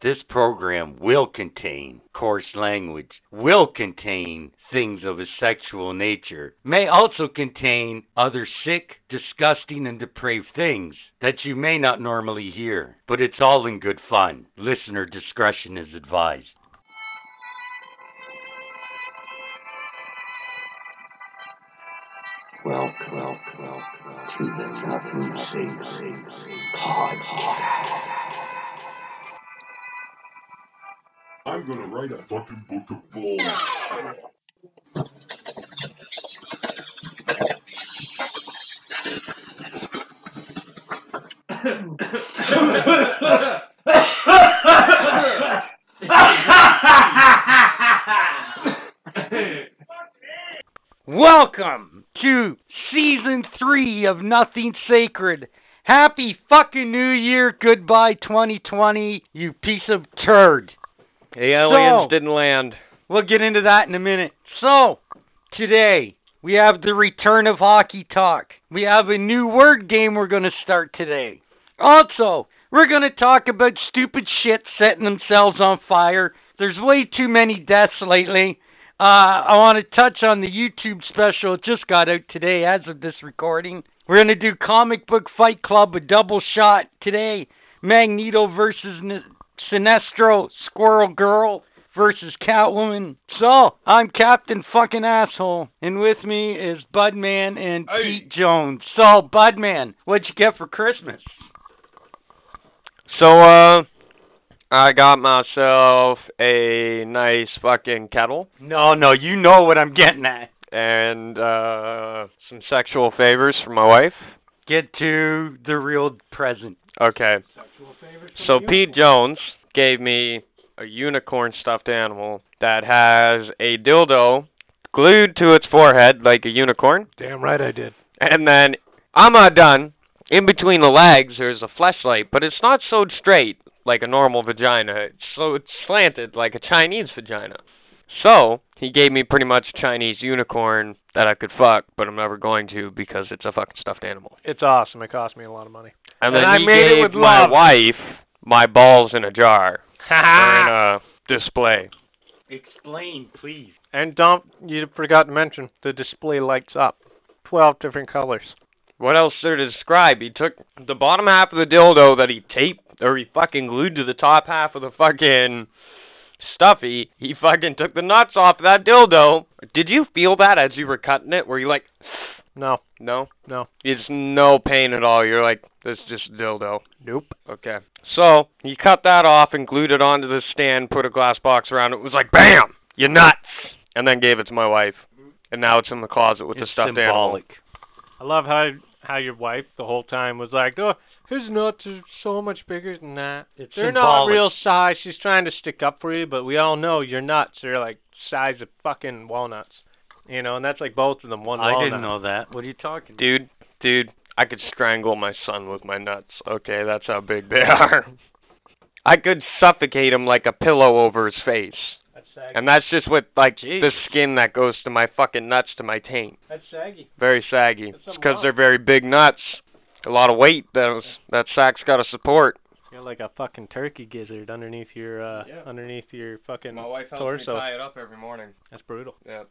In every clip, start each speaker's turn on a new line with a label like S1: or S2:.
S1: This program will contain coarse language, will contain things of a sexual nature, may also contain other sick, disgusting, and depraved things that you may not normally hear. But it's all in good fun. Listener discretion is advised.
S2: Welcome, welcome, welcome to the Nothing Safe Podcast.
S3: I'm gonna write a fucking book of balls.
S1: Welcome to season three of Nothing Sacred. Happy fucking New Year. Goodbye, 2020, you piece of turd.
S4: The aliens
S1: So-
S4: didn't land.
S1: We'll get into that in a minute. So, today, we have the return of hockey talk. We have a new word game we're going to start today. Also, we're going to talk about stupid shit setting themselves on fire. There's way too many deaths lately. Uh, I want to touch on the YouTube special. It just got out today as of this recording. We're going to do Comic Book Fight Club, a double shot today. Magneto versus N- Sinestro, Squirrel Girl versus Catwoman. So, I'm Captain fucking asshole, and with me is Budman and
S5: Hey.
S1: Pete Jones. So, Budman, what'd you get for Christmas?
S4: So, uh, I got myself a nice fucking kettle
S1: No, no, you know what I'm getting at.
S4: and uh some sexual favors for my wife.
S1: Get to the real present.
S4: Okay. So Pete Jones gave me a unicorn stuffed animal that has a dildo glued to its forehead like a unicorn,
S5: Damn right I did.
S4: and then I'm not done. In between the legs, there's a fleshlight, but it's not sewed straight like a normal vagina. It's so it's slanted like a Chinese vagina. So he gave me pretty much a Chinese unicorn that I could fuck, but I'm never going to because it's a fucking stuffed animal.
S5: It's awesome. It cost me a lot of money.
S4: And,
S5: And
S4: then
S5: I
S4: he
S5: made it
S4: gave
S5: with
S4: my
S5: love. Ah.
S4: wife my balls in a jar or in a display.
S1: Explain, please.
S5: And don't you forgot to mention the display lights up, twelve different colors.
S4: What else there to describe? He took the bottom half of the dildo that he taped or he fucking glued to the top half of the fucking stuffy. He fucking took the nuts off that dildo. Did you feel that as you were cutting it? Were you like,
S5: No,
S4: no,
S5: no,
S4: it's no pain at all? You're like, this is just dildo.
S5: nope.
S4: Okay. So he cut that off and glued it onto the stand, put a glass box around it. It was like, bam, you nuts, and then gave it to my wife. And now it's in the closet with the
S1: it's
S4: stuffed animal.
S1: symbolic.
S5: I love how how your wife the whole time was like, "Oh, his nuts are so much bigger than that.
S1: It's
S5: They're not
S1: symbolic.
S5: real size." She's trying to stick up for you, but we all know your nuts are like size of fucking walnuts. You know, and that's like both of them one
S1: I
S5: walnut.
S1: didn't know that. What are you talking? about?
S4: Dude, dude, I could strangle my son with my nuts. Okay, that's how big they are. I could suffocate him like a pillow over his face.
S5: That's saggy.
S4: And that's just with like the
S1: Jesus.
S4: skin that goes to my fucking nuts to my taint.
S5: That's saggy.
S4: Very saggy.
S5: That's
S4: It's
S5: something
S4: because
S5: wrong.
S4: they're very big nuts. A lot of weight that that sack's got to support.
S5: You're like a fucking turkey gizzard underneath your uh
S4: Yeah.
S5: underneath your fucking
S4: helps
S5: torso.
S4: it up every morning.
S5: That's brutal.
S4: Yeah.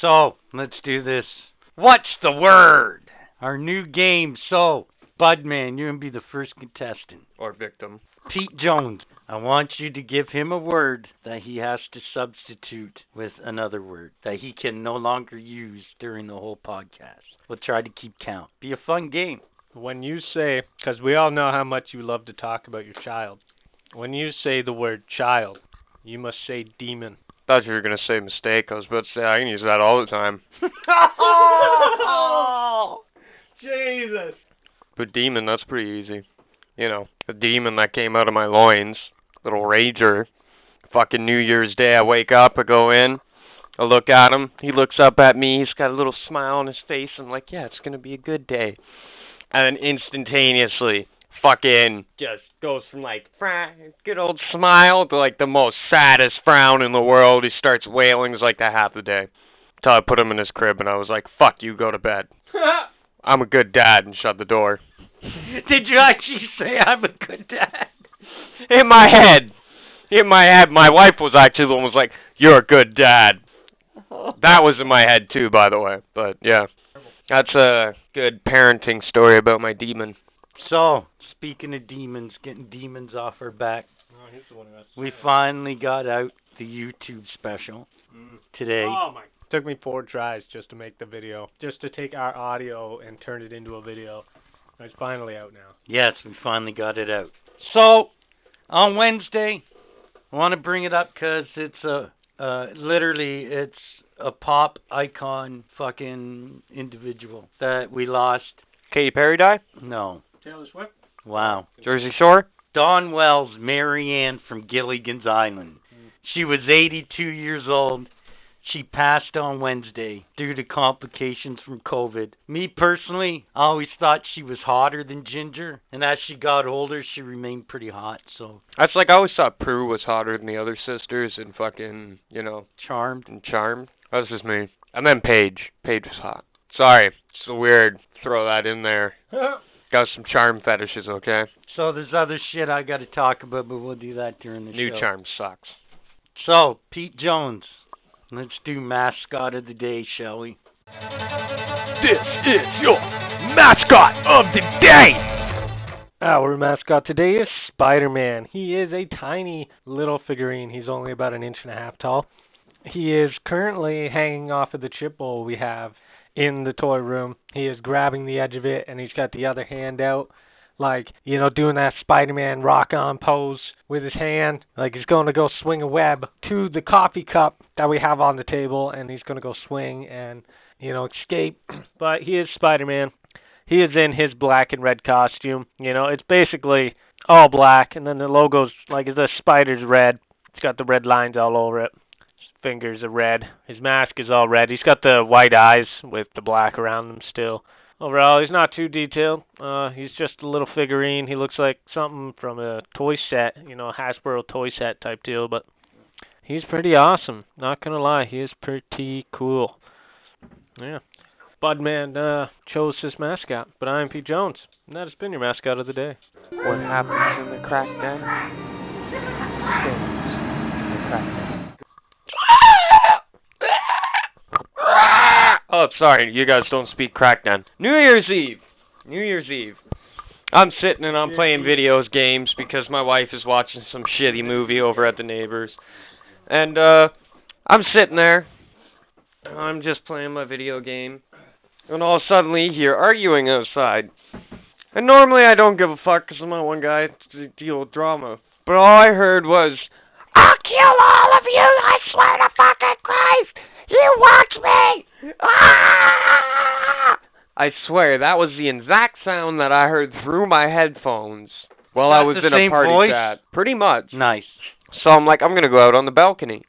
S1: So let's do this. What's the word? Our new game. So, Budman, you're gonna be the first contestant.
S4: Or victim.
S1: Pete Jones. I want you to give him a word that he has to substitute with another word that he can no longer use during the whole podcast. We'll try to keep count. Be a fun game.
S5: When you say, because we all know how much you love to talk about your child. When you say the word child, you must say demon.
S4: Thought you were gonna say mistake. I was about to say I can use that all the time.
S5: Jesus.
S4: But demon, that's pretty easy. You know, the demon that came out of my loins, little rager. Fucking New Year's Day, I wake up, I go in, I look at him. He looks up at me. He's got a little smile on his face. I'm like, yeah, it's gonna be a good day. And then instantaneously, fucking just goes from like "Frah," good old smile to like the most saddest frown in the world. He starts wailing it's like that half the day. Till I put him in his crib, and I was like, fuck you, go to bed. I'm a good dad, and shut the door.
S1: Did you actually say I'm a good dad?
S4: in my head. in my head, my wife was actually the one who was like, "You're a good dad." That was in my head too, by the way. But yeah, that's a good parenting story about my demon.
S1: So, speaking of demons, getting demons off our back,
S5: Oh, he's the one who has
S1: we finally got out the YouTube special today.
S5: Oh my! Took me four tries just to make the video, just to take our audio and turn it into a video. It's finally out now.
S1: Yes, we finally got it out. So, on Wednesday, I want to bring it up because it's a, uh, literally, it's a pop icon fucking individual that we lost.
S4: Katy Perry die?
S1: No.
S5: Taylor Swift.
S1: Wow.
S4: Jersey Shore?
S1: Dawn Wells, Mary Ann from Gilligan's Island.
S4: Mm.
S1: She was 82 years old. She passed on Wednesday due to complications from COVID. Me personally, I always thought she was hotter than Ginger, and as she got older, she remained pretty hot. So
S4: That's like I always thought Prue was hotter than the other sisters and fucking you know
S1: charmed.
S4: and Charmed. That's just me. And then Paige. Paige was hot. Sorry, it's a weird. Throw that in there. Got some charm fetishes, okay?
S1: So there's other shit I got to talk about, but we'll do that during the
S4: New
S1: show.
S4: charm sucks.
S1: So Pete Jones, let's do mascot of the day, shall we?
S4: This is your mascot of the day.
S5: Our mascot today is Spider Man. He is a tiny little figurine. He's only about an inch and a half tall. He is currently hanging off of the chip bowl we have in the toy room. He is grabbing the edge of it and he's got the other hand out, like, you know, doing that Spider Man rock on pose with his hand. Like he's going to go swing a web to the coffee cup that we have on the table and he's going to go swing and, you know, escape. but he is Spider Man he is in his black and red costume. You know, it's basically all black, and then the logo's like the spider's red. It's got the red lines all over it. His fingers are red. His mask is all red. He's got the white eyes with the black around them still. Overall, he's not too detailed. Uh, he's just a little figurine. He looks like something from a toy set, you know, Hasbro toy set type deal. But he's pretty awesome. Not gonna lie, he is pretty cool. Yeah. Budman uh, chose his mascot, but I'm Pete Jones, and that has been your mascot of the day.
S6: What happens in the crack den?
S4: Oh, sorry, you guys don't speak crack then. New Year's Eve. New Year's Eve. I'm sitting and I'm playing videos games because my wife is watching some shitty movie over at the neighbors. And uh I'm sitting there. I'm just playing my video game. And all of a sudden you hear arguing outside. And normally I don't give a fuck because I'm not one guy to deal with drama. But all I heard was, I'll kill all of you, I swear to fucking Christ! You watch me! Ah! I swear, that was the exact sound that I heard through my headphones while I
S1: That
S4: was
S1: the
S4: in a
S1: same
S4: party
S1: voice?
S4: chat. Pretty much.
S1: Nice.
S4: So I'm like, I'm gonna go out on the balcony.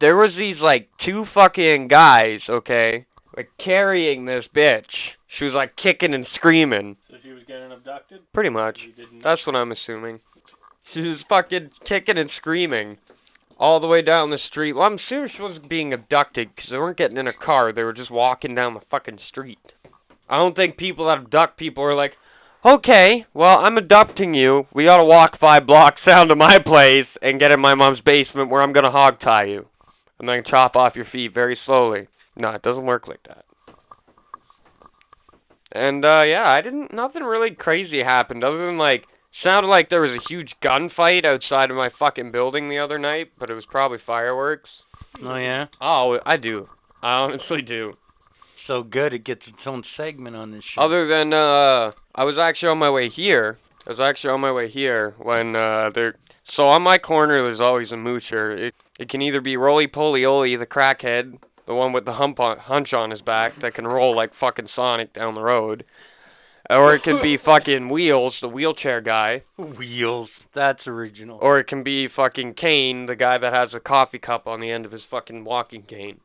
S4: There was these like two fucking guys, okay, like carrying this bitch. She was like kicking and screaming,
S5: So she was getting abducted.
S4: pretty much.
S5: didn't.
S4: That's what I'm assuming. She was fucking kicking and screaming all the way down the street. Well, I'm assuming she wasn't being abducted because they weren't getting in a car. They were just walking down the fucking street. I don't think people that abduct people are like, okay, well, I'm abducting you. We ought to walk five blocks down to my place and get in my mom's basement where I'm going to hog tie you. I'm going to chop off your feet very slowly. No, it doesn't work like that. And uh yeah, I didn't nothing really crazy happened other than like sounded like there was a huge gunfight outside of my fucking building the other night, but it was probably fireworks.
S1: Oh yeah.
S4: Oh, I do. I honestly do.
S1: So good it gets its own segment on this show.
S4: Other than uh I was actually on my way here. I was actually on my way here when uh there so on my corner there's always a moocher. It it can either be Roly Poly Oly the crackhead, the one with the hump on, hunch on his back that can roll like fucking Sonic down the road. Or it could be fucking Wheels, the wheelchair guy.
S1: Wheels. That's original.
S4: Or it can be fucking Kane, the guy that has a coffee cup on the end of his fucking walking cane.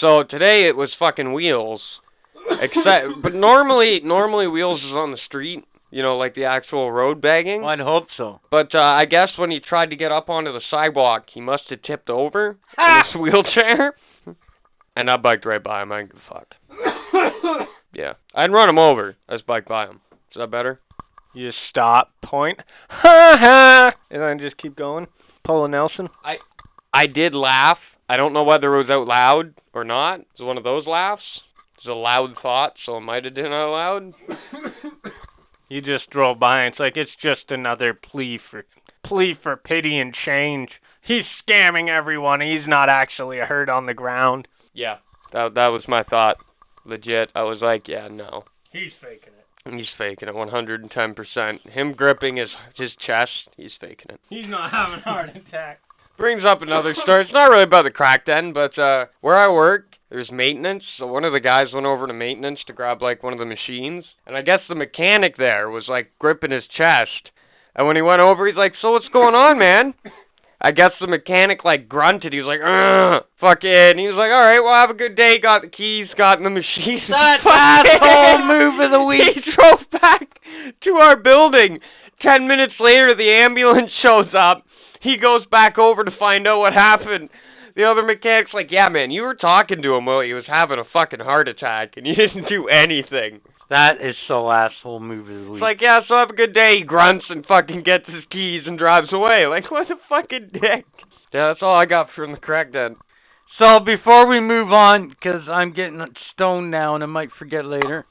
S4: So today it was fucking Wheels. Except but normally normally Wheels is on the street, you know, like the actual road begging.
S1: I'd hope so.
S4: But uh, I guess when he tried to get up onto the sidewalk, he must have tipped over in his wheelchair. And I biked right by him. I didn't give a fuck. yeah, I'd run him over. I just biked by him. Is that better?
S5: You stop, point, ha ha, and then just keep going. Paula Nelson?
S4: I did laugh. I don't know whether it was out loud or not. It was one of those laughs. It was a loud thought, so it might have been out loud.
S5: You just drove by and it's like it's just another plea for plea for pity and change. He's scamming everyone. He's not actually hurt on the ground.
S4: Yeah. That that was my thought. Legit. I was like, yeah, no.
S5: He's faking it.
S4: He's faking it 110%. Him gripping his his chest, he's faking it.
S5: He's not having a heart attack.
S4: brings up another story. It's not really about the crack den, but uh where I work, there's maintenance. So one of the guys went over to maintenance to grab like one of the machines, and I guess the mechanic there was like gripping his chest. And when he went over, he's like, "So what's going on, man?" I guess the mechanic like grunted. He was like, "Ugh, fuck it." And he was like, "All right, well, have a good day." Got the keys, got in the machine.
S1: That asshole move of the week.
S4: He drove back to our building. Ten minutes later, the ambulance shows up. He goes back over to find out what happened. The other mechanic's like, "Yeah, man, you were talking to him while he was having a fucking heart attack, and you didn't do anything."
S1: That is so asshole move of the
S4: It's
S1: week.
S4: like, "Yeah, so have a good day." He grunts and fucking gets his keys and drives away. Like, what a fucking dick. Yeah, that's all I got from the crack den.
S1: So before we move on, because I'm getting stoned now and I might forget later.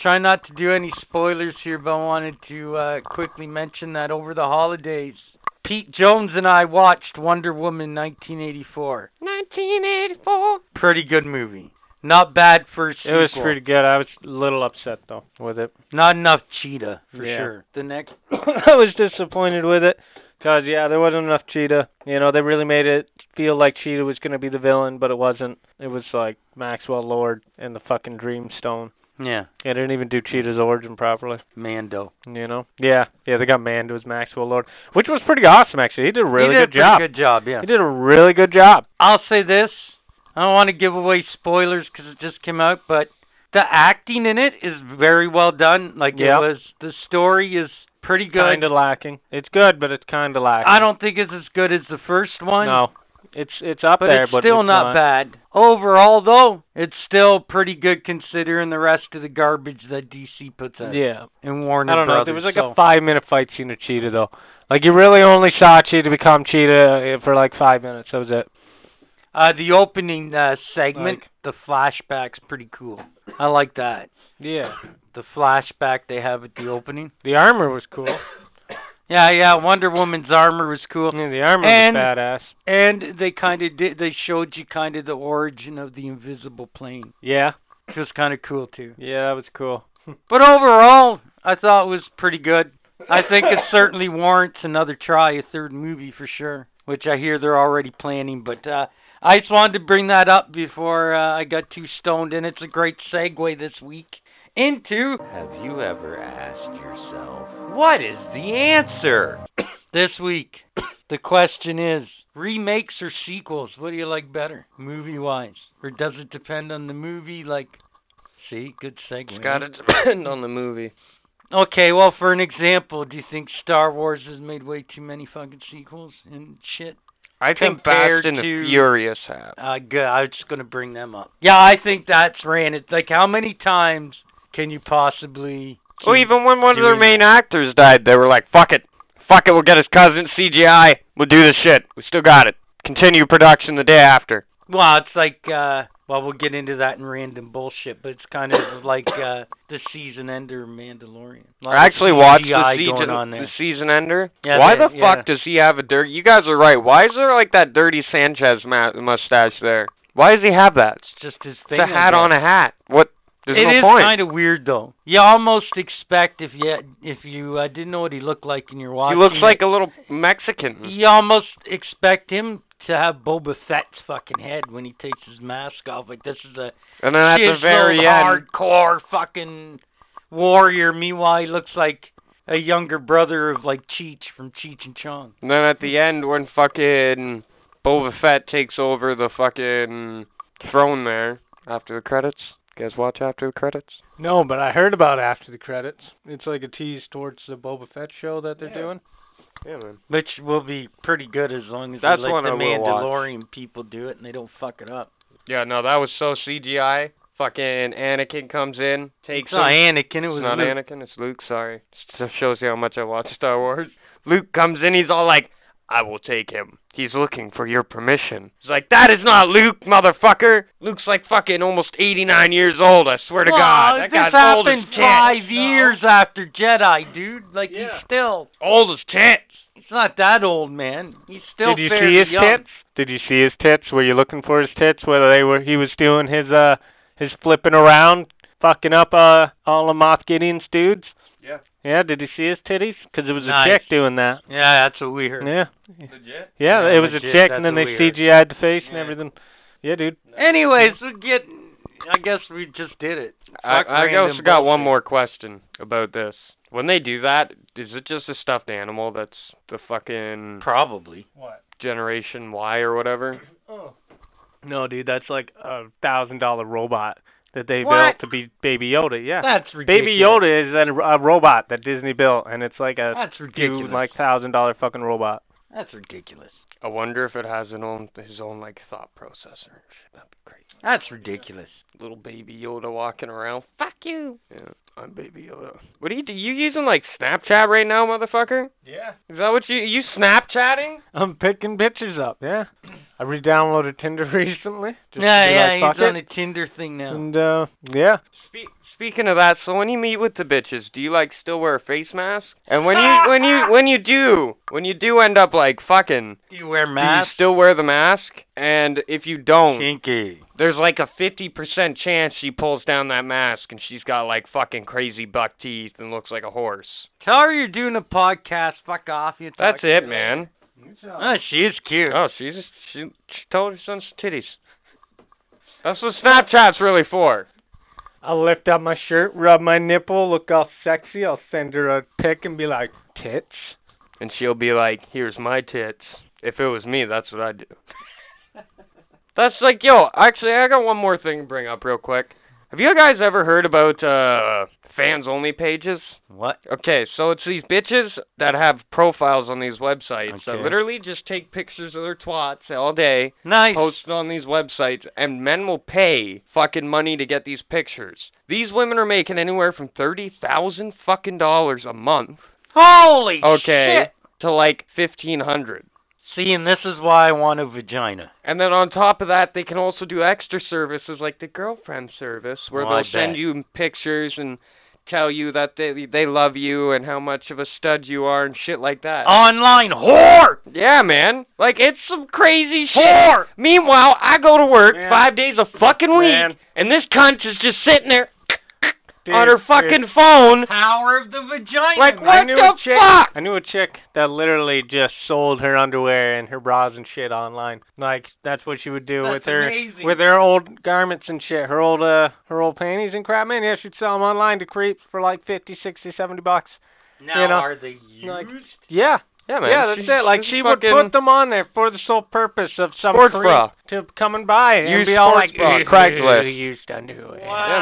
S1: Try not to do any spoilers here, but I wanted to uh, quickly mention that over the holidays, Pete Jones and I watched Wonder Woman 1984.
S4: 1984.
S1: Pretty good movie. Not bad for a
S5: It was
S1: sequel.
S5: pretty good. I was a little upset though with it.
S1: Not enough cheetah for
S5: Yeah.
S1: sure. The next,
S5: I was disappointed with it because yeah, there wasn't enough Cheetah. You know, they really made it feel like Cheetah was going to be the villain, but it wasn't. It was like Maxwell Lord and the fucking Dreamstone.
S1: yeah,
S5: They didn't even do Cheetah's origin properly.
S1: Mando.
S5: You know? Yeah, yeah, they got Mando as Maxwell Lord, which was pretty awesome actually. He did a really
S1: he did
S5: good
S1: a
S5: job.
S1: pretty good job. Yeah.
S5: He did a really good job.
S1: I'll say this. I don't want to give away spoilers because it just came out, but the acting in it is very well done. Like
S5: Yeah.
S1: it was, the story is pretty good.
S5: Kind of lacking. It's good, but it's kind of lacking.
S1: I don't think it's as good as the first one.
S5: No, it's it's up
S1: But
S5: there,
S1: it's
S5: but
S1: still
S5: it's
S1: not, bad. Overall, though, it's still pretty good considering the rest of the garbage that DC puts out.
S5: Yeah.
S1: And Warner
S5: I don't know.
S1: Brothers.
S5: There was like
S1: so.
S5: a five minute fight scene of Cheetah though. Like you really only saw Cheetah become Cheetah uh, for like five minutes. That was it.
S1: uh, the opening uh, segment, the flashback's pretty cool. I like that.
S5: Yeah.
S1: The flashback they have at the opening.
S5: The armor was cool.
S1: Yeah, yeah. Wonder Woman's armor was cool,
S5: Yeah, the armor
S1: And-
S5: was badass.
S1: and they kind of did. They showed you kind of the origin of the invisible plane,
S5: Yeah.
S1: which was kind of cool too.
S5: Yeah, that was cool.
S1: But overall, I thought it was pretty good. I think it certainly warrants another try, a third movie for sure, which I hear they're already planning. But uh, I just wanted to bring that up before uh, I got too stoned, and it's a great segue this week into
S7: Have you ever asked yourself, what is the answer?
S1: this week. The question is remakes or sequels? What do you like better, movie wise? Or does it depend on the movie? Like, see, good segue.
S4: It's gotta depend on the movie.
S1: Okay, well, for an example, do you think Star Wars has made way too many fucking sequels and shit?
S4: I think
S1: Compared
S4: Fast and the
S1: to-
S4: Furious have.
S1: Uh, good. I was just gonna bring them up. Yeah, I think that's ran. It's like how many times can you possibly?
S4: Well,
S1: keep-
S4: even when one of their
S1: doing
S4: main actors died, they were like, "Fuck it, fuck it, we'll get his cousin CGI, we'll do this shit, we still got it." Continue production the day after.
S1: Well, it's like uh, well, we'll get into that in random bullshit, but it's kind of like uh, the season ender Mandalorian. A lot
S4: I
S1: of
S4: actually watched the
S1: CGI
S4: season,
S1: going on
S4: the
S1: there.
S4: season ender.
S1: Yeah,
S4: why
S1: they-
S4: the
S1: yeah.
S4: fuck does he have a dirty? You guys are right. Why is there like that dirty Sanchez ma- mustache there? Why does he have that?
S1: It's just his thing.
S4: It's a
S1: I
S4: hat on
S1: guess.
S4: a hat. What? There's
S1: It
S4: no
S1: is
S4: point.
S1: kind of weird though. You almost expect if you if you uh, didn't know what he looked like and you're
S4: he
S1: watching.
S4: looks
S1: it,
S4: like a little Mexican.
S1: You almost expect him to have Boba Fett's fucking head when he takes his mask off. Like this is a
S4: And then at the
S1: chiseled,
S4: very end,
S1: hardcore fucking warrior. Meanwhile, he looks like a younger brother of like Cheech from Cheech and Chong.
S4: And then at the end, when fucking Boba Fett takes over the fucking throne there after the credits, you guys watch after the credits.
S5: No, but I heard about after the credits. It's like a tease towards the Boba Fett show that they're doing.
S4: Yeah, man.
S1: Which will be pretty good as long as they
S4: That's
S1: let
S4: one
S1: the
S4: I will watch.
S1: Mandalorian people do it and they don't fuck it up.
S4: Yeah, no, that was so CGI. Fucking Anakin comes in, takes
S1: It's not
S4: him.
S1: Anakin. It was
S4: It's not
S1: Luke.
S4: Anakin, it's Luke. Sorry, just shows you how much I watch Star Wars. Luke comes in, he's all like, I will take him. He's looking for your permission. He's like, that is not Luke, motherfucker. Luke's like fucking almost 89 years old. I swear to
S8: Well,
S4: God, that
S8: this
S4: guy's old as
S8: happened
S4: tits.
S8: five years after Jedi, dude. Like
S4: Yeah.
S8: he's still,
S4: Old as tits.
S8: he's not that old, man. He's still
S5: Did you
S8: fairly
S5: see his
S8: young.
S5: tits? Did you see his tits? Were you looking for his tits? Whether they were he was doing his uh his flipping around, fucking up uh all the Moth Gideon's dudes.
S4: Yeah.
S5: Yeah. Did you see his titties? Because it was
S8: Nice.
S5: a chick doing that.
S8: Yeah, that's what we heard.
S5: Yeah.
S4: Legit.
S5: Yeah.
S8: Yeah,
S5: it was
S8: legit,
S5: a chick,
S8: that's
S5: and then
S8: what
S5: they
S8: we heard.
S5: CGI'd the face and
S4: Yeah.
S5: everything. Yeah, dude.
S8: Anyways, we get. I guess we just did it.
S4: I,
S8: Fuck
S4: I
S8: random
S4: also got one
S8: bullshit.
S4: more question about this. When they do that, is it just a stuffed animal that's the fucking
S8: Probably.
S4: Generation Y or whatever?
S5: No, dude, that's like a thousand dollar robot that they
S8: What?
S5: built to be Baby Yoda. Yeah.
S8: That's ridiculous.
S5: Baby Yoda is a, a robot that Disney built, and it's like a
S8: That's ridiculous.
S5: dude, like thousand dollar fucking robot.
S8: That's ridiculous.
S4: I wonder if it has an own his own like thought processor. That'd be crazy.
S8: That's ridiculous.
S4: Little baby Yoda walking around. Fuck you. Yeah, I'm baby Yoda. What are you? Do you using like Snapchat right now, motherfucker?
S5: Yeah.
S4: Is that what you you Snapchatting?
S5: I'm picking pictures up. Yeah. I re-downloaded Tinder recently. Just
S8: yeah,
S5: to be
S8: yeah,
S5: like,
S8: he's
S5: fuck
S8: on
S5: it.
S8: a Tinder thing now.
S5: And uh, yeah.
S4: Spe- speaking of that, so when you meet with the bitches, do you like still wear a face mask? And when you when you when you do when you do end up like fucking,
S8: Do you wear
S4: do you
S8: masks?
S4: still wear the mask? And if you don't,
S8: Kinky.
S4: there's like a 50% chance she pulls down that mask and she's got like fucking crazy buck teeth and looks like a horse.
S8: Tell her you're doing a podcast. Fuck off. You
S4: That's
S8: talk-
S4: it, man.
S8: Oh, she is cute.
S4: Oh, she's she, she told her son's titties. That's what Snapchat's really for.
S5: I will lift up my shirt, rub my nipple, look all sexy. I'll send her a pic and be like, tits.
S4: And she'll be like, "Here's my tits." If it was me, that's what I'd do. that's like, yo. Actually, I got one more thing to bring up real quick. Have you guys ever heard about uh fans only pages?
S8: What?
S4: Okay, so it's these bitches that have profiles on these websites that
S8: Okay.
S4: literally just take pictures of their twats all day,
S8: Nice.
S5: Oh.
S4: post it on these websites, and men will pay fucking money to get these pictures. These women are making anywhere from thirty thousand fucking dollars a month,
S8: Holy
S4: okay,
S8: shit.
S4: to like fifteen hundred.
S8: See, and this is why I want a vagina.
S4: And then on top of that, they can also do extra services like the girlfriend service, where
S8: Oh, I
S4: they'll send
S8: bet.
S4: you pictures and tell you that they they love you and how much of a stud you are and shit like that.
S8: Online whore.
S4: Yeah, man. Like it's some crazy shit.
S8: Whore.
S4: Meanwhile, I go to work
S5: Man.
S4: five days a fucking week,
S5: Man.
S4: and this cunt is just sitting there
S5: Dude,
S4: on her
S5: dude.
S4: fucking phone.
S8: Power of the vagina.
S4: Like
S8: man.
S4: what
S5: knew
S4: the
S5: a chick-
S4: fuck?
S5: I knew a chick that literally just sold her underwear and her bras and shit online. Like that's what she would do
S8: That's
S5: with her
S8: amazing.
S5: with her old garments and shit, her old uh her old panties and crap. Man, yeah, she'd sell them online to creeps for like fifty, sixty, seventy bucks.
S8: Now
S5: you know,
S8: are they used?
S5: like- Yeah,
S4: Yeah, man.
S5: yeah, that's
S4: She's-
S5: it. Like
S4: she's
S5: she would
S4: fucking-
S5: put them on there for the sole purpose of some
S4: Sports
S5: creep
S4: bra.
S5: to come and buy it
S4: Used
S5: and be all
S4: sports
S5: like
S4: bra,
S5: "Ew,
S4: Craigslist."
S5: used underwear.
S4: Yeah,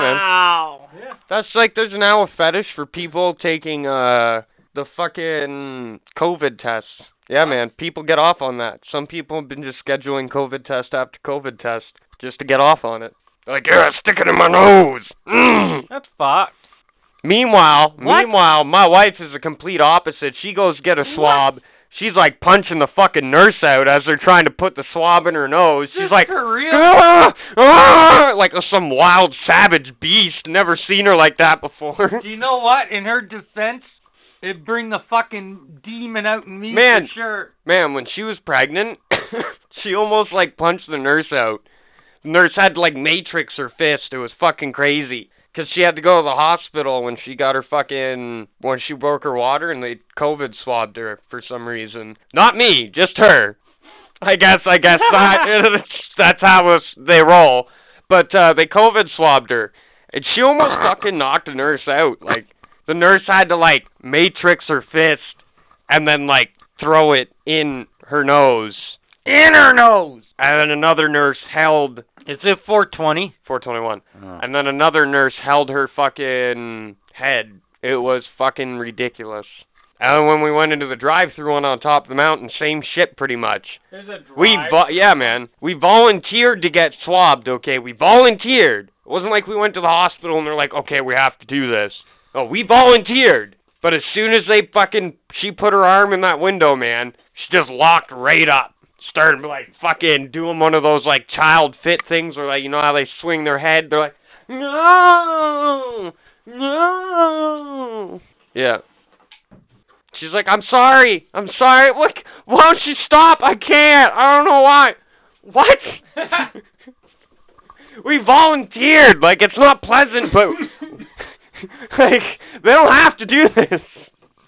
S4: man. That's like there's now a fetish for people taking uh the fucking COVID tests. Yeah, man. People get off on that. Some people have been just scheduling COVID test after COVID test just to get off on it. Like, yeah, stick it in my nose. Mm.
S5: That's fucked.
S4: Meanwhile,
S8: What?
S4: meanwhile, my wife is the complete opposite. She goes get a swab. She's like punching the fucking nurse out as they're trying to put the swab in her nose. She's like,
S8: for real.
S4: "Ah, ah," like some wild savage beast. Never seen her like that before.
S8: Do you know what? In her defense, it'd bring the fucking demon out in me
S4: Man.
S8: for sure.
S4: Man, when she was pregnant, she almost like punched the nurse out. The nurse had to like matrix her fist. It was fucking crazy. 'Cause she had to go to the hospital when she got her fucking when she broke her water and they COVID swabbed her for some reason. Not me, just her. I guess I guess that that's how it's, they roll. But uh they COVID swabbed her and she almost fucking knocked the nurse out. Like the nurse had to like matrix her fist and then like throw it in her nose. In her nose. And then another nurse held
S8: Is it 420?
S4: 421.
S8: Oh.
S4: And then another nurse held her fucking head. It was fucking ridiculous. And when we went into the drive-through one on top of the mountain, same shit pretty much.
S5: There's a
S4: We vo- yeah, man. We volunteered to get swabbed, okay? We volunteered. It wasn't like we went to the hospital and they're like, "Okay, we have to do this." No, we volunteered. But as soon as they fucking she put her arm in that window, man, just locked right up. Started like fucking doing one of those like child fit things where like you know how they swing their head. They're like, no, no. Yeah. She's like, I'm sorry, I'm sorry. What? Why don't you stop? I can't. I don't know why. What? we volunteered. Like it's not pleasant, but like they don't have to do this.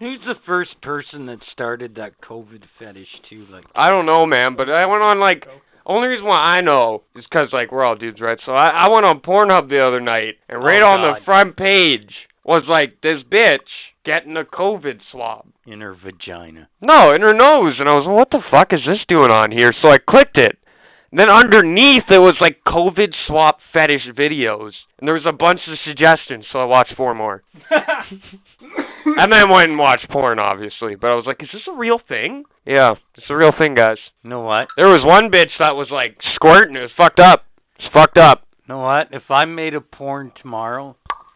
S1: Who's the first person that started that COVID fetish too? Like,
S4: I don't know, man, but I went on like only reason why I know is 'cause like we're all dudes, right? So I, I went on Pornhub the other night, and right
S1: Oh,
S4: on the
S1: God.
S4: front page was like this bitch getting a COVID swab.
S1: in her vagina.
S4: No, in her nose, and I was, what the fuck is this doing on here? So I clicked it. And then underneath it was like COVID swab fetish videos, and there was a bunch of suggestions. So I watched four more, and then went and watched porn, obviously. But I was like, is this a real thing? Yeah, it's a real thing, guys.
S1: know what?
S4: There was one bitch that was like squirting. It was fucked up. It's fucked up.
S1: know what? If I made a porn tomorrow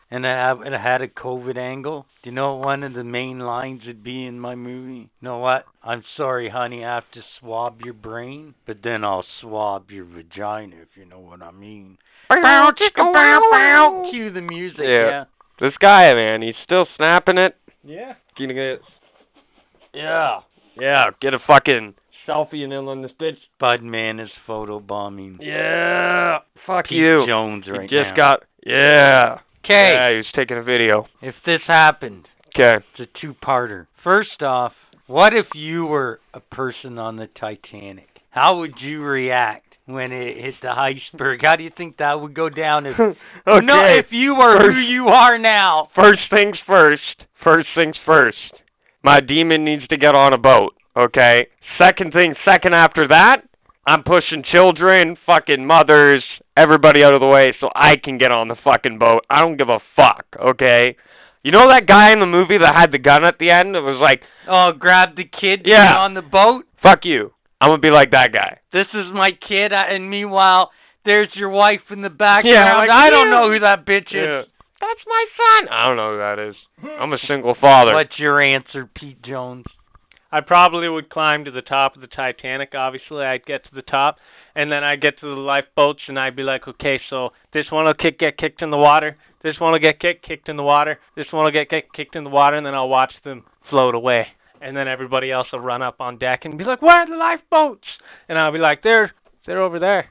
S1: and I have, and I had a COVID angle, do you know what one of the main lines would be in my movie? You know what? I'm sorry, honey, I have to swab your brain, but then I'll swab your vagina, if you know what I mean. Bow, chicka, bow, bow. Cue the music,
S4: Yeah.
S1: yeah.
S4: This guy, man, he's still snapping it.
S5: Yeah.
S4: Gonna get,
S1: Yeah.
S4: yeah, get a fucking selfie and then on this bitch.
S1: Budman is photobombing.
S4: Yeah, fuck
S1: Pete
S4: you.
S1: Jones
S4: He
S1: right
S4: just
S1: now.
S4: got, yeah.
S1: Okay,
S4: Yeah, he was taking a video.
S1: if this happened,
S4: Okay.
S1: it's a two-parter. First off, what if you were a person on the Titanic? How would you react when it hit the iceberg? How do you think that would go down if
S4: okay.
S1: no, if you were who
S4: First-
S1: you are now?
S4: first things first. First things first. My demon needs to get on a boat. Okay. Second thing, second after that, I'm pushing children, fucking mothers, everybody out of the way so I can get on the fucking boat. I don't give a fuck. Okay. You know that guy in the movie that had the gun at the end? It was like,
S1: Oh, grab the kid
S4: Yeah.
S1: get on the boat.
S4: fuck you. I'm gonna be like that guy.
S1: This is my kid, I- and meanwhile, there's your wife in the background.
S4: like,
S1: I don't
S4: yeah.
S1: know who that bitch
S4: Yeah.
S1: is.
S4: That's my son. I don't know who that is. I'm a single father.
S1: What's your answer, Pete Jones?
S5: I probably would climb to the top of the Titanic. Obviously, I'd get to the top, and then I'd get to the lifeboats, and I'd be like, okay, so this one will kick, get kicked in the water. This one will get kicked, kicked in the water. This one will get, get kicked in the water, and then I'll watch them float away. And then everybody else will run up on deck and be like, where are the lifeboats? And I'll be like, they're they're over there.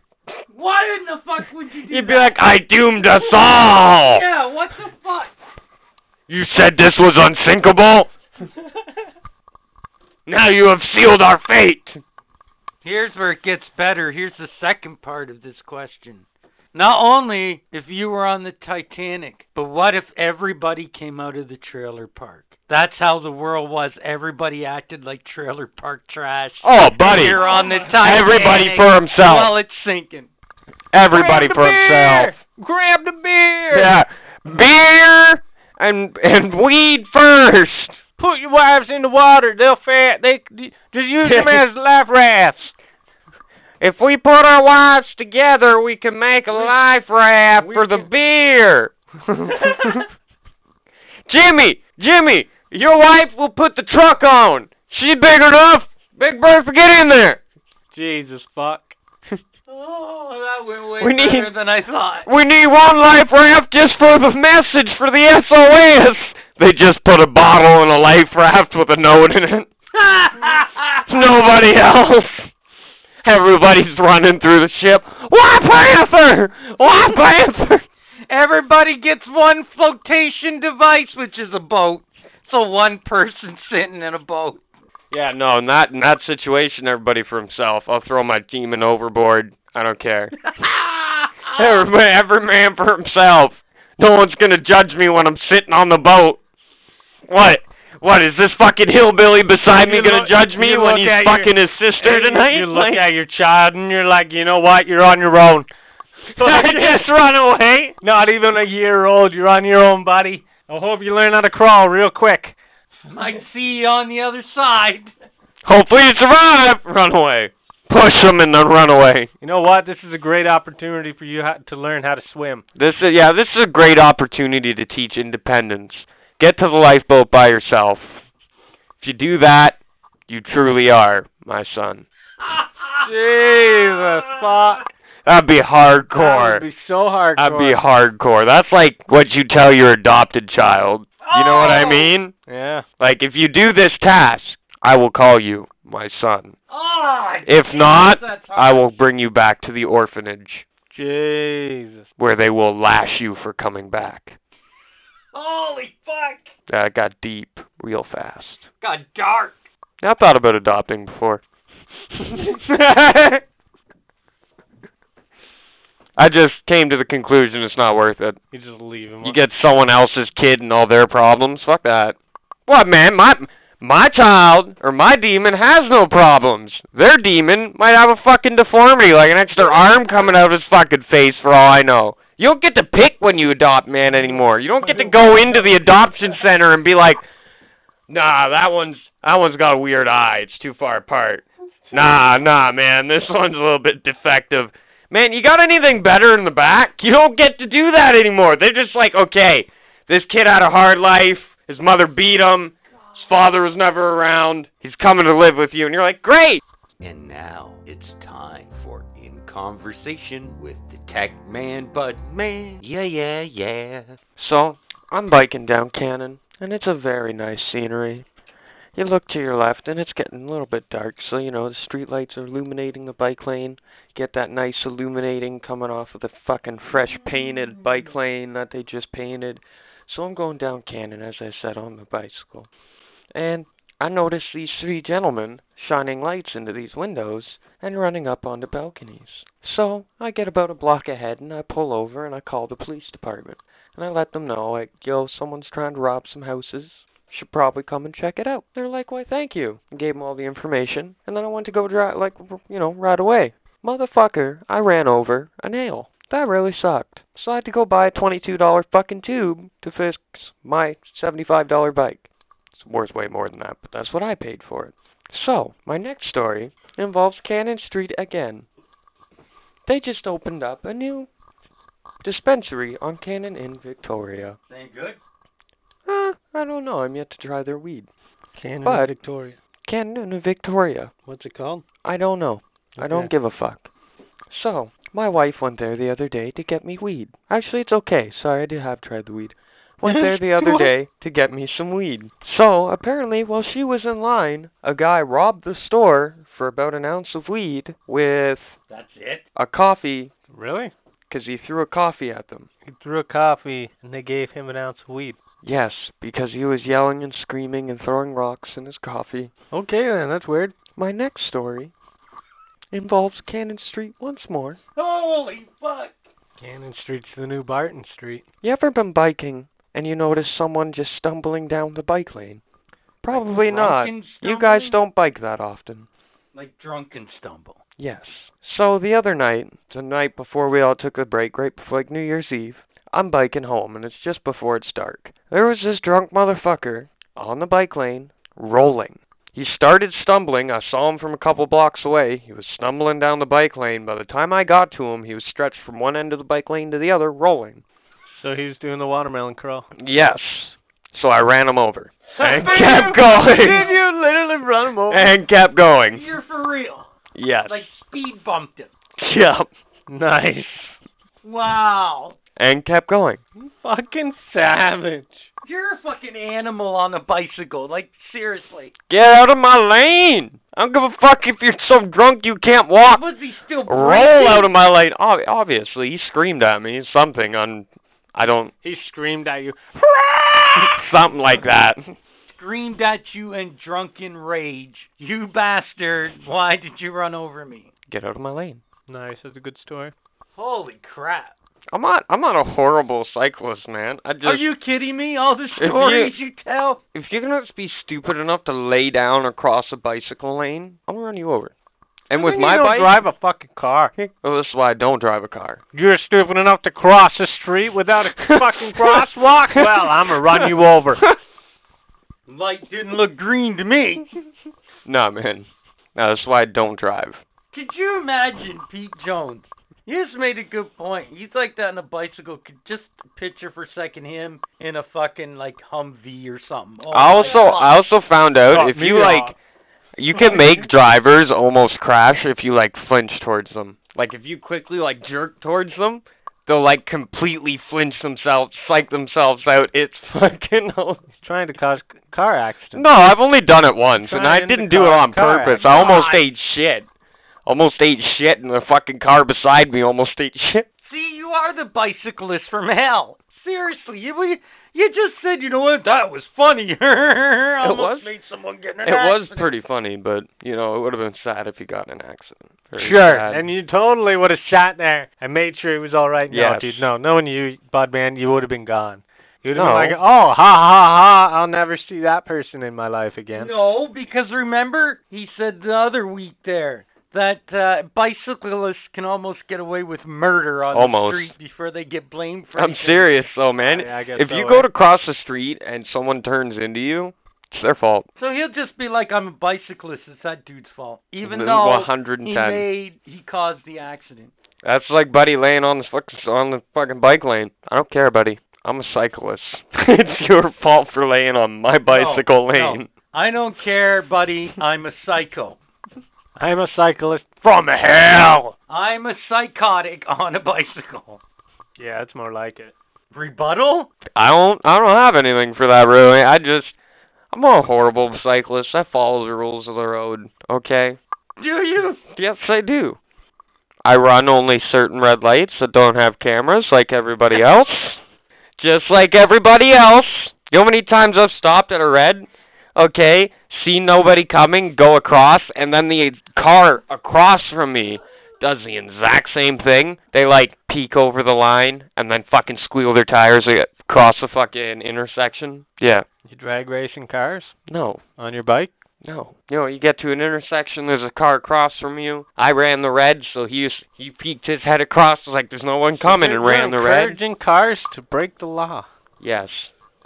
S1: Why in the fuck would you
S4: You'd be like, I doomed us all.
S1: Yeah, what the fuck?
S4: You said this was unsinkable? now you have sealed our fate!
S1: Here's where it gets better. Here's the second part of this question. Not only if you were on the Titanic, but what if everybody came out of the trailer park? That's how the world was. Everybody acted like trailer park trash.
S4: Oh, buddy.
S1: You're on the Titanic.
S4: Everybody for himself.
S1: While it's sinking.
S4: Everybody
S1: Grab
S4: for
S1: the
S4: himself.
S1: beer! Grab the beer.
S4: Yeah. Beer and and weed first.
S5: Put your wives in the water. They'll fat. They just use them as life rafts.
S4: If we put our wives together, we can make a life raft for the beer. Jimmy, Jimmy, your wife will put the truck on. She's big enough. Big Bertha, get in there.
S5: Jesus fuck.
S1: Oh, that went way
S4: We need-
S1: better than I thought.
S4: We need one life raft just for the message for the SOS. They just put a bottle in a life raft with a note in it. Nobody else. Everybody's running through the ship. Why Panther? Why Panther?
S1: Everybody gets one flotation device, which is a boat. So one person sitting in a boat.
S4: Yeah, no, not in that situation. Everybody for himself. I'll throw my demon overboard. I don't care. Every man, every man for himself. No one's gonna judge me when I'm sitting on the boat. What? What is this fucking hillbilly beside
S5: You
S4: me gonna
S5: look-
S4: judge me
S5: you
S4: when
S5: look
S4: he's
S5: at your-
S4: fucking his sister tonight?
S5: You look
S4: Like,
S5: at your child and you're like, you know what? You're on your own.
S4: I just run away.
S5: Not even a year old. You're on your own, buddy. I hope you learn how to crawl real quick.
S1: Might see you on the other side.
S4: Hopefully you survive. Run away. Push him and then run away.
S5: You know what? This is a great opportunity for you ho- to learn how to swim.
S4: This is yeah. This is a great opportunity to teach independence. Get to the lifeboat by yourself. If you do that, you truly are my son.
S5: Jesus, fuck.
S4: That'd be
S5: That
S4: hardcore.
S5: would be so hardcore.
S4: That'd be hardcore. That's like what you tell your adopted child. You know what I
S1: Oh!
S4: mean?
S5: Yeah.
S4: Like if you do this task, I will call you my son.
S1: Oh,
S4: If not,
S1: that's
S4: I will bring you back to the orphanage
S5: Jesus.
S4: where they will lash you for coming back.
S1: holy fuck.
S4: That got deep real fast.
S1: Got dark.
S4: I thought about adopting before. I just came to the conclusion it's not worth it.
S5: You just leave him.
S4: You get someone else's kid and all their problems. Fuck that. What man? My my child or my demon has no problems. Their demon might have a fucking deformity, like an extra arm coming out of his fucking face, for all I know. You don't get to pick when you adopt man anymore. You don't get to go into the adoption center and be like, Nah, that one's that one's got a weird eye. It's too far apart. Nah, nah, man, this one's a little bit defective. Man, you got anything better in the back? You don't get to do that anymore. They're just like, okay, this kid had a hard life. His mother beat him. His father was never around. He's coming to live with you, and you're like, great.
S9: And now it's time for In Conversation with the Tech Man Bud Man. Yeah, yeah, yeah.
S4: So, I'm biking down Cannon, and it's a very nice scenery. You look to your left, and it's getting a little bit dark, so you know the streetlights are illuminating the bike lane. Get that nice illuminating coming off of the fucking fresh painted bike lane that they just painted. So I'm going down Cannon, as I said, on my bicycle. And I notice these three gentlemen shining lights into these windows and running up onto balconies. So I get about a block ahead, and I pull over and I call the police department and I let them know, like, yo, someone's trying to rob some houses. Should probably come and check it out. They're like, why, thank you. I gave them all the information, and then I went to go drive, like, r- you know, right away. Motherfucker, I ran over a nail. That really sucked. So I had to go buy a $22 fucking tube to fix my $75 bike. It's worth way more than that, but that's what I paid for it. So, my next story involves Cannon Street again. They just opened up a new dispensary on Cannon in Victoria.
S1: Ain't good.
S4: Uh, I don't know. I'm yet to try their weed.
S5: Cannon
S4: But-
S5: Victoria.
S4: Cannon in Victoria.
S5: What's it called?
S4: I don't know. I don't
S5: Okay.
S4: give a fuck. So, my wife went there the other day to get me weed. Actually, it's okay. Sorry, I did have tried the weed. Went there the other
S5: What?
S4: day to get me some weed. So, apparently, while she was in line, a guy robbed the store for about an ounce of weed with
S1: That's it.
S4: a coffee
S5: Really?
S4: because he threw a coffee at them.
S5: He threw a coffee and they gave him an ounce of weed.
S4: Yes, because he was yelling and screaming and throwing rocks in his coffee.
S5: Okay then, that's weird.
S4: My next story involves Cannon Street once more.
S1: Holy fuck.
S5: Cannon Street's the new Barton Street.
S4: You ever been biking and you notice someone just stumbling down the bike lane? Probably not.
S1: drunken
S4: You guys
S1: stumbling?
S4: don't bike that often.
S1: Like drunken stumble.
S4: Yes. So the other night, the night before we all took a break, right before like New Year's Eve, I'm biking home and it's just before it's dark. There was this drunk motherfucker on the bike lane rolling. He started stumbling. I saw him from a couple blocks away. He was stumbling down the bike lane. By the time I got to him, he was stretched from one end of the bike lane to the other, rolling.
S5: So he was doing the watermelon crawl.
S4: Yes. So I ran him over. And kept going.
S5: you literally run him over?
S4: And kept going.
S1: You're for real.
S4: Yes.
S1: Like speed bumped him.
S4: Yep.
S5: Nice.
S1: Wow.
S4: And kept going.
S5: Fucking savage.
S1: You're a fucking animal on a bicycle. Like seriously.
S4: Get out of my lane! I don't give a fuck if you're so drunk you can't walk.
S1: Was he still
S4: Roll out of my lane. Ob- obviously, he screamed at me something on, I don't,
S5: He screamed at you.
S4: something like that.
S1: screamed at you in drunken rage. You bastard! Why did you run over me?
S4: Get out of my lane.
S5: Nice, that's a good story.
S1: Holy crap!
S4: I'm not. I'm not a horrible cyclist, man. I just
S1: Are you kidding me? All the
S4: you-
S1: stories you, tell.
S4: if you're gonna be stupid enough to lay down across a bicycle lane, I'm gonna run you over. And with my
S5: don't
S4: bike,
S5: drive a fucking car.
S4: well, this is why I don't drive a car.
S5: You're stupid enough to cross the street without a fucking crosswalk? Well, I'm gonna run you over.
S1: Light didn't look green to me.
S4: nah, man. No, that's why I don't drive.
S1: Could you imagine Pete Jones? He just made a good point. He's like that on a bicycle. Could just picture for a second him in a fucking like Humvee or something. Oh,
S4: I also,
S1: my
S4: I also found out
S5: Fuck
S4: if
S5: me
S4: you
S5: up.
S4: like, You can make drivers almost crash if you like flinch towards them. Like if you quickly like jerk towards them, they'll like completely flinch themselves, psych themselves out. It's fucking.
S5: Trying to cause c- car accidents.
S4: No, I've only done it once, and I
S5: Trying to
S4: didn't do it
S5: car-
S4: on
S5: car
S4: purpose.
S5: accident.
S4: I almost ate shit. Almost ate shit, and the fucking car beside me almost ate shit.
S1: See, you are the bicyclist from hell. Seriously, you we- you just said you know what that was funny. Almost
S4: was.
S1: made someone get in an
S4: It was
S1: accident.
S4: pretty funny, but you know it would have been sad if you got in an accident. Very
S5: Sure,
S4: sad.
S5: and you totally would have sat there and made sure he was all right. No,
S4: Yes.
S5: dude, no, knowing you, Budman, you would have been gone. You'd have
S4: No.
S5: been like, oh, ha ha ha, I'll never see that person in my life again.
S1: No, because remember he said the other week there that uh, bicyclists can almost get away with murder on
S4: Almost.
S1: the street before they get blamed for.
S4: I'm
S1: anything.
S4: serious though, man.
S5: Yeah, I guess
S4: if
S5: so,
S4: you
S5: eh?
S4: go to cross the street and someone turns into you, it's their fault.
S1: So he'll just be like, "I'm a bicyclist. It's that dude's fault," even
S4: Th-
S1: though
S4: 110.
S1: he made he caused the accident.
S4: That's like Buddy laying on the fucking on the fucking bike lane. I don't care, Buddy. I'm a cyclist. it's your fault for laying on my bicycle lane.
S1: I don't care, buddy. I'm a psycho.
S5: I'm a cyclist.
S4: From hell.
S1: I'm a psychotic on a bicycle.
S5: Yeah, it's more like it.
S1: Rebuttal?
S4: I don't. I don't have anything for that really. I just. I'm a horrible cyclist. I follow the rules of the road. Okay.
S1: Do you?
S4: Yes, I do. I run only certain red lights that don't have cameras like everybody else. Just like everybody else. You know how many times I've stopped at a red? Okay, seen nobody coming, go across, and then the car across from me does the exact same thing. They like peek over the line and then fucking squeal their tires across the fucking intersection. Yeah.
S5: You drag racing cars
S4: No.
S5: on your bike?
S4: No. You know, you get to an intersection, there's a car across from you. I ran the red, so he was, he peeked his head across, was like, there's no one coming,
S5: You're
S4: and ran the red.
S5: encouraging cars to break the law.
S4: Yes.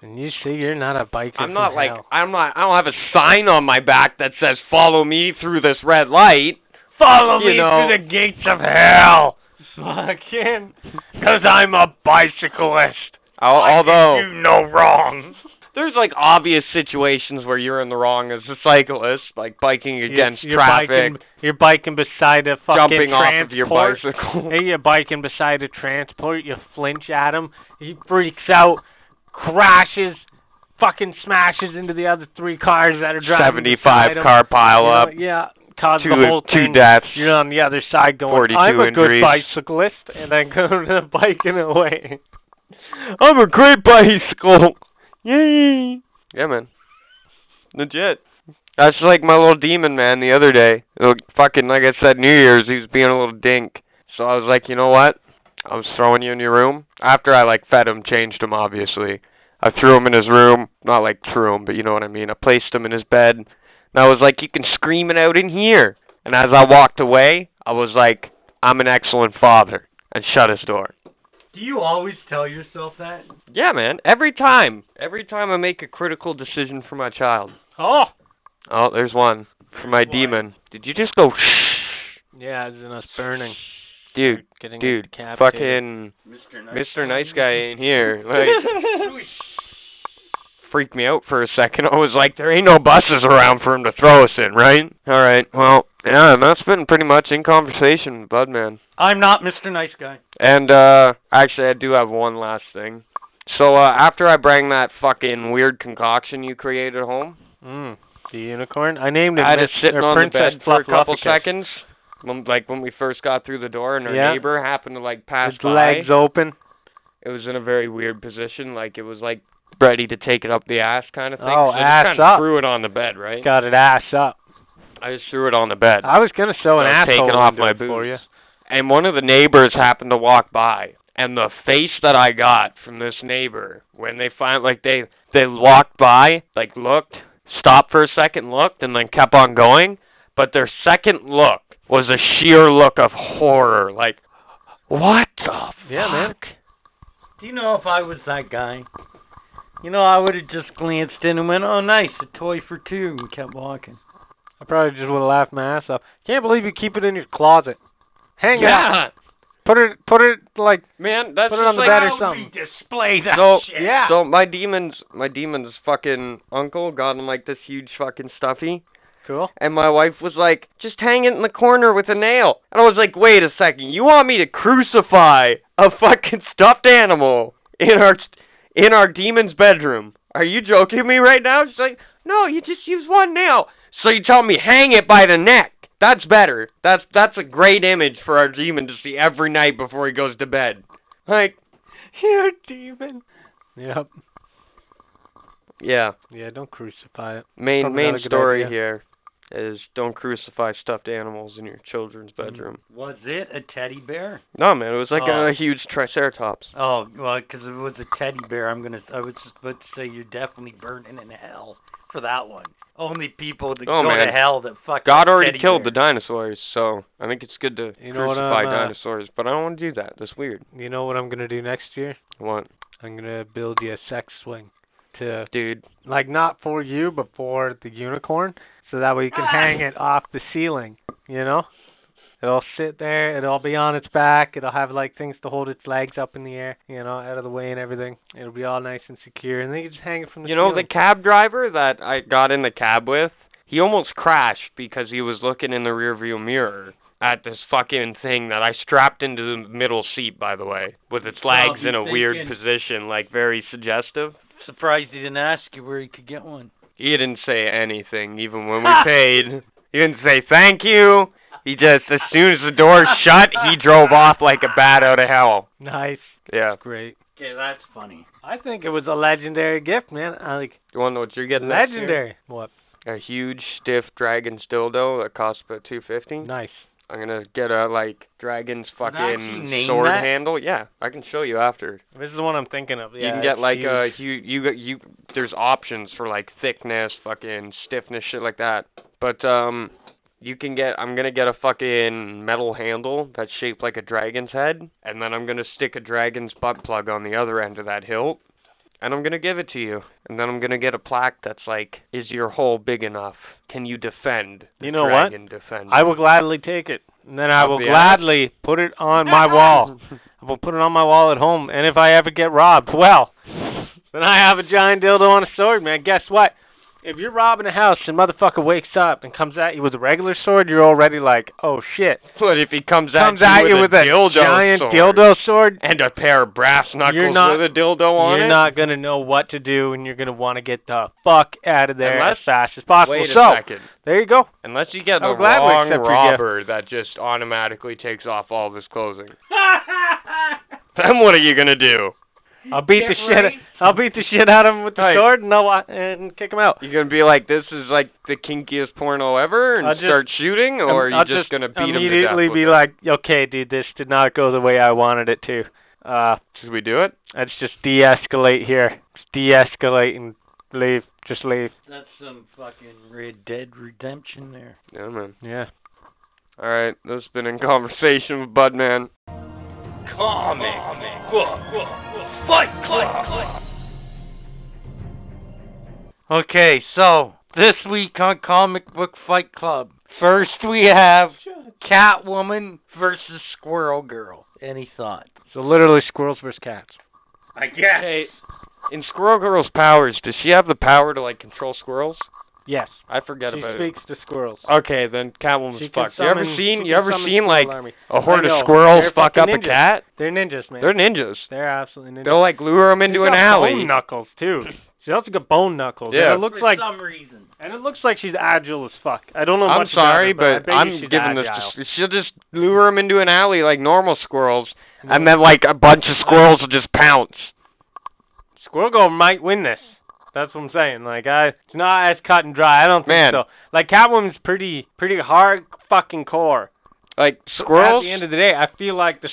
S5: And you say you're not a biker.
S4: I'm
S5: from
S4: not like,
S5: hell.
S4: I'm not, I don't have a sign on my back that says, follow me through this red light. Follow
S5: me through
S4: the gates of hell.
S5: Fucking.
S4: Because I'm a bicyclist. although. You no wrong. There's like obvious situations where you're in the wrong as a cyclist, like biking against
S5: you're, you're
S4: traffic,
S5: Biking, you're biking beside a fucking
S4: jumping off of your
S5: transport.
S4: bicycle.
S5: Hey, you're biking beside a transport. You flinch at him. He freaks out, crashes, fucking smashes into the other three cars that are driving. beside
S4: Seventy-five
S5: him.
S4: car
S5: You know,
S4: pile up.
S5: Yeah, cause
S4: two
S5: the whole thing.
S4: two deaths.
S5: You're on the other side going.
S4: 42
S5: I'm a good
S4: injuries.
S5: bicyclist, and then go biking away.
S4: I'm a great bicycle. Yay! Yeah, man. Legit. That's like my little demon man the other day. Little fucking like I said, New Year's he was being a little dink. So I was like, you know what? I was throwing you in your room. After I like fed him, changed him obviously. I threw him in his room. Not like threw him, but you know what I mean. I placed him in his bed. And I was like, you can scream it out in here. And as I walked away, I was like, I'm an excellent father, and shut his door.
S1: Do you always tell yourself that?
S4: Yeah, man. Every time, every time I make a critical decision for my child.
S5: Oh.
S4: Oh, there's one for my demon. Did you just go? Shh,
S5: Yeah, it's in us burning.
S4: dude,
S5: Getting
S4: dude,
S5: decapitated.
S4: fucking
S1: Mr.
S4: Mr. Nice Guy ain't here. Like, freaked me out for a second. I was like, there ain't no buses around for him to throw us in, right? All right. Well, yeah, and that's been pretty much in conversation, with Budman.
S1: I'm not Mr. Nice Guy.
S4: And uh actually I do have one last thing. So uh after I bring that fucking weird concoction you created home,
S5: Mm, the unicorn. I named him.
S4: I had it
S5: Miss-
S4: sitting
S5: or
S4: on the
S5: Princess
S4: bed for a couple
S5: Flufflufficus.
S4: seconds. When, like when we first got through the door and our
S5: Yeah.
S4: neighbor happened to like pass
S5: His
S4: by.
S5: legs open.
S4: It was in a very weird position, like it was like ready to take it up the ass kind of thing.
S5: Oh,
S4: so I just
S5: ass
S4: kinda
S5: up.
S4: threw it on the bed, right?
S5: Got it ass up.
S4: I just threw it on the bed.
S5: I was gonna sew an
S4: I was
S5: asshole
S4: taking off
S5: window
S4: my
S5: for you.
S4: boots. and one of the neighbors happened to walk by and the face that I got from this neighbor when they find like they they walked by, like looked, stopped for a second, looked and then kept on going, but their second look was a sheer look of horror like what the
S5: Yeah, man.
S4: fuck?
S1: Do you know if I was that guy? You know, I would have just glanced in and went, "Oh, nice, a toy for two, and kept walking.
S5: I probably just would have laughed my ass off. Can't believe you keep it in your closet. Hang
S4: yeah.
S5: up. Put it. Put it like.
S4: Man, that's
S5: Put it on
S4: just
S5: the
S4: like
S5: bed or
S4: how
S5: something.
S1: Display that
S4: so
S5: Yeah.
S4: so my demons my demons fucking uncle got him like this huge fucking stuffy
S5: Cool.
S4: And my wife was like, just hang it in the corner with a nail. And I was like, wait a second, you want me to crucify a fucking stuffed animal in our in our demon's bedroom? Are you joking me right now? She's like, no, you just use one nail. So you tell me hang it by the neck. That's better. That's that's a great image for our demon to see every night before he goes to bed. Like, here, demon.
S5: Yep.
S4: Yeah.
S5: Yeah, don't crucify it. Probably
S4: Main
S5: not
S4: main
S5: a good
S4: story
S5: idea.
S4: here is don't crucify stuffed animals in your children's
S5: Mm-hmm.
S4: bedroom.
S1: Was it a teddy bear?
S4: No, man, it was like
S1: Oh.
S4: a huge triceratops.
S1: Oh, well, because if it was a teddy bear, I'm gonna. I was just about to say you're definitely burning in hell for that one. Only people that
S4: Oh,
S1: go
S4: man.
S1: to hell that fuck.
S4: God already
S1: teddy
S4: killed the
S1: bears.
S4: dinosaurs, so I think it's good to
S5: You know what,
S4: crucify
S5: um, uh,
S4: dinosaurs, but I don't want to do that. That's weird.
S5: You know what I'm gonna do next year?
S4: I want,
S5: I'm gonna build you a sex swing to
S4: dude,
S5: like not for you, but for the unicorn, so that way you can hang it off the ceiling. You know, it'll sit there. It'll be on its back. It'll have like things to hold its legs up in the air. You know, out of the way and everything. It'll be all nice and secure, and then you just hang it from the
S4: you know the
S5: ceiling.
S4: cab driver that I got in the cab with. He almost crashed because he was looking in the rearview mirror at this fucking thing that I strapped into the middle seat, by the way, with its
S1: Well,
S4: legs
S1: he's
S4: in a weird
S1: thinking-
S4: position, like very suggestive.
S1: Surprised he didn't ask you where he could get one.
S4: He didn't say anything, even when we paid. He didn't say thank you. He just, as soon as the door shut, he drove off like a bat out of hell.
S5: nice,
S4: Yeah.
S5: great.
S1: Okay, that's funny.
S5: I think it was a legendary gift, man. I like
S4: You want to know what you're getting? next year?
S5: legendary. What?
S4: A huge stiff dragon's dildo that costs about two fifty.
S5: Nice.
S4: I'm gonna get a like dragon's
S1: Does that actually
S4: fucking
S1: name
S4: sword
S1: that?
S4: handle. Yeah, I can show you after.
S5: This is the one I'm thinking of.
S4: you can get like uh you you got- you there's options for like thickness, fucking stiffness, shit like that. But um you can get I'm gonna get a fucking metal handle that's shaped like a dragon's head, and then I'm gonna stick a dragon's butt plug on the other end of that hilt. And I'm gonna give it to you. And then I'm gonna get a plaque that's like, Is your hole big enough? Can you defend? the
S5: You know what?
S4: dragon Defend.
S5: I will gladly take it, and then I
S4: Up
S5: will
S4: the
S5: gladly put it on my wall. I will put it on my wall at home, and if I ever get robbed, well, then I have a giant dildo on a sword, man. Guess what? If you're robbing a house and motherfucker wakes up and comes at you with a regular sword, you're already like, oh shit.
S4: But if he comes,
S5: Comes
S4: at you with, a, dildo
S5: giant
S4: sword
S5: dildo sword,
S4: and a pair of brass knuckles
S5: You're not-
S4: with a dildo on
S5: you're
S4: it.
S5: not gonna know what to do, and you're gonna want to get the fuck out of there
S4: Unless-
S5: as fast as possible.
S4: Wait a
S5: so
S4: second.
S5: there you go.
S4: Unless you get
S5: I'm
S4: the
S5: glad we
S4: wrong
S5: accept your gift.
S4: robber that just automatically takes off all of his clothing. then what are you gonna do?
S5: I'll beat the shit. I'll beat the shit out of him with the
S4: Right.
S5: sword, and I'll, uh, and kick him out.
S4: You gonna be like, this is like the kinkiest porno ever, and
S5: I'll just-
S4: start shooting, or are you
S5: I'll
S4: just, gonna beat him to death?
S5: immediately be
S4: with it?
S5: like, okay, dude, this did not go the way I wanted it to. Uh,
S4: should we do it?
S5: let's just de-escalate here. Just de-escalate and leave. Just leave.
S1: That's some fucking Red Dead Redemption there.
S4: Yeah, man.
S5: Yeah.
S4: All right, this has been in conversation with Budman.
S1: Okay, so this week on Comic Book Fight Club, first we have Catwoman versus Squirrel Girl. Any thoughts?
S5: So literally, squirrels versus cats.
S1: I guess.
S4: Hey, in Squirrel Girl's powers, does she have the power to like control squirrels?
S5: Yes.
S4: I forget
S5: she
S4: about it.
S5: speaks to squirrels.
S4: Okay, then Catwoman's
S5: She can
S4: fucked. You ever
S5: summon-
S4: seen?
S5: she
S4: You
S5: can
S4: ever
S5: summon
S4: seen
S5: squirrel
S4: like
S5: army.
S4: a horde
S5: I
S4: of
S5: know.
S4: squirrels
S5: They're
S4: fuck up
S5: fucking
S4: a
S5: ninjas.
S4: cat?
S5: They're ninjas, man.
S4: They're ninjas.
S5: They're absolutely ninjas.
S4: They'll like lure him into
S5: She's
S4: an
S5: got
S4: alley.
S5: Bone knuckles too. She also got bone knuckles.
S4: Yeah.
S5: And it looks like,
S1: some reason.
S5: and it looks like she's agile as fuck. I don't know
S4: I'm
S5: much
S4: sorry,
S5: about her,
S4: but,
S5: but, I bet you
S4: I'm
S5: she's
S4: giving this.
S5: agile.
S4: To, she'll just lure him into an alley like normal squirrels, and then like a bunch of squirrels will just pounce.
S5: Squirrel Girl might win this. That's what I'm saying. Like I, it's not as cut and dry. I don't think
S4: Man.
S5: so. Like Catwoman's pretty, pretty hard fucking core.
S4: Like
S5: So At
S4: squirrels.
S5: the end of the day, I feel like the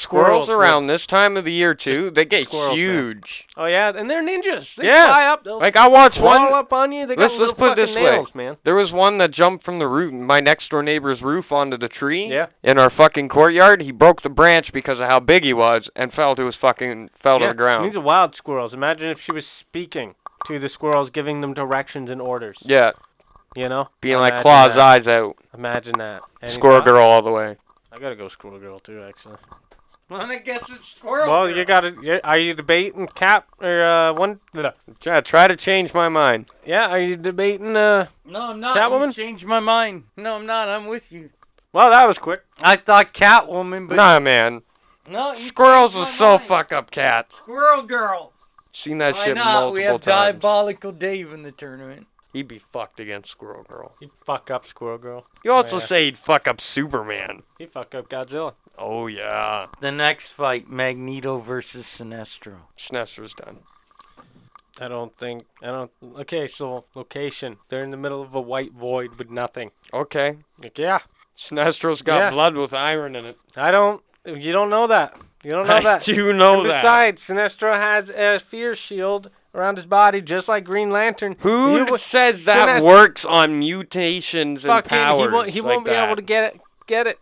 S5: squirrels
S4: Squirrels
S5: would-
S4: around this time of the year too, they get
S5: Squirrels, man.
S4: huge.
S5: oh yeah, and they're ninjas. They
S4: Yeah.
S5: fly up. They'll
S4: Like I watched
S5: crawl
S4: one.
S5: up on you. They
S4: Let's-
S5: got little
S4: let's put it this
S5: fucking
S4: way.
S5: nails, man.
S4: There was one that jumped from the roof, my next door neighbor's roof, onto the tree.
S5: Yeah.
S4: in our fucking courtyard. He broke the branch because of how big he was and fell to his fucking fell
S5: yeah.
S4: to the ground.
S5: These are wild squirrels. Imagine if she was speaking to the squirrels, giving them directions and orders.
S4: Yeah,
S5: You know,
S4: being
S5: Imagine
S4: like claws
S5: that.
S4: eyes out,
S5: Imagine that. Any
S4: squirrel
S5: thoughts?
S4: girl all the way.
S5: I gotta go Squirrel Girl too, actually.
S1: I'm gonna guess it's Squirrel
S5: Well,
S1: Girl.
S5: you got to. Are you debating Cap or uh one? no.
S4: Try, try to change my mind.
S5: Yeah, are you debating? uh
S1: No, I'm not.
S5: Catwoman?
S1: You changed my mind. No, I'm not. I'm with you.
S5: Well, that was quick.
S1: I thought Catwoman, but
S4: Nah, man.
S1: no, you
S4: Squirrels
S1: changed
S4: are
S1: my
S4: so
S1: mind.
S4: fuck up cats.
S1: Squirrel Girl.
S4: Seen that
S1: Why
S4: shit
S1: not?
S4: multiple
S1: We have
S4: times.
S1: Diabolical Dave in the tournament.
S4: He'd be fucked against Squirrel Girl.
S5: You fuck up, Squirrel Girl.
S4: You also
S5: Oh, Yeah.
S4: say he'd fuck up Superman.
S5: You fuck up, Godzilla.
S4: Oh yeah.
S1: The next fight, Magneto versus Sinestro.
S4: Snester's done.
S5: I don't think. I don't. Okay, so location. They're in the middle of a white void with nothing.
S4: Okay.
S5: Like, yeah,
S4: Snestro's got
S5: Yeah.
S4: blood with iron in it.
S5: I don't. You don't know that. You don't know that.
S4: I do know
S5: And
S4: that.
S5: besides, Sinestro has a fear shield around his body, just like Green Lantern.
S4: Who
S5: You-
S4: says that
S5: Sinest-
S4: works on mutations and
S5: Fuck it,
S4: powers?
S5: He won't. He
S4: like
S5: won't be
S4: that?
S5: able to get it. Get it.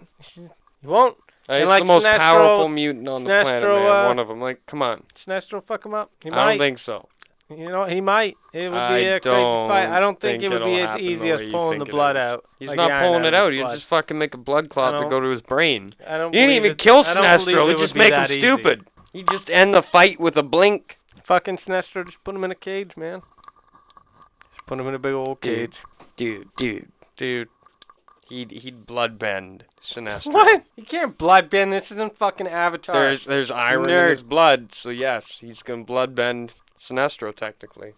S5: He won't.
S4: Hey, It's
S5: and like
S4: Uh, the most
S5: Sinestro-
S4: powerful mutant on the planet,
S5: Sinestro,
S4: man.
S5: uh,
S4: One of them. Like, come on.
S5: Sinestro, fuck him up. He
S4: I
S5: might.
S4: don't think so.
S5: you know, he might. It would be
S4: I
S5: a crazy fight. I don't
S4: don't think
S5: think it would be
S4: it'll
S5: as
S4: happen
S5: easy
S4: the
S5: as
S4: way you
S5: pulling the
S4: think it
S5: blood
S4: is.
S5: out.
S4: He's
S5: like
S4: not
S5: iron
S4: pulling
S5: of
S4: it out.
S5: his
S4: He'd
S5: blood.
S4: just fucking make a blood clot
S5: don't-
S4: to go to his brain.
S5: I don't
S4: You didn't
S5: believe
S4: even
S5: it-
S4: kill
S5: I don't believe
S4: Sinestro.
S5: it
S4: It
S5: would
S4: just
S5: be
S4: make him
S5: that easy.
S4: stupid. You just end the fight with a blink.
S5: Fucking Sinestro, just put him in a cage, man. Just put him in a big old
S4: Dude.
S5: cage.
S4: Dude, dude, dude. He'd he'd bloodbend Sinestro.
S5: What? You can't blood bend. This isn't fucking Avatar.
S4: There's there's iron
S5: Nerd.
S4: in his blood, so yes, he's gonna bloodbend Sinestro technically.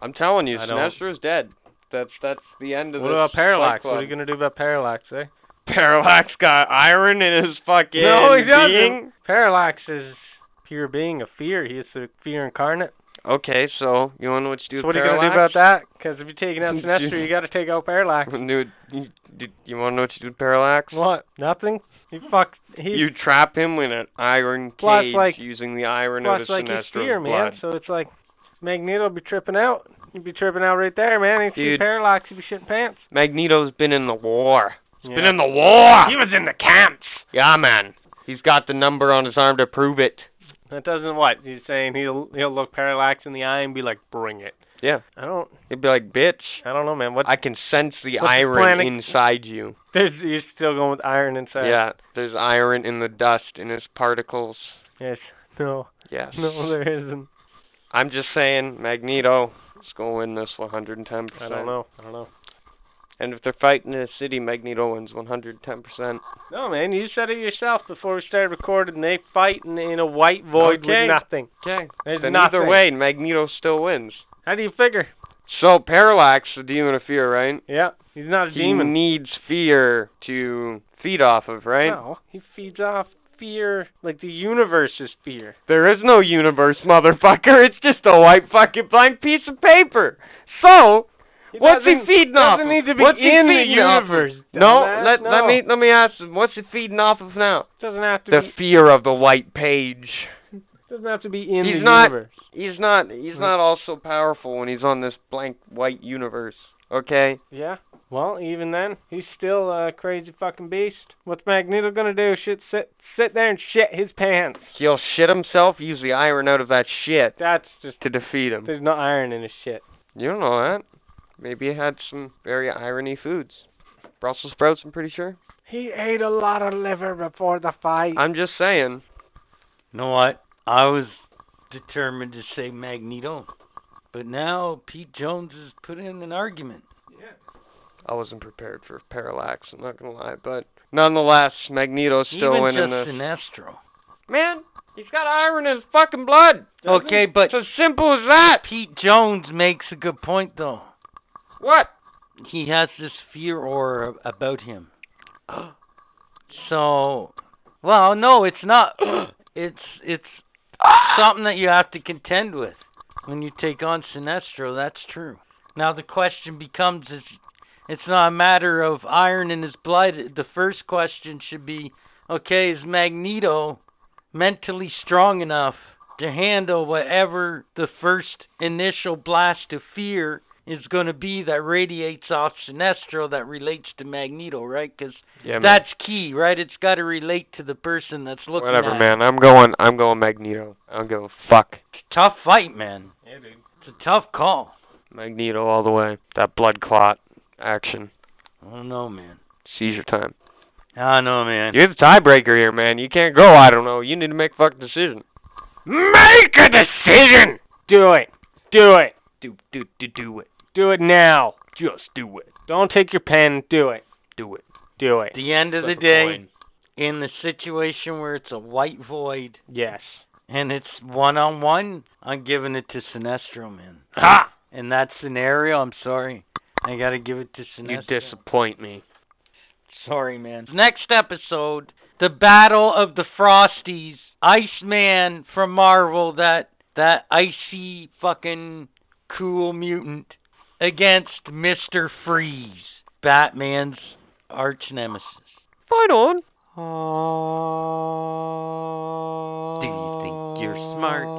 S4: I'm telling you,
S5: I don't-
S4: Sinestro's dead. That's that's the end of
S5: what
S4: this
S5: about
S4: Fight
S5: Parallax?
S4: Club.
S5: What are you gonna do about Parallax, eh?
S4: Parallax got iron in his fucking
S5: No, he doesn't.
S4: being.
S5: Parallax is pure being of fear. He is the fear incarnate.
S4: Okay, so you wanna know what you do
S5: So
S4: with
S5: what are you
S4: Parallax?
S5: gonna do about that? Because if you're taking out
S4: Dude.
S5: Sinestro, you gotta take out Parallax.
S4: Dude, you, dude, you wanna know what you do with Parallax?
S5: What? Nothing. He fuck. He
S4: You trap him in an iron
S5: Plus,
S4: cage
S5: like-
S4: using the iron
S5: plus
S4: out of
S5: like he's
S4: Sinestro's
S5: fear, man.
S4: blood.
S5: So it's like Magneto'll be tripping out. He'd be tripping out right there, man. He'd see
S4: Dude.
S5: Parallax. He'd be shitting pants.
S4: Magneto's been in the war.
S5: Yeah.
S4: Been in the war. He was in the camps. Yeah, man. He's got the number on his arm to prove it.
S5: That doesn't what he's saying. He'll he'll look Parallax in the eye and be like, "Bring it."
S4: Yeah.
S5: I don't.
S4: He'd be like, "Bitch,
S5: I don't know, man. What?
S4: I can sense the
S5: what's the
S4: iron
S5: planet-
S4: inside you."
S5: There's, you're still going with iron inside.
S4: Yeah, there's iron in the dust in his particles.
S5: Yes. No.
S4: Yes.
S5: No, there isn't.
S4: I'm just saying, Magneto is gonna win this 110.
S5: I don't know. I don't know.
S4: And if they're fighting in a city, Magneto wins 110. percent
S5: No, man. You said it yourself before we started recording. They fight in, in a white void
S4: Okay.
S5: with nothing.
S4: Okay.
S5: There's
S4: Then
S5: nothing.
S4: either way, Magneto still wins.
S5: How do you figure?
S4: So Parallax, the demon of fear, right?
S5: Yeah. He's not a
S4: He
S5: demon.
S4: needs fear to feed off of, right?
S5: No, he feeds off fear, like the universe's fear.
S4: There is no universe, motherfucker. It's just a white fucking blank piece of paper. So, what's he
S5: doesn't-
S4: feeding
S5: doesn't
S4: off? of?
S5: need to be
S4: what's he
S5: in the
S4: feeding off of?
S5: universe.
S4: No,
S5: dumbass,
S4: let
S5: no.
S4: let me let me ask. him, What's he feeding off of now?
S5: Doesn't have to
S4: The
S5: be.
S4: fear of the white page.
S5: Doesn't have to be in
S4: He's
S5: the
S4: not-
S5: universe.
S4: He's not. He's not all so powerful when he's on this blank white universe. Okay.
S5: Yeah. Well, even then, he's still a crazy fucking beast. What's Magneto gonna do? Shit, sit sit there and shit his pants.
S4: He'll shit himself. Use the iron out of that shit
S5: That's just.
S4: to defeat him.
S5: There's no iron in his shit.
S4: You don't know that. Maybe it had some very irony foods. Brussels sprouts, I'm pretty sure.
S5: He ate a lot of liver before the fight.
S4: I'm just saying.
S1: You know what? I was determined to say Magneto, but now Pete Jones has put in an argument.
S4: I wasn't prepared for Parallax, I'm not gonna lie, but nonetheless, Magneto's still
S1: Even
S4: winning
S1: just
S4: this.
S1: Sinestro.
S4: Man, he's got iron in his fucking blood.
S1: Okay, but
S4: It's as simple as that.
S1: Pete Jones makes a good point though.
S4: What?
S1: He has this fear aura about him. So, well, no, it's not. It's it's something that you have to contend with when you take on Sinestro. That's true. Now the question becomes: is it's not a matter of iron in his blood. The first question should be: okay, is Magneto mentally strong enough to handle whatever the first initial blast of fear is going to be that radiates off Sinestro that relates to Magneto, right? Because
S4: Yeah, man.
S1: that's key, right? It's got to relate to the person that's looking
S4: Whatever,
S1: at it.
S4: man. I'm going. I'm going Magneto. I don't give a fuck.
S1: Tough fight, man. It's a tough call.
S4: Magneto all the way. That blood clot action.
S1: I don't know, man.
S4: Seizure time.
S1: I know, man.
S4: You're the tiebreaker here, man. You can't go. I don't know. You need to make a fucking decision. Make a decision.
S5: Do it. Do it.
S1: Do do do do it.
S5: Do it now.
S1: Just do it.
S5: Don't take your pen. Do it.
S1: Do it.
S5: Do it.
S1: The end of the
S4: Flip a
S1: day,
S4: coin.
S1: in the situation where it's a white void
S5: Yes.
S1: and it's one on one, I'm giving it to Sinestro, man.
S5: Ha!
S1: In that scenario, I'm sorry. I gotta give it to
S4: You
S1: Sinestro.
S4: disappoint me.
S1: Sorry, man. Next episode, the Battle of the Frosties, Iceman from Marvel, that that icy fucking cool mutant against Mr. Freeze, Batman's arch nemesis.
S4: Fight on.
S9: Do you think you're smart?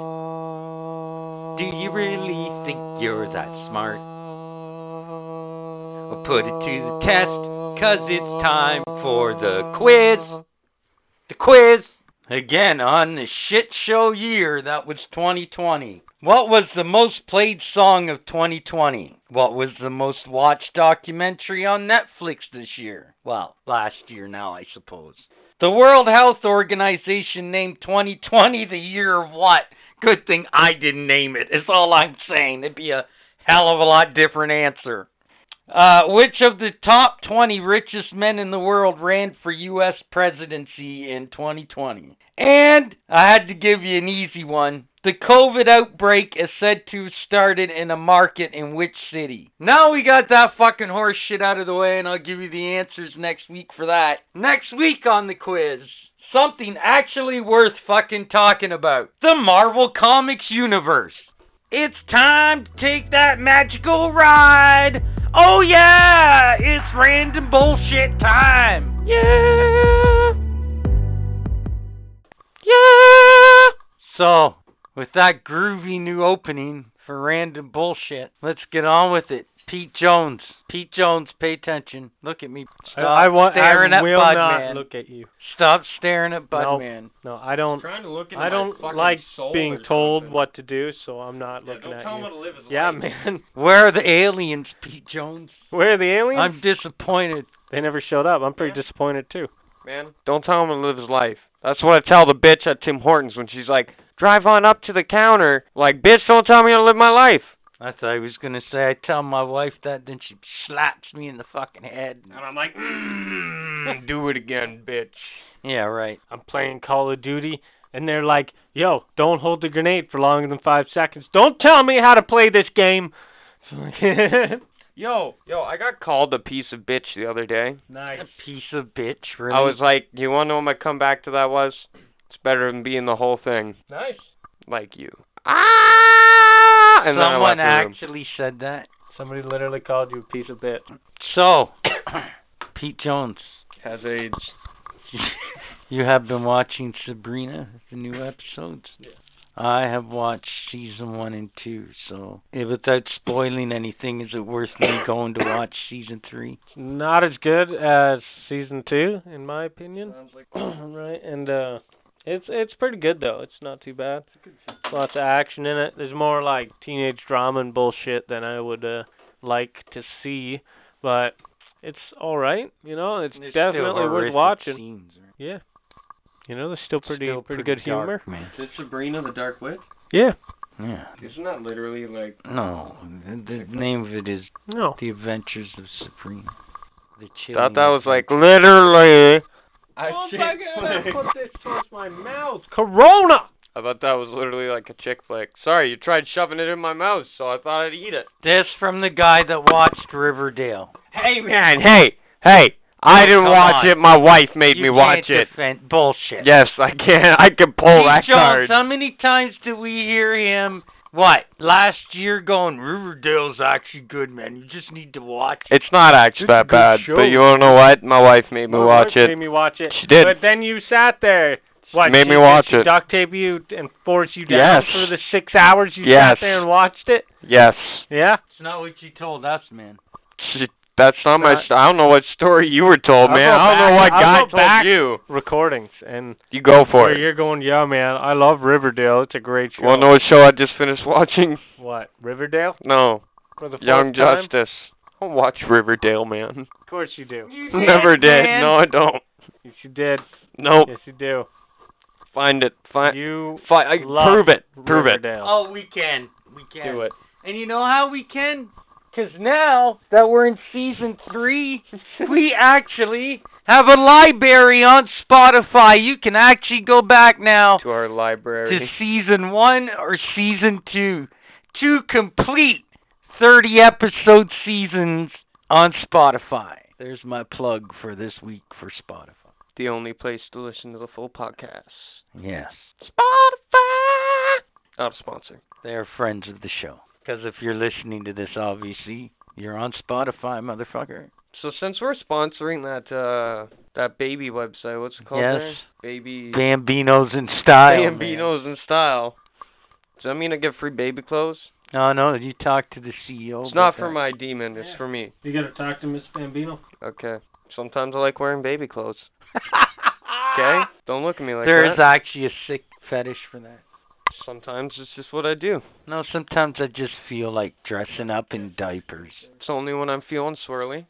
S9: Do you really think you're that smart? Well, put it to the test, cause it's time for the quiz. The quiz!
S1: Again, on the shit show year that was 2020. What was the most played song of 2020? What was the most watched documentary on Netflix this year? Well, last year now, I suppose. The World Health Organization named 2020 the year of what? Good thing I didn't name it. It's all I'm saying. It'd be a hell of a lot different answer. Uh, which of the top 20 richest men in the world ran for U.S. presidency in 2020? And I had to give you an easy one. The COVID outbreak is said to have started in a market in which city? Now we got that fucking horse shit out of the way, and I'll give you the answers next week for that. Next week on the quiz, something actually worth fucking talking about the Marvel Comics universe. It's time to take that magical ride. Oh yeah, it's random bullshit time. Yeah. Yeah. So, with that groovy new opening for random bullshit, let's get on with it. Pete Jones. Pete Jones, pay attention. Look at me. Stop
S5: I, I want.
S1: staring
S5: I
S1: at
S5: will
S1: Budman.
S5: not look at you.
S1: Stop staring at
S5: Nope.
S1: Budman.
S5: No, I don't.
S10: trying to look into my
S5: I don't
S10: fucking
S5: like
S10: soul
S5: being
S10: or
S5: told
S10: something.
S5: what to do, so I'm not
S10: Yeah,
S5: looking
S10: don't
S5: at
S10: tell him
S5: you.
S10: how to live his
S5: yeah,
S10: life.
S5: man.
S1: Where are the aliens, Pete Jones?
S5: Where are the aliens?
S1: I'm disappointed.
S5: They never showed up. I'm pretty disappointed too.
S4: Man, don't tell him to live his life. That's what I tell the bitch at Tim Hortons when she's like, drive on up to the counter. Like, bitch, don't tell me how to live my life.
S1: I thought he was gonna say I tell my wife that, then she slaps me in the fucking head.
S10: And I'm like,
S4: Mm, do it again, bitch.
S1: Yeah, right.
S5: I'm playing Call of Duty, and they're like, "Yo, don't hold the grenade for longer than five seconds. Don't tell me how to play this game."
S4: Yo, yo, I got called a piece of bitch the other day.
S5: nice.
S1: A piece of bitch. Really.
S4: I was like, you want to know what my comeback to that was? It's better than being the whole thing,
S5: Nice.
S4: like you. Ah! And
S1: Someone
S4: then I left the room.
S1: actually said that.
S5: Somebody literally called you a piece of bitch.
S1: So, Pete Jones,
S4: has AIDS.
S1: you have been watching Sabrina, the new episodes. I have watched season one and two. So, eh, without spoiling anything, is it worth me going to watch season three?
S5: Not as good as season two, in my opinion. right, and uh, it's it's pretty good though. It's not too bad. Lots of action in it. There's more like teenage drama and bullshit than I would uh, like to see, but it's all right. You know, it's
S1: There's still
S5: definitely worth
S1: horrific
S5: watching.
S1: scenes, right?
S5: Yeah. You know, there's still pretty
S1: Still
S5: pretty, good
S1: dark,
S5: humor.
S1: man.
S10: Is Sabrina the Dark Witch?
S5: Yeah.
S1: Yeah.
S10: Isn't that literally like
S1: No, the, the name of it is
S5: No.
S1: The Adventures of Sabrina. The
S4: Thought that was like literally.
S10: I oh my god, I put this towards my mouth.
S5: Corona.
S4: I thought that was literally like a chick flick. Sorry, you tried shoving it in my mouth, so I thought I'd eat it.
S1: this from the guy that watched Riverdale.
S4: Hey man, hey, hey! I didn't
S1: Come
S4: watch
S1: on.
S4: it. My wife made
S1: you
S4: me
S1: can't
S4: watch it. oh,
S1: defend bullshit.
S4: Yes, I can. I can pull that
S1: Pete Jones,
S4: card.
S1: how many times did we hear him? What last year going Riverdale's actually good, man. You just need to watch. it.
S4: It's not actually
S5: It's a
S4: that
S5: good
S4: bad,
S5: show.
S4: but you wanna know what? My wife made me
S5: My
S4: watch
S5: wife
S4: it.
S5: Made me watch it.
S4: She did.
S5: But then you sat there. What,
S4: made
S5: she-
S4: me
S5: did
S4: watch
S5: she
S4: it.
S5: Duct tape you and force you down
S4: Yes.
S5: for the six hours you
S4: Yes.
S5: sat there and watched it.
S4: Yes,
S5: Yeah.
S1: It's not what you told us, man.
S4: She- that's not my.
S5: Not-
S4: St- I don't know what story you were
S5: I'll
S4: told, man.
S5: go
S4: I don't know
S5: back-
S4: what
S5: I'll
S4: God
S5: go
S4: told
S5: back.
S4: you.
S5: Recordings and
S4: You go for
S5: where
S4: it.
S5: you're going. Yeah, man. I love Riverdale. It's a great show.
S4: Well, no show I just finished watching.
S5: What Riverdale?
S4: No,
S5: For the
S4: Young
S5: fourth time?
S4: Justice. I don't watch Riverdale, man.
S5: Of course you do.
S4: Never did. No, I don't.
S5: Yes, you did.
S4: Nope.
S5: Yes, you do.
S4: Find it. Find.
S5: You
S4: Fi- I,
S5: love
S4: prove it. Prove it.
S5: Riverdale.
S1: Oh, we can. We can.
S4: Do it.
S1: And you know how we can? Because now that we're in season three, we actually have a library on Spotify. You can actually go back now
S4: To our
S1: to
S4: library.
S1: season one or season two. Two complete 30 episode seasons on Spotify. There's my plug for this week for Spotify.
S4: The only place to listen to the full podcast.
S1: Yes.
S4: Spotify. Not a sponsor.
S1: They are friends of the show. Because if you're listening to this, obviously, you're on Spotify, motherfucker.
S4: So since we're sponsoring that uh that baby website, what's it called?
S1: Yes.
S4: there? Baby
S1: Bambinos in style. man.
S4: Bambinos in style. Does that mean I get free baby clothes?
S1: No, no, you talk to the CEO.
S4: it's
S1: about
S4: not for
S1: that.
S4: my demon. It's for me.
S5: You gotta talk to Miss Bambino.
S4: Okay. Sometimes I like wearing baby clothes. Okay. Don't look at me like
S1: there is
S4: that.
S1: actually a sick fetish for that.
S4: Sometimes it's just what I do.
S1: No, sometimes I just feel like dressing up in diapers.
S4: It's only when I'm feeling swirly.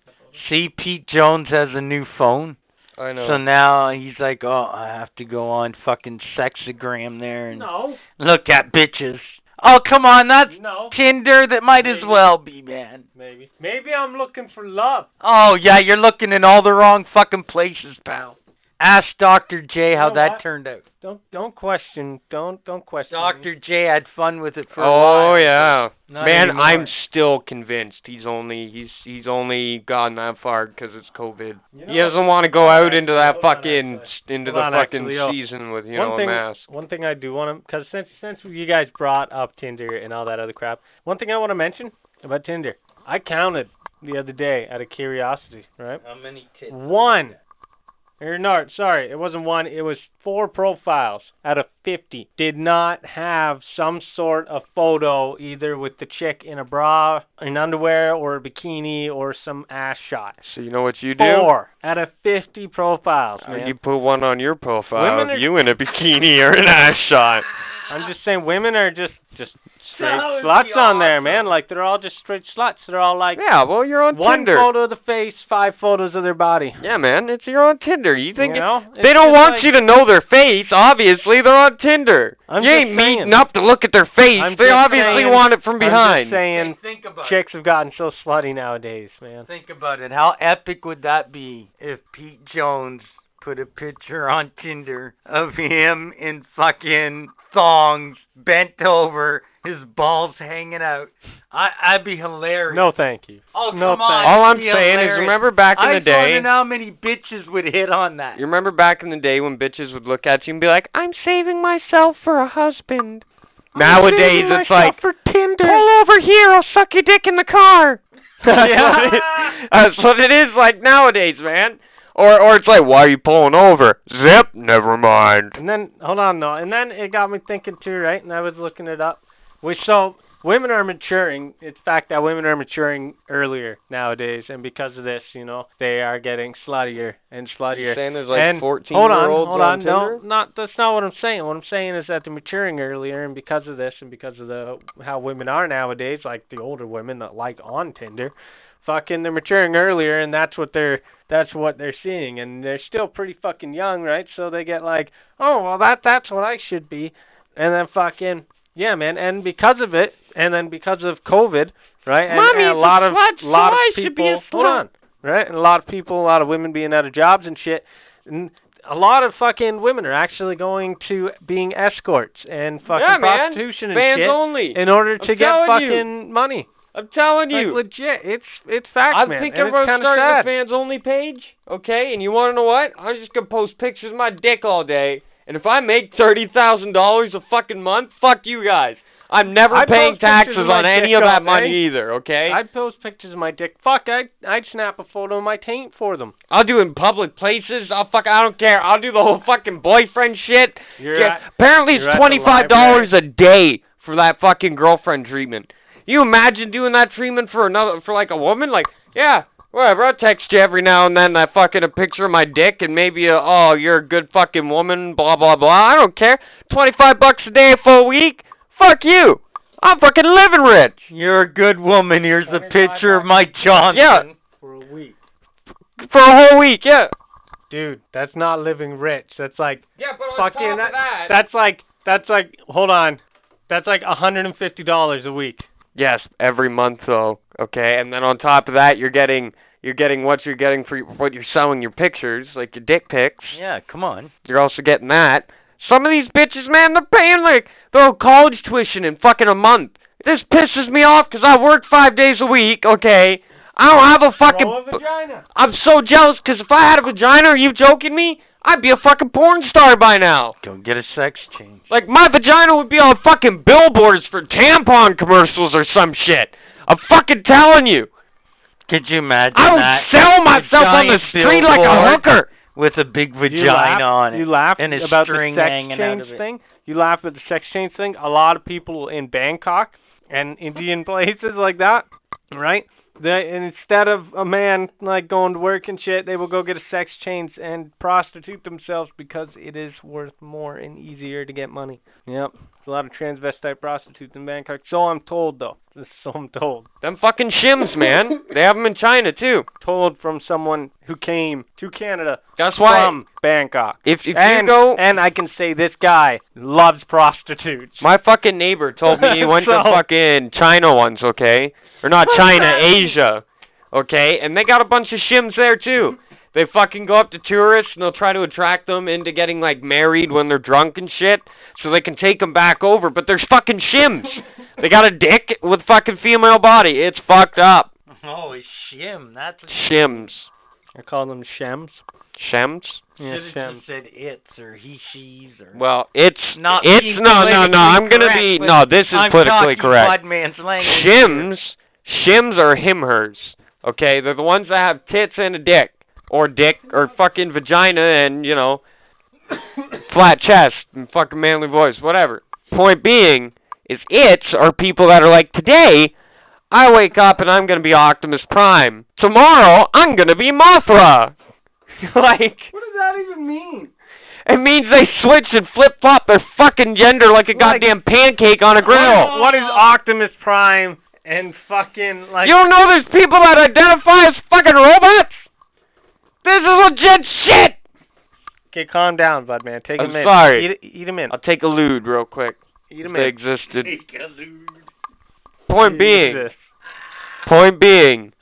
S1: See, Pete Jones has a new phone.
S4: I know.
S1: So now he's like, oh, I have to go on fucking sexagram there and
S10: No,
S1: look at bitches. Oh, come on, that's
S10: no.
S1: Tinder. That might as
S10: Maybe.
S1: well be, man.
S10: Maybe. Maybe I'm looking for love.
S1: Oh yeah, you're looking in all the wrong fucking places, pal. Ask Doctor J how
S10: know
S1: that
S10: what?
S1: turned out.
S5: Don't don't question. Don't don't question. me.
S1: Doctor J had fun with it for a while.
S4: oh yeah.
S1: Not
S4: Man,
S1: anymore.
S4: I'm still convinced he's only he's he's only gotten that far because it's COVID.
S5: You
S4: he
S5: know
S4: doesn't want to go out
S5: Hold
S4: into
S5: on,
S4: that
S5: hold on,
S4: fucking
S5: actually.
S4: into
S5: Hold on,
S4: the fucking
S5: actually, yo.
S4: season with you
S5: one
S4: know
S5: thing,
S4: a mask.
S5: One thing I do want to, because since since you guys brought up Tinder and all that other crap, one thing I want to mention about Tinder, I counted the other day out of curiosity, right?
S1: How many tits?
S5: One, or no, sorry, it wasn't one. It was four profiles out of fifty did not have some sort of photo either with the chick in a bra, in underwear, or a bikini, or some ass shot.
S4: So you know what you do?
S5: Four out of fifty profiles,
S4: Uh,
S5: man.
S4: You put one on your profile.
S5: Women are-
S4: You in a bikini or an ass shot.
S5: I'm just saying women are just just straight
S1: That would
S5: sluts
S1: be
S5: on there,
S1: awesome.
S5: man. Like they're all just straight sluts. They're all like
S4: Yeah, well you're on
S5: one
S4: Tinder.
S5: photo of the face, five photos of their body.
S4: Yeah, man, it's you're on Tinder. You think
S5: you
S4: it-
S5: know?
S4: they don't want you to know their face. Obviously, they're on Tinder.
S5: I'm
S4: you
S5: just
S4: ain't
S5: saying.
S4: meeting up to look at their face.
S5: I'm
S4: they
S5: just
S4: obviously
S5: saying-
S4: want it from
S5: I'm
S4: behind.
S5: just saying
S1: think about
S5: chicks have gotten so slutty nowadays, man.
S1: it. Think about it. How epic would that be if Pete Jones put a picture on Tinder of him in fucking thongs, bent over, his balls hanging out? I I'd be hilarious.
S5: No, thank you.
S1: oh come on.
S5: no thanks.
S4: All I'm
S1: it'd
S4: saying
S1: be
S4: is,
S1: hilarious.
S4: remember back in
S1: I
S4: the day.
S1: wonder how many bitches would hit on that.
S4: You remember back in the day when bitches would look at you and be like, "I'm saving myself for a husband." Nowadays, it's like,
S5: for Tinder.
S4: "Pull over here, I'll suck your dick in the car." That's what it- that's what Uh, it is like nowadays, man. Or, or it's like, "Why are you pulling over?" Zip, never mind.
S5: And then hold on, no. And then it got me thinking too, right? And I was looking it up. Which so women are maturing. It's fact that women are maturing earlier nowadays, and because of this, you know, they are getting sluttier and sluttier.
S4: saying there's
S5: and hold on, hold on, no, not that's not what I'm saying. What I'm saying is that they're maturing earlier, and because of this, and because of the how women are nowadays, like the older women that like on Tinder, fucking they're maturing earlier, and that's what they're that's what they're seeing, and they're still pretty fucking young, right? So they get like, oh well, that that's what I should be, and then fucking yeah, man, and because of it, and then because of COVID, right? And,
S4: Mommy's
S5: and a
S4: a
S5: lot of
S4: slut, so
S5: lot
S4: I
S5: of
S4: should
S5: people
S4: be a
S5: hold
S4: slut.
S5: on, right? And a lot of people, a lot of women being out of jobs and shit, and a lot of fucking women are actually going to being escorts and fucking
S4: Yeah, man.
S5: prostitution and
S4: Fans
S5: shit
S4: only.
S5: in order to
S4: I'm
S5: get
S4: telling you.
S5: fucking money.
S4: I'm telling
S5: Like
S4: you.
S5: legit, it's it's fact,
S4: I
S5: man.
S4: think
S5: and
S4: I'm
S5: it's
S4: gonna
S5: kinda
S4: start
S5: sad.
S4: a fans only page, okay? And you wanna know what? I'm just gonna post pictures of my dick all day. And if I make thirty thousand dollars a fucking month, fuck you guys. I'm never
S5: I
S4: paying
S5: post pictures
S4: taxes
S5: of
S4: on
S5: my
S4: any
S5: dick
S4: of
S5: all
S4: that money either, okay?
S5: I'd post pictures of my dick. Fuck, I'd I'd snap a photo of my taint for them.
S4: I'll do it in public places. I'll fuck. I don't care. I'll do the whole fucking boyfriend shit.
S5: You're
S4: Yeah,
S5: at-
S4: apparently
S5: you're at
S4: it's
S5: the
S4: twenty five dollars a day for that fucking girlfriend treatment. You imagine doing that treatment for another for like a woman? Like, yeah, whatever. I text you every now and then. I fucking a picture of my dick and maybe a oh you're a good fucking woman. Blah blah blah. I don't care. Twenty five bucks a day for a week. Fuck you. I'm fucking living rich.
S1: You're a good woman. Here's a picture of Mike Johnson.
S4: Yeah,
S5: for a week.
S4: for a whole week. Yeah.
S5: dude, that's not living rich. That's like
S10: Yeah, but on
S5: Fucking
S10: top
S5: that-
S10: of that,
S5: that's like that's like hold on. That's like hundred and fifty dollars a week.
S4: Yes, every month though. Okay, and then on top of that, you're getting you're getting what you're getting for your- what you're selling your pictures, like your dick pics.
S1: Yeah, come on.
S4: You're also getting that. Some of these bitches, man, they're paying like their whole college tuition in fucking a month. This pisses me off 'cause I work five days a week. Okay, I don't have a fucking.
S5: Grow a vagina.
S4: I'm so jealous 'cause if I had a vagina, are you joking me? I'd be a fucking porn star by now.
S1: Go get a sex change.
S4: Like my vagina would be on fucking billboards for tampon commercials or some shit. I'm fucking telling you.
S1: Could you imagine
S4: I would
S1: that?
S4: sell myself on the
S1: giant
S4: street like a
S1: billboard
S4: hooker.
S1: with a big
S5: You
S1: vagina
S5: laugh,
S1: on it.
S5: You laugh
S1: and a
S5: about
S1: string
S5: the sex
S1: hanging out
S5: change
S1: of it.
S5: thing. You laugh at the sex change thing. A lot of people in Bangkok and Indian places like that, right? They and instead of a man like going to work and shit, they will go get a sex change and prostitute themselves because it is worth more and easier to get money. Yep, There's a lot of transvestite prostitutes in Bangkok. So I'm told, though. So I'm told.
S4: Them fucking shims, man. they have them in China too.
S5: Told from someone who came to Canada
S4: That's why
S5: from Bangkok.
S4: if if
S5: and,
S4: you go,
S5: and I can say this guy loves prostitutes.
S4: my fucking neighbor told me he went to
S5: So-
S4: fucking China once, okay? Or not China, Asia, okay? And they got a bunch of shims there too. They fucking go up to tourists and they'll try to attract them into getting like married when they're drunk and shit, so they can take them back over. But there's fucking shims. they got a dick with fucking female body. It's fucked up.
S1: Oh, it's shim. That's
S4: Shims.
S5: I call them shems.
S4: Shems?
S5: Yeah,
S1: Should've
S5: shems.
S1: just said it's or he, she's or.
S4: Well, it's
S1: Not
S4: It's
S1: being
S4: no, no, no. I'm gonna
S1: politically
S4: be
S1: correct,
S4: no. This is
S1: I'm
S4: politically
S1: talking
S4: correct.
S1: Bud man's language.
S4: Shims, shims are him hers. Okay, they're the ones that have tits and a dick, or dick, or fucking vagina, and you know, flat chest and fucking manly voice, whatever. Point being is, it's are people that are like today. I wake up and I'm gonna be Optimus Prime. Tomorrow I'm gonna be Mothra. like,
S5: What does that even mean?
S4: it means they switch and flip flop their fucking gender like a
S5: Like-
S4: goddamn pancake on a grill.
S5: What is Optimus Prime and fucking like?
S4: you don't know there's people that identify as fucking robots? This is legit shit!
S5: Okay, calm down, bud man. Take
S4: I'm
S5: a minute.
S4: sorry.
S5: Eat, eat a minute.
S4: I'll take a lewd real quick.
S5: Eat a
S4: They
S5: minute.
S4: existed. Point being,
S5: Jesus.
S4: point being,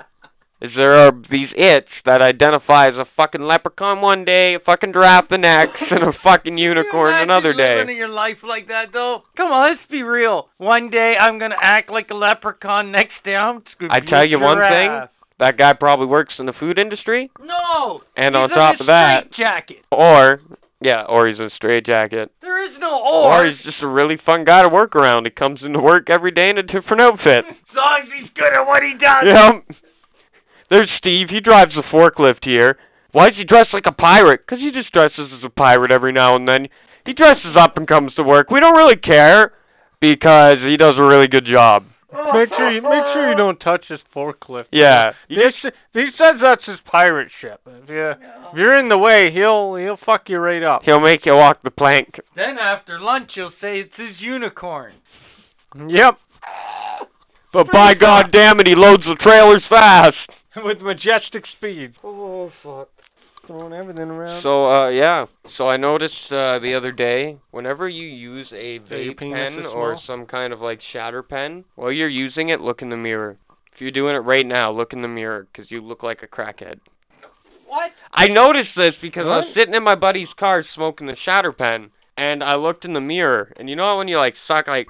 S4: is there are these its that identify as a fucking leprechaun one day, a fucking giraffe the next, and a fucking unicorn
S1: Imagine
S4: another
S1: Living
S4: day.
S1: your life like that though. Come on, let's be real. One day I'm gonna act like a leprechaun. Next day I'm just gonna
S4: I
S1: be
S4: tell
S1: a
S4: you one thing,
S1: giraffe.
S4: That guy probably works in the food industry,
S1: No.
S4: and
S1: he's
S4: on
S1: in
S4: top
S1: a
S4: of that,
S1: straitjacket.
S4: or yeah, or he's in a straitjacket,
S1: There is no or.
S4: or he's just a really fun guy to work around. He comes into work every day in a different outfit.
S1: as long as he's good at what he does.
S4: Yep. There's Steve. He drives a forklift here. Why is he dressed like a pirate? 'Cause he just dresses as a pirate every now and then. He dresses up and comes to work. We don't really care because he does a really good job.
S5: Make sure you make sure you don't touch this forklift.
S4: Yeah. You
S5: This he says that's his pirate ship. If, you, if you're in the way, he'll he'll fuck you right up.
S4: just- He'll make you walk the plank.
S1: Then after lunch he'll say it's his unicorn.
S5: Yep.
S4: But by God damn it, he loads the trailers fast.
S5: With majestic speed. Oh fuck. Throwing everything around.
S4: So uh yeah. So I noticed uh the other day, whenever you use a
S5: your
S4: vape
S5: penis
S4: pen
S5: is
S4: or
S5: small?
S4: some kind of like shatter pen, while you're using it, look in the mirror. If you're doing it right now, look in the mirror 'cause you look like a crackhead.
S1: What?
S4: I noticed this because I was
S5: What?
S4: sitting in my buddy's car smoking the shatter pen, and I looked in the mirror, and you know how when you like suck, like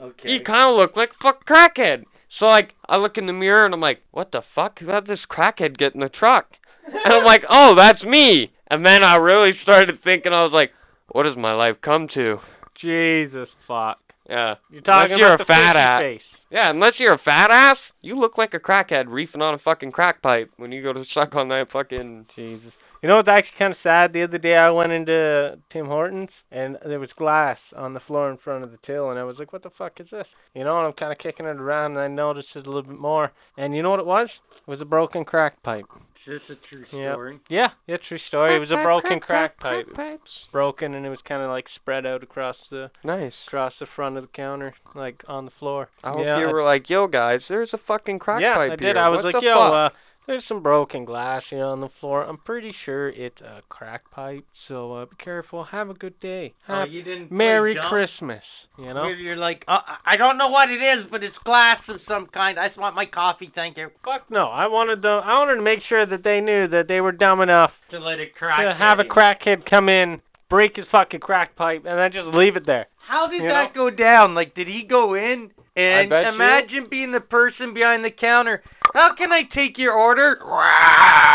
S1: Okay.
S4: you kind of look like fuck crackhead. So like I look in the mirror and I'm like, what the fuck? How did this crackhead get in the truck? And I'm like, oh, that's me. And then I really started thinking. I was like, what has my life come to?
S5: Jesus fuck.
S4: Yeah,
S5: You're talking
S4: Unless you're
S5: about the
S4: a fat
S5: fishy
S4: ass.
S5: face.
S4: yeah. Unless you're a fat ass, you look like a crackhead reefing on a fucking crack pipe when you go to suck on that fucking.
S5: Jesus. You know what's actually kind of sad? The other day I went into Tim Hortons and there was glass on the floor in front of the till, and I was like, "What the fuck is this?" You know, and I'm kind of kicking it around, and I noticed it a little bit more. And you know what it was? It was a broken crack pipe.
S1: Is this a true
S5: Yeah.
S1: story?
S5: Yeah, yeah, true story. Oh, It was a broken crack pipe. Broken, and it was kind of like spread out across the
S4: Nice.
S5: across the front of the counter, like on the floor.
S4: I hope
S5: yeah,
S4: you
S5: I-
S4: were like, yo guys, there's a fucking crack
S5: yeah,
S4: pipe
S5: I
S4: here.
S5: did. I was
S4: What
S5: like,
S4: the
S5: yo,
S4: fuck?
S5: uh, There's some broken glass here on the floor. I'm pretty sure it's a crack pipe. So uh, be careful. Have a good day.
S1: Oh,
S5: Have
S1: you didn't play
S5: Merry
S1: dumb?
S5: Christmas. You know.
S1: You're, you're like, uh, I I don't know what it is, but it's glass of some kind. I just want my coffee, thank you.
S5: Fuck no. I wanted to. I wanted to make sure that they knew that they were dumb enough
S1: To let it crack.
S5: to have a
S1: at you.
S5: crackhead come in, break his fucking crack pipe, and then just leave it there.
S1: How did
S5: you
S1: that go down? Like, did he go in and
S4: bet you.
S1: imagine being the person behind the counter? How can I take your order?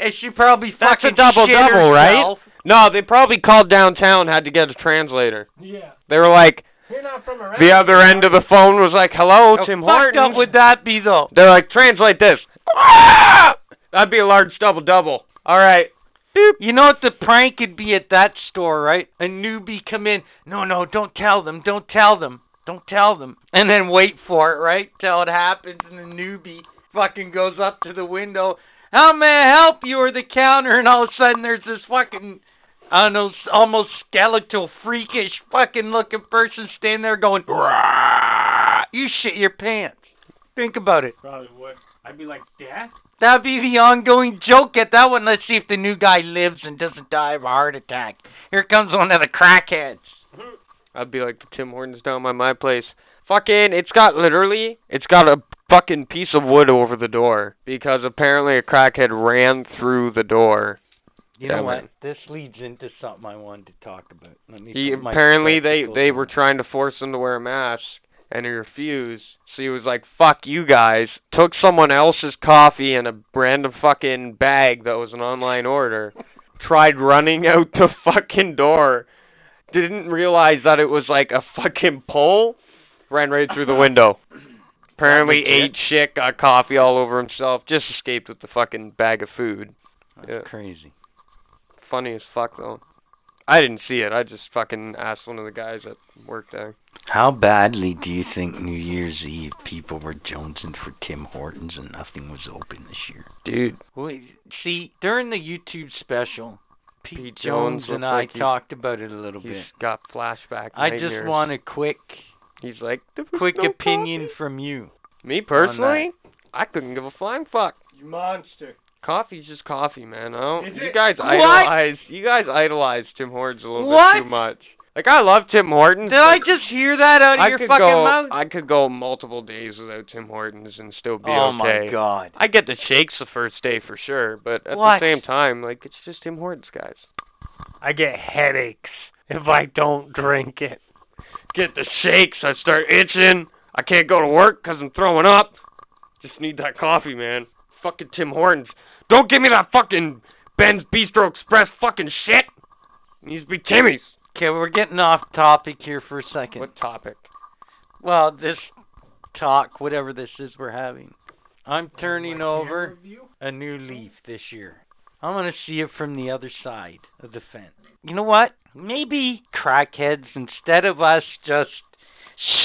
S1: And she probably
S4: That's
S1: fucking
S4: a double
S1: shit
S4: double, right?
S1: herself.
S4: No, they probably called downtown, had to get a translator.
S5: Yeah.
S4: They were like,
S5: You're not from around.
S4: the other end of the phone was like, hello,
S1: How
S4: Tim
S1: fucked
S4: Hortons.
S1: up would that be though?
S4: They're like, translate this. That'd be a large double double. All right.
S1: You know what the prank would be at that store, right? A newbie come in. No, no, don't tell them. Don't tell them. Don't tell them. And then wait for it, right? Till it happens, and the newbie fucking goes up to the window. How may I help you? Or the counter, and all of a sudden there's this fucking, I don't know, s- almost skeletal, freakish fucking looking person standing there going, "Rah!" you shit your pants. Think about it.
S10: Probably would. I'd be like, Dad?
S1: That'd be the ongoing joke at that one. Let's see if the new guy lives and doesn't die of a heart attack. Here comes one of the crackheads.
S4: I'd be like the Tim Hortons down by my place. Fucking, it's got literally, it's got a fucking piece of wood over the door because apparently a crackhead ran through the door.
S1: You
S4: Yeah,
S1: know what?
S4: man.
S1: This leads into something I wanted to talk about. Let me
S4: He
S1: put my
S4: apparently they
S1: spectacles
S4: they
S1: on.
S4: were trying to force him to wear a mask and he refused. So he was like, "Fuck you guys!" Took someone else's coffee and a random fucking bag that was an online order. tried running out the fucking door. Didn't realize that it was like a fucking pole. Ran right through the window. Apparently ate shit, got coffee all over himself. Just escaped with the fucking bag of food. Yeah.
S1: crazy.
S4: Funny as fuck though. I didn't see it. I just fucking asked one of the guys that worked there.
S1: How badly do you think New Year's Eve people were jonesing for Tim Hortons and nothing was open this year?
S4: Dude,
S1: Wait, see, during the YouTube special, Pete,
S4: Pete
S1: Jones,
S4: Jones
S1: and
S4: looked
S1: I
S4: like he-
S1: talked about it a little
S4: he's
S1: bit.
S4: got flashback.
S1: I
S4: nightmares.
S1: just want a quick,
S4: He's like "There was
S1: quick
S4: no
S1: opinion
S4: coffee."
S1: from you.
S4: Me personally, I couldn't give a flying fuck.
S10: You monster.
S4: Coffee's just coffee, man. Oh,
S10: Is
S4: you
S10: it-
S4: guys
S1: What?
S4: idolize. You guys idolize Tim Hortons a little
S1: What?
S4: bit too much. Like I love Tim Hortons.
S1: Did I
S4: but
S1: just hear that out of
S4: I
S1: your
S4: could
S1: fucking
S4: go.
S1: mouth?
S4: I could go multiple days without Tim Hortons and still be
S1: oh
S4: okay.
S1: my god.
S4: I get the shakes the first day for sure, but at
S1: What?
S4: the same time, like it's just Tim Hortons, guys.
S5: I get headaches if I don't drink it.
S4: Get the shakes. I start itching. I can't go to work 'cause I'm throwing up. Just need that coffee, man. Fucking Tim Hortons. Don't give me that fucking Ben's Bistro Express fucking shit. It needs to be Timmy's.
S1: Okay, we're getting off topic here for a second.
S4: What topic?
S1: Well, this talk, whatever this is we're having, I'm turning over a new leaf this year. I'm going to see it from the other side of the fence. You know what? Maybe crackheads, instead of us just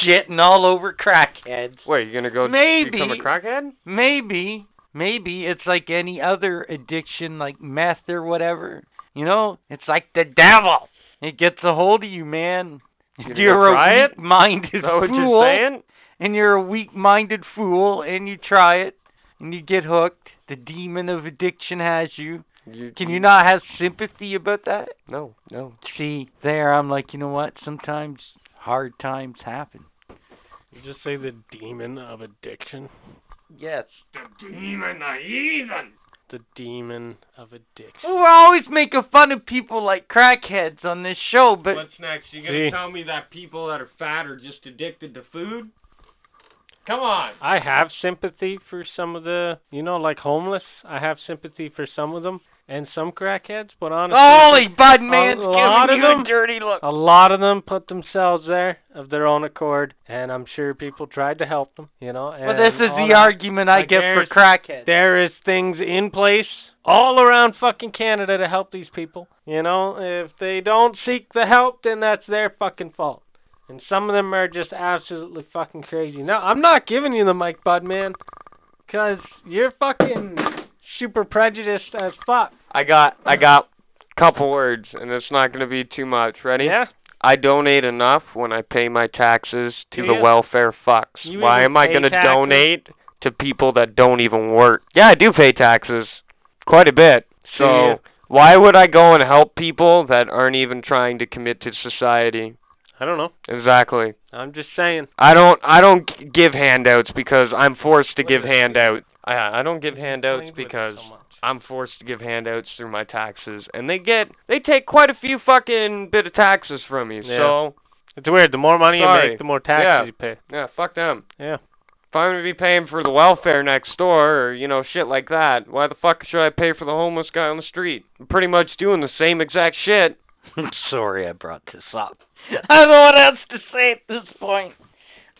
S1: shitting all over crackheads,
S4: Wait, you gonna go
S1: Maybe.
S4: become a crackhead?
S1: maybe maybe it's like any other addiction like meth or whatever you know it's like the devil it gets a hold of you man
S4: You gonna
S1: you're
S4: go try
S1: a
S4: it?
S1: weak minded
S4: Is that what
S1: fool
S4: you're saying?
S1: and you're a weak minded fool and you try it and you get hooked the demon of addiction has you can you not have sympathy about that
S4: No, no.
S1: see there i'm like you know what sometimes hard times happen
S5: You just say the demon of addiction.
S1: yes
S5: The demon of addiction.
S1: We're always making fun of people like crackheads on this show, but
S10: What's next? You
S5: See.
S10: gonna tell me that people that are fat are just addicted to food? Come on.
S5: I have sympathy for some of the, you know, like homeless. I have sympathy for some of them and some crackheads, but honestly,
S1: holy bud man's
S5: lot
S1: giving
S5: of
S1: you a
S5: them-
S1: dirty look.
S5: a lot of them put themselves there of their own accord, and I'm sure people tried to help them, you know. And
S1: Well, this is
S5: all
S1: the
S5: that.
S1: argument I
S5: Like,
S1: get for
S5: there's-
S1: crackheads.
S5: There is things in place all around fucking Canada to help these people. You know, if they don't seek the help, then that's their fucking fault. And some of them are just absolutely fucking crazy. No, I'm not giving you the mic, bud, man, because you're fucking super prejudiced as fuck.
S4: I got I got couple words and it's not gonna be too much. Ready?
S5: Yeah.
S4: I donate enough when I pay my taxes to
S5: You
S4: the
S5: even-
S4: welfare fucks.
S5: you
S4: Why
S5: even
S4: am I
S5: pay
S4: going to
S5: taxes?
S4: donate to people that don't even work. Yeah, I do pay taxes quite a bit. So
S5: Yeah.
S4: why would I go and help people that aren't even trying to commit to society?
S5: I don't know.
S4: Exactly.
S5: I'm just saying.
S4: I don't I don't g- give handouts because I'm forced to give handouts. I I don't give handouts because I'm forced to give handouts through my taxes and they get they take quite a few fucking bit of taxes from you.
S5: Yeah.
S4: So,
S5: it's weird. The more money you
S4: Sorry.
S5: make, the more taxes
S4: Yeah.
S5: you pay.
S4: yeah, fuck them.
S5: Yeah.
S4: If I'm going to be paying for the welfare next door or, you know, shit like that, why the fuck should I pay for the homeless guy on the street? I'm pretty much doing the same exact shit.
S1: I'm sorry I brought this up. I don't know what else to say at this point.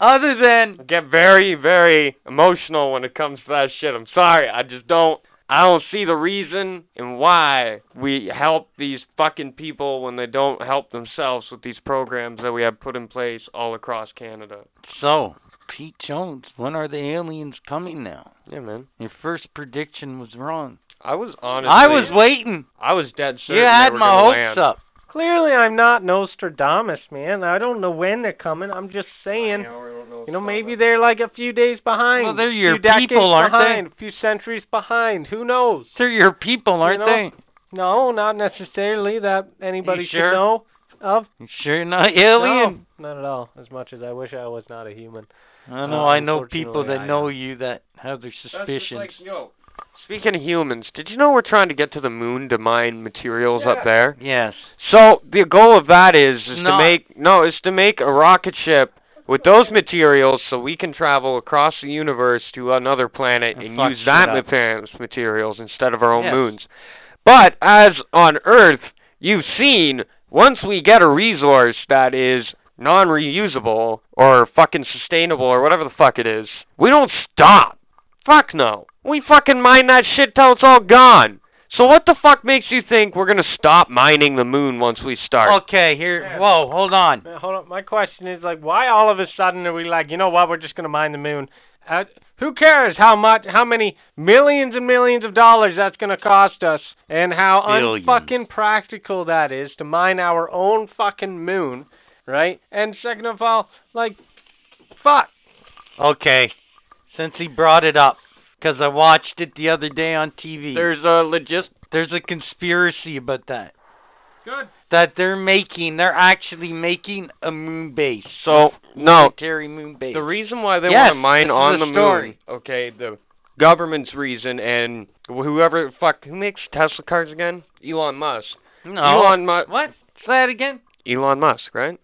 S1: Other than
S4: I get very, very emotional when it comes to that shit. I'm sorry. I just don't. I don't see the reason and why we help these fucking people when they don't help themselves with these programs that we have put in place all across Canada.
S1: so, Pete Jones, when are the aliens coming now?
S4: Yeah, man.
S1: Your first prediction was wrong.
S4: I was honestly.
S1: I was waiting.
S4: I was dead certain.
S1: You
S4: they
S1: had
S4: were
S1: my
S4: gonna
S1: hopes
S4: land.
S1: up.
S5: Clearly, I'm not Nostradamus, man. I don't know when they're coming. I'm just saying. You know, maybe they're like a few days behind.
S1: Well, they're your
S5: few decades
S1: people, aren't they?
S5: behind, A few centuries behind. Who knows?
S1: They're your people, aren't
S5: know,
S1: they?
S5: No, not necessarily that anybody
S1: You
S5: should
S1: sure?
S5: know of.
S1: You sure you're not alien?
S5: No, not at all. As much as I wish I was not a human.
S1: I know.
S5: No,
S1: I know people
S5: unfortunately,
S1: that
S5: I
S1: know
S5: am.
S1: you that have their suspicions.
S10: yo,
S4: Speaking of humans, did you know we're trying to get to the moon to mine materials up
S10: Yeah.
S4: there?
S1: yes.
S4: So the goal of that is is
S1: No.
S4: to make no is to make a rocket ship with those materials so we can travel across the universe to another planet
S1: And
S4: and,
S1: fuck
S4: use
S1: shit
S4: that
S1: up.
S4: materials materials instead of our own
S1: Yes.
S4: moons. But as on Earth, you've seen once we get a resource that is non-reusable or fucking sustainable or whatever the fuck it is, we don't stop. Fuck no. We fucking mine that shit till it's all gone. So what the fuck makes you think we're gonna stop mining the moon once we start?
S1: Okay. Here. Whoa. Hold on.
S5: Now, hold on. My question is like, why all of a sudden are we like, you know what? We're just gonna mine the moon. Uh, who cares how much, how many millions and millions of dollars that's gonna cost us, and how
S1: Billions.
S5: unfucking practical that is to mine our own fucking moon, right? And second of all, like, fuck.
S1: Okay. Since he brought it up, because I watched it the other day on TV.
S4: There's a logist.
S1: There's a conspiracy about that.
S10: good.
S1: That they're making, they're actually making a moon base.
S4: So no,
S1: Planetary moon base.
S4: the reason why they
S1: Yes,
S4: want to mine
S1: this is
S4: on
S1: the
S4: the
S1: story.
S4: moon, okay, the government's reason and whoever fuck who makes Tesla cars again? Elon Musk.
S1: no.
S4: Elon Musk.
S1: What? Say that again?
S4: Elon Musk, right?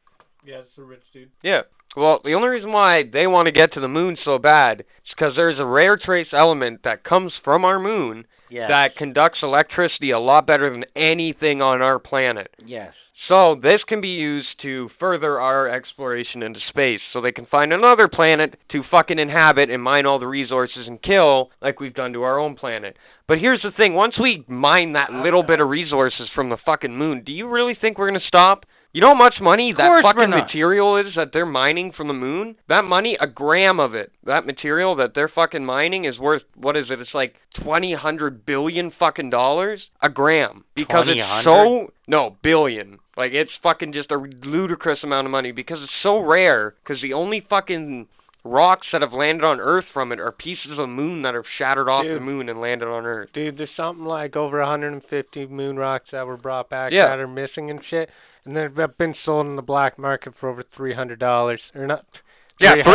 S10: Yeah, it's a rich dude.
S4: Yeah. Well, the only reason why they want to get to the moon so bad is because there's a rare trace element that comes from our moon
S1: Yes.
S4: that conducts electricity a lot better than anything on our planet.
S1: yes.
S4: So this can be used to further our exploration into space, so they can find another planet to fucking inhabit and mine all the resources and kill, like we've done to our own planet. But here's the thing: once we mine that little bit of resources from the fucking moon, do you really think we're gonna stop? You know how much money that
S1: course we're
S4: fucking
S1: not.
S4: material is that they're mining from the moon? That money, a gram of it, that material that they're fucking mining is worth what is it? It's like twenty hundred billion fucking dollars a gram because it's
S1: 2000?
S4: so no, billion. Like it's fucking just a ludicrous amount of money because it's so rare. Because the only fucking rocks that have landed on Earth from it are pieces of moon that have shattered off
S5: Dude.
S4: the moon and landed on Earth.
S5: Dude, there's something like over 150 moon rocks that were brought back
S4: Yeah.
S5: that are missing and shit, and they've been sold in the black market for over three hundred dollars, or not?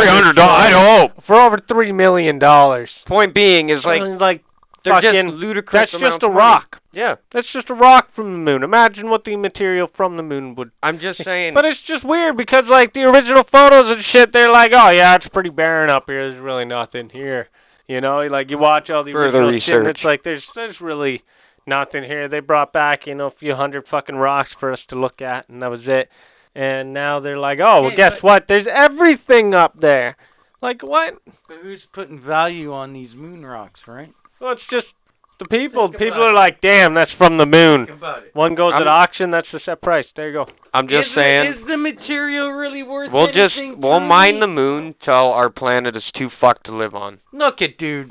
S4: know.
S5: For over three million dollars.
S4: Point being is like
S5: like
S4: they're
S5: fucking-
S4: just ludicrous.
S5: that's
S4: amount
S5: just a
S4: of money.
S5: rock.
S4: Yeah,
S5: That's just a rock from the moon. Imagine what the material from the moon would.
S4: I'm just saying.
S5: But it's just weird because like the original photos and shit, they're like, oh yeah, it's pretty barren up here. There's really nothing here. You know, like you watch all the
S4: Further
S5: original shit, and
S4: research.
S5: it's like there's there's really nothing here. They brought back you know a few hundred fucking rocks for us to look at, and that was it. And now they're like, oh well,
S1: Hey,
S5: guess
S1: but-
S5: what? There's everything up there. Like what?
S1: But who's putting value on these moon rocks, right?
S5: Well, it's just the people.
S1: Think
S5: People
S1: about
S5: are like, damn, that's from the moon.
S1: about it.
S5: One goes
S4: I'm-
S5: at auction, that's the set price. There you go.
S4: I'm just
S1: is,
S4: saying.
S1: Is the material really worth
S4: We'll just
S1: anything
S4: we'll
S1: to
S4: mine
S1: me?
S4: the moon till our planet is too fucked to live on.
S1: Look it, dude.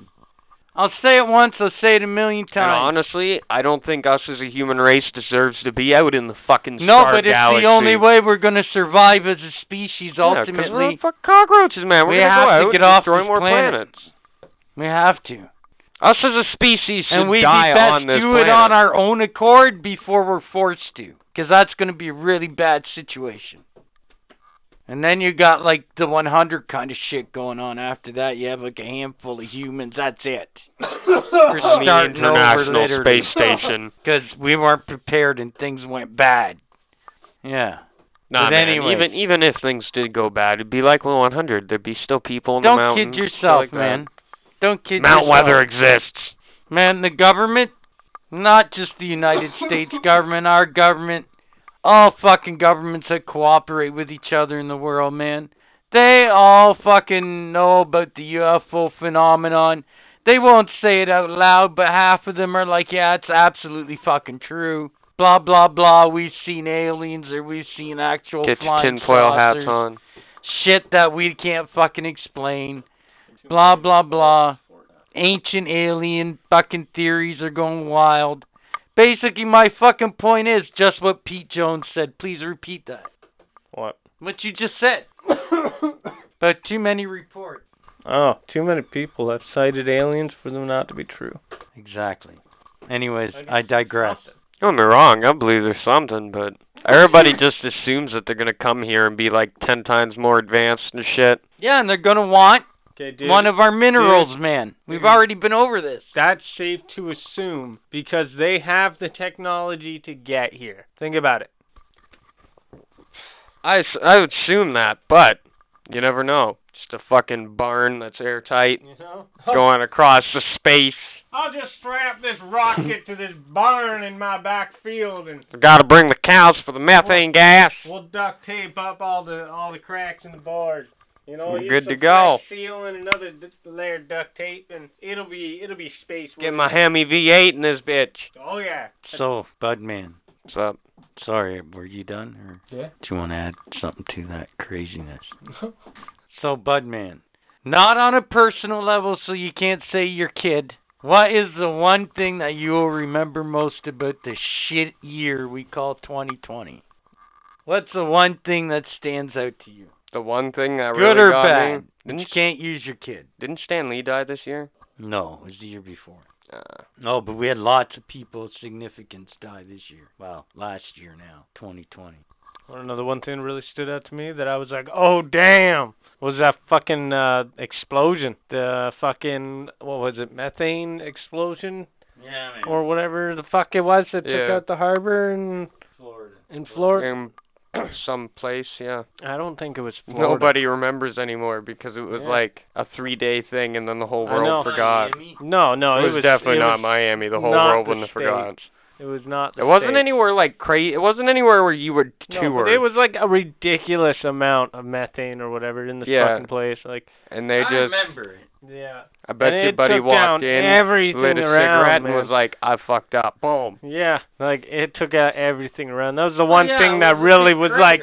S1: I'll say it once, I'll say it a million
S4: And
S1: times.
S4: honestly, I don't think us as a human race deserves to be out in the fucking
S1: no,
S4: star
S1: but it's
S4: galaxy.
S1: the only way we're going to survive as a species
S4: Yeah, 'cause
S1: ultimately.
S4: we're fuck cockroaches, man. We're
S1: we
S4: gonna
S1: have
S4: go
S1: to
S4: out
S1: get
S4: and
S1: off
S4: destroy
S1: this
S4: more
S1: planet.
S4: planets.
S1: We have to.
S4: Us as a species should
S1: and we
S4: die
S1: would best
S4: on this
S1: do
S4: planet.
S1: it on our own accord before we're forced to, because that's going to be a really bad situation. And then you got like the 100 kind of shit going on after that. You have like a handful of humans. That's it. We're
S4: I mean,
S1: starting over
S4: International
S1: later
S4: Space Station.
S1: because we weren't prepared and things went bad. Yeah.
S4: Nah,
S1: But
S4: man,
S1: anyway.
S4: even even if things did go bad, it'd be like 100. There'd be still people in the
S1: Don't
S4: mountains.
S1: kid
S4: shit
S1: yourself,
S4: like that.
S1: man. Don't kid
S4: Mount
S1: yourself.
S4: Weather exists.
S1: Man, the government, not just the United States government, our government, all fucking governments that cooperate with each other in the world, man. They all fucking know about the UFO phenomenon. They won't say it out loud, but half of them are like, yeah, it's absolutely fucking true. Blah, blah, blah. We've seen aliens or we've seen actual
S4: Get your
S1: flying
S4: tinfoil hats
S1: saucers
S4: on.
S1: shit that we can't fucking explain. Blah blah blah. Ancient alien fucking theories are going wild. Basically, my fucking point is just what Pete Jones said. Please repeat that.
S5: What?
S1: What you just said. but too many reports.
S5: Oh, too many people have cited aliens for them not to be true.
S1: Exactly. Anyways, I digress.
S4: Don't get me wrong, I believe there's something, but everybody just assumes that they're gonna come here and be like ten times more advanced and shit.
S1: Yeah, and they're gonna want
S5: Okay, dude.
S1: one of our minerals, man. We've
S5: Dude.
S1: already been over this.
S5: that's safe to assume because they have the technology to get here. Think about it.
S4: I, s- I would assume that, but you never know. Just a fucking barn that's airtight
S5: You know?
S4: going across the space.
S5: I'll just strap this rocket to this barn in my back field and
S4: Got to bring the cows for the methane gas.
S5: we'll duct tape up all the all the cracks in the bars. You know,
S4: We're
S5: here's
S4: good
S5: some
S4: to go.
S5: flex Seal and another d- layer of duct tape, and it'll be it'll be space.
S4: Get
S5: weather.
S4: my Hemi V8 in this bitch.
S5: Oh yeah.
S1: So, Budman,
S4: What's up?
S1: sorry, were you done or
S5: Yeah.
S1: do you want to add something to that craziness? So, Budman, not on a personal level, so you can't say your kid. What is the one thing that you will remember most about the shit year we call 2020? What's the one thing that stands out to you?
S4: The one thing that
S1: Good
S4: really
S1: or
S4: got
S1: bad?
S4: me.
S1: But
S4: Didn't
S1: you can't use your kid.
S4: didn't Stan Lee die this year?
S1: No, it was the year before.
S4: Uh,
S1: No, but we had lots of people of significance die this year. Well, last year now, 2020.
S5: I don't know. The one thing that really stood out to me that I was like, "Oh damn!" was that fucking uh, explosion. The fucking what was it? Methane explosion
S1: Yeah,
S5: or whatever the fuck it was that took
S4: Yeah.
S5: out the harbor in
S1: Florida.
S5: in Florida.
S4: in some place, yeah.
S5: I don't think it was Florida.
S4: Nobody remembers anymore because it was
S5: Yeah.
S4: like a three-day thing, and then the whole
S5: I
S4: world
S5: know.
S4: forgot.
S5: No, no,
S4: it, was definitely
S5: it
S4: not
S5: was-
S4: Miami. The whole
S5: not
S4: world
S5: the
S4: wouldn't have
S5: state.
S4: forgotten.
S5: It was not. The
S4: It wasn't
S5: state.
S4: anywhere like crazy. It wasn't anywhere where you would
S5: No,
S4: tour.
S5: but it was like a ridiculous amount of methane or whatever in this
S4: Yeah.
S5: fucking place. Like,
S4: and they just,
S1: remember it.
S5: yeah.
S4: I bet
S5: and
S4: your
S5: it
S4: buddy
S5: took
S4: walked
S5: down
S4: in,
S5: everything
S4: lit a
S5: around,
S4: cigarette,
S5: man.
S4: and was like, "I fucked up." Boom.
S5: yeah, like it took out everything around. That was the one thing that
S1: was a
S5: really
S1: big
S5: Oh, was
S1: crater.
S5: like,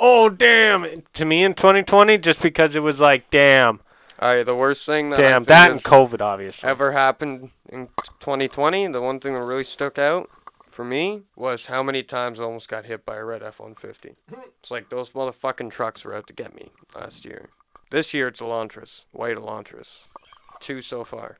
S5: oh damn, it- to me in 2020, just because it was like, damn,
S4: All right, the worst thing that I
S5: damn,
S4: think
S5: that
S4: has
S5: and COVID, obviously.
S4: ever happened in 2020. The one thing that really stuck out for me was how many times I almost got hit by a red F-150. It's like those motherfucking trucks were out to get me last year. This year it's Elantris, white Elantris. Two so far.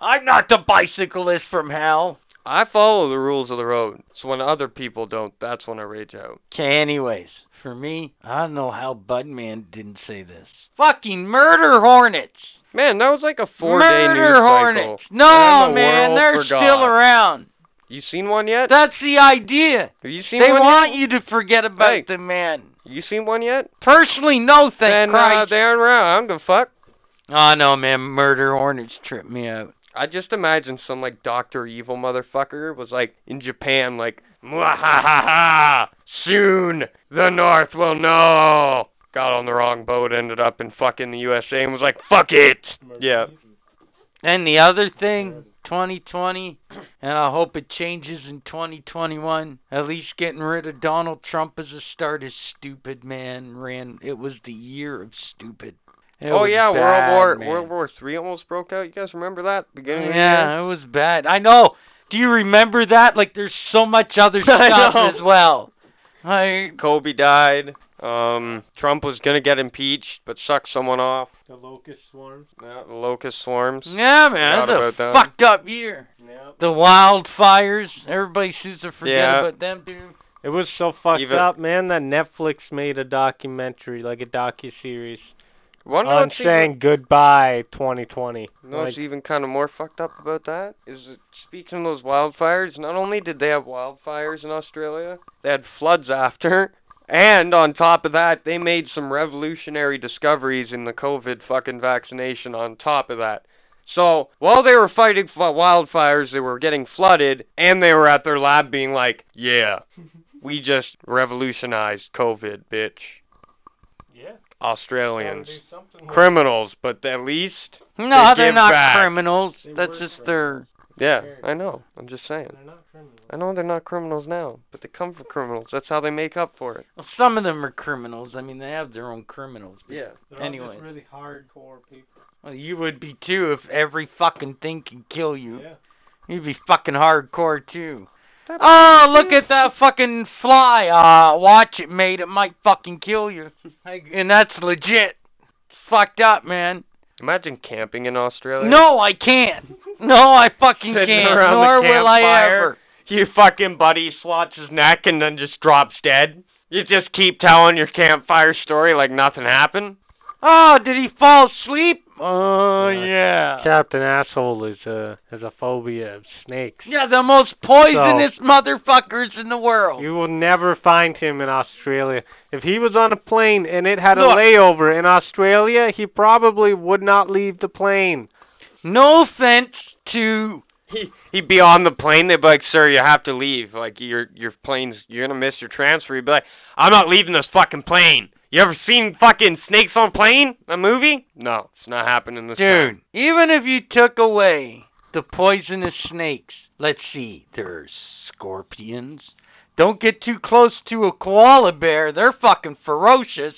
S1: I'm not the bicyclist from hell.
S4: I follow the rules of the road. So when other people don't, that's when I rage out.
S1: Okay, anyways, for me, I don't know how Budman didn't say this. Fucking murder hornets.
S4: Man, that was like a four-day
S1: murder
S4: news
S1: hornets.
S4: cycle.
S1: No,
S4: And then the
S1: man,
S4: world
S1: they're
S4: forgot.
S1: still around.
S4: You seen one yet?
S1: That's the idea.
S4: Have you
S1: They
S4: seen one
S1: want you to forget about
S4: Hey.
S1: them, man.
S4: yet? You seen one yet?
S1: Personally, no, thank
S4: then uh,
S1: Christ.
S4: they aren't around. I don't give a fuck.
S1: oh no, man, murder hornets trip me out.
S4: I just imagine some like Doctor Evil motherfucker was like in Japan, like ha soon the North will know. Got on the wrong boat, ended up in fucking the USA, and was like, fuck it. Yeah,
S1: And the other thing, 2020, and I hope it changes in 2021. At least getting rid of Donald Trump as a start is stupid, man. Ran. It was the year of stupid. It
S4: oh
S1: was
S4: yeah,
S1: bad,
S4: World War
S1: man.
S4: World War Three almost broke out. You guys remember that beginning?
S1: Yeah, it was bad. I know. Do you remember that? Like, there's so much other stuff
S4: know.
S1: as well. Like,
S4: Of the year? Kobe died. Um, Trump was gonna get impeached, but sucked someone off.
S5: The locust swarms.
S4: Yeah, the locust swarms.
S1: Yeah, man,
S4: Forgot
S1: that's a
S4: about that.
S1: fucked up year.
S5: Yep.
S1: The wildfires. Everybody seems to forget
S4: Yeah.
S1: about them too.
S5: It was so fucked
S4: Even-
S5: up, man, that Netflix made a documentary, like a docu series,
S4: Wonder
S5: on
S4: what's even-
S5: saying goodbye 2020.
S4: You know
S5: like,
S4: what's even kind of more fucked up about that is that speaking of those wildfires, not only did they have wildfires in Australia, they had floods after, and on top of that, they made some revolutionary discoveries in the COVID fucking vaccination on top of that. So while they were fighting f- wildfires, they were getting flooded, and they were at their lab being like, "Yeah, we just revolutionized COVID, bitch."
S5: yeah,
S4: Australians,
S5: gotta do something with
S4: criminals, but at least
S1: No,
S4: They
S1: are
S4: give
S1: not
S4: back.
S1: criminals.
S5: They
S1: That's
S5: were
S1: just their.
S4: Yeah,
S5: Sure.
S4: I know. I'm just saying.
S5: it. They're not criminals.
S4: I know they're not criminals now, but they come from criminals. That's how they make up for it.
S1: Well, some of them are criminals. I mean, they have their own criminals. but-
S4: Yeah.
S5: They're all just
S1: Anyway.
S5: really hardcore people.
S1: Well, you would be too if every fucking thing can kill you.
S5: Yeah.
S1: You'd be fucking hardcore too. Oh, look at that fucking fly. Uh, watch it, mate. It might fucking kill you. Like, And that's legit. It's fucked up, man.
S4: Imagine camping in Australia.
S1: No, I can't. No, I fucking
S4: Sitting
S1: can't.
S4: around the
S1: Nor will I
S4: campfire.
S1: ever.
S4: You fucking buddy slots his neck and then just drops dead. You just keep telling your campfire story like nothing happened.
S1: Oh, did he fall asleep? Oh,
S5: Yeah.
S1: yeah.
S5: Captain Asshole is a has a phobia of snakes.
S1: Yeah, the most poisonous motherfuckers in the world.
S5: You will never find him in Australia. If he was on a plane and it had
S1: Look.
S5: a layover in Australia, he probably would not leave the plane.
S1: No offense to
S4: He he'd be on the plane. They'd be like, "Sir, you have to leave. Like your your plane's you're gonna miss your transfer." He'd be like, "I'm not leaving this fucking plane." You ever seen fucking snakes on plane? A movie? No, it's not happening this time.
S1: Dude, even if you took away the poisonous snakes, let's see, there's scorpions. Don't get too close to a koala bear, they're fucking ferocious.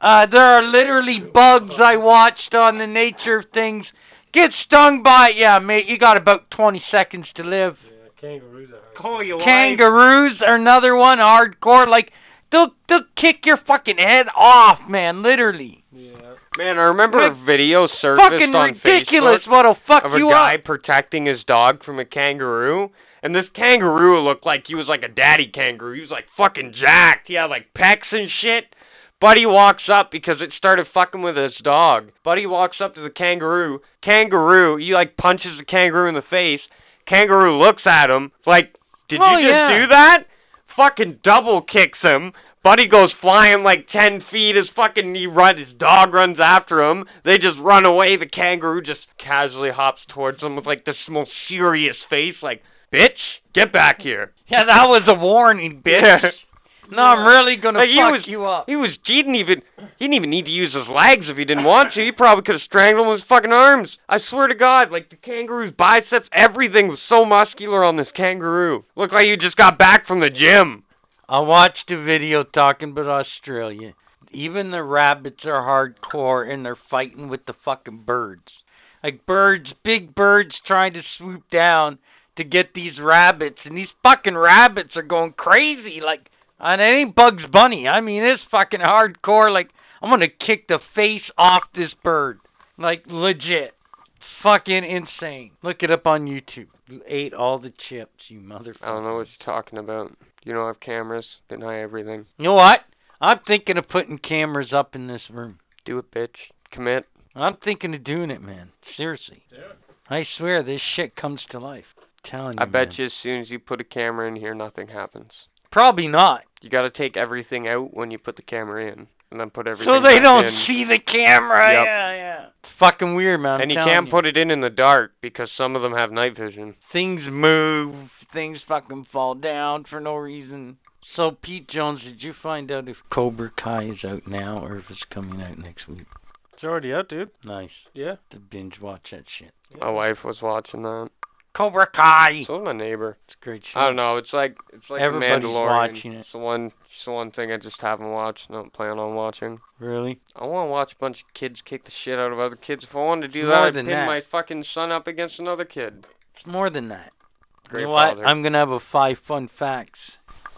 S1: Uh, there are literally bugs I watched on the nature of things. Get stung by it, yeah, mate, you got about 20 seconds to live.
S5: Kangaroos are
S10: Call you
S1: Kangaroos are another one, hardcore, like, they'll, they'll kick your fucking head off, man, literally.
S5: Yeah.
S4: Man, I remember
S1: Like,
S4: a video surfaced
S1: Fucking
S4: on
S1: ridiculous
S4: Facebook
S1: what'll fuck
S4: of a
S1: you
S4: guy
S1: up.
S4: protecting his dog from a kangaroo. And this kangaroo looked like he was like a daddy kangaroo. He was like fucking jacked. He had like pecs and shit. Buddy walks up because it started fucking with his dog. Buddy walks up to the kangaroo. Kangaroo, he like punches the kangaroo in the face. Kangaroo looks at him like, "Did
S1: Oh,
S4: you just
S1: yeah.
S4: do that?" Fucking double kicks him. Buddy goes flying like ten feet. His fucking he run, his dog runs after him. They just run away. The kangaroo just casually hops towards him with like this most serious face, like, "Bitch, get back here."
S1: Yeah, that was a warning, bitch.
S4: Yeah.
S1: No, I'm really gonna
S4: Like,
S1: fuck
S4: he was-
S1: you up.
S4: He was he didn't even he didn't even need to use his legs if he didn't want to. He probably could have strangled him with his fucking arms. I swear to God, like the kangaroo's biceps, everything was so muscular on this kangaroo. Looked like you just got back from the gym.
S1: I watched a video talking about Australia. Even the rabbits are hardcore and they're fighting with the fucking birds. Like birds, big birds trying to swoop down to get these rabbits and these fucking rabbits are going crazy like and it ain't Bugs Bunny. I mean it's fucking hardcore like I'm gonna kick the face off this bird. Like legit. Fucking insane. Look it up on YouTube. You ate all the chips, you motherfucker.
S4: I don't know what you're talking about. You don't have cameras. Deny everything.
S1: You know what? I'm thinking of putting cameras up in this room.
S4: Do it, bitch. Commit.
S1: I'm thinking of doing it, man. Seriously. I swear this shit comes to life. I'm telling you.
S4: I bet
S1: man.
S4: you as soon as you put a camera in here, nothing happens.
S1: Probably not.
S4: You got to take everything out when you put the camera in, and then put everything.
S1: So they
S4: back
S1: don't
S4: in.
S1: see the camera.
S4: Yep.
S1: Yeah, yeah. It's fucking weird, man. I'm
S4: and you
S1: telling
S4: can't put it in in the dark because some of them have night vision.
S1: things move, things fucking fall down for no reason. So Pete Jones, did you find out if Cobra Kai is out now or if it's coming out next week?
S5: It's already out, dude.
S1: Nice
S5: Yeah.
S1: to binge watch that shit.
S4: My wife was watching that.
S1: Cobra Kai.
S4: So was my neighbor.
S1: It's a great shit.
S4: I don't know. It's like it's like The
S1: Everybody's
S4: Mandalorian.
S1: watching it.
S4: It's the one it's the one thing I just haven't watched. and Don't plan on watching.
S1: Really?
S4: I want to watch a bunch of kids kick the shit out of other kids. If I wanted to do
S1: It's
S4: that,
S1: more
S4: I'd
S1: than
S4: pin
S1: that.
S4: my fucking son up against another kid.
S1: It's more than that. You
S4: Great
S1: know what?
S4: father.
S1: I'm gonna have a five fun facts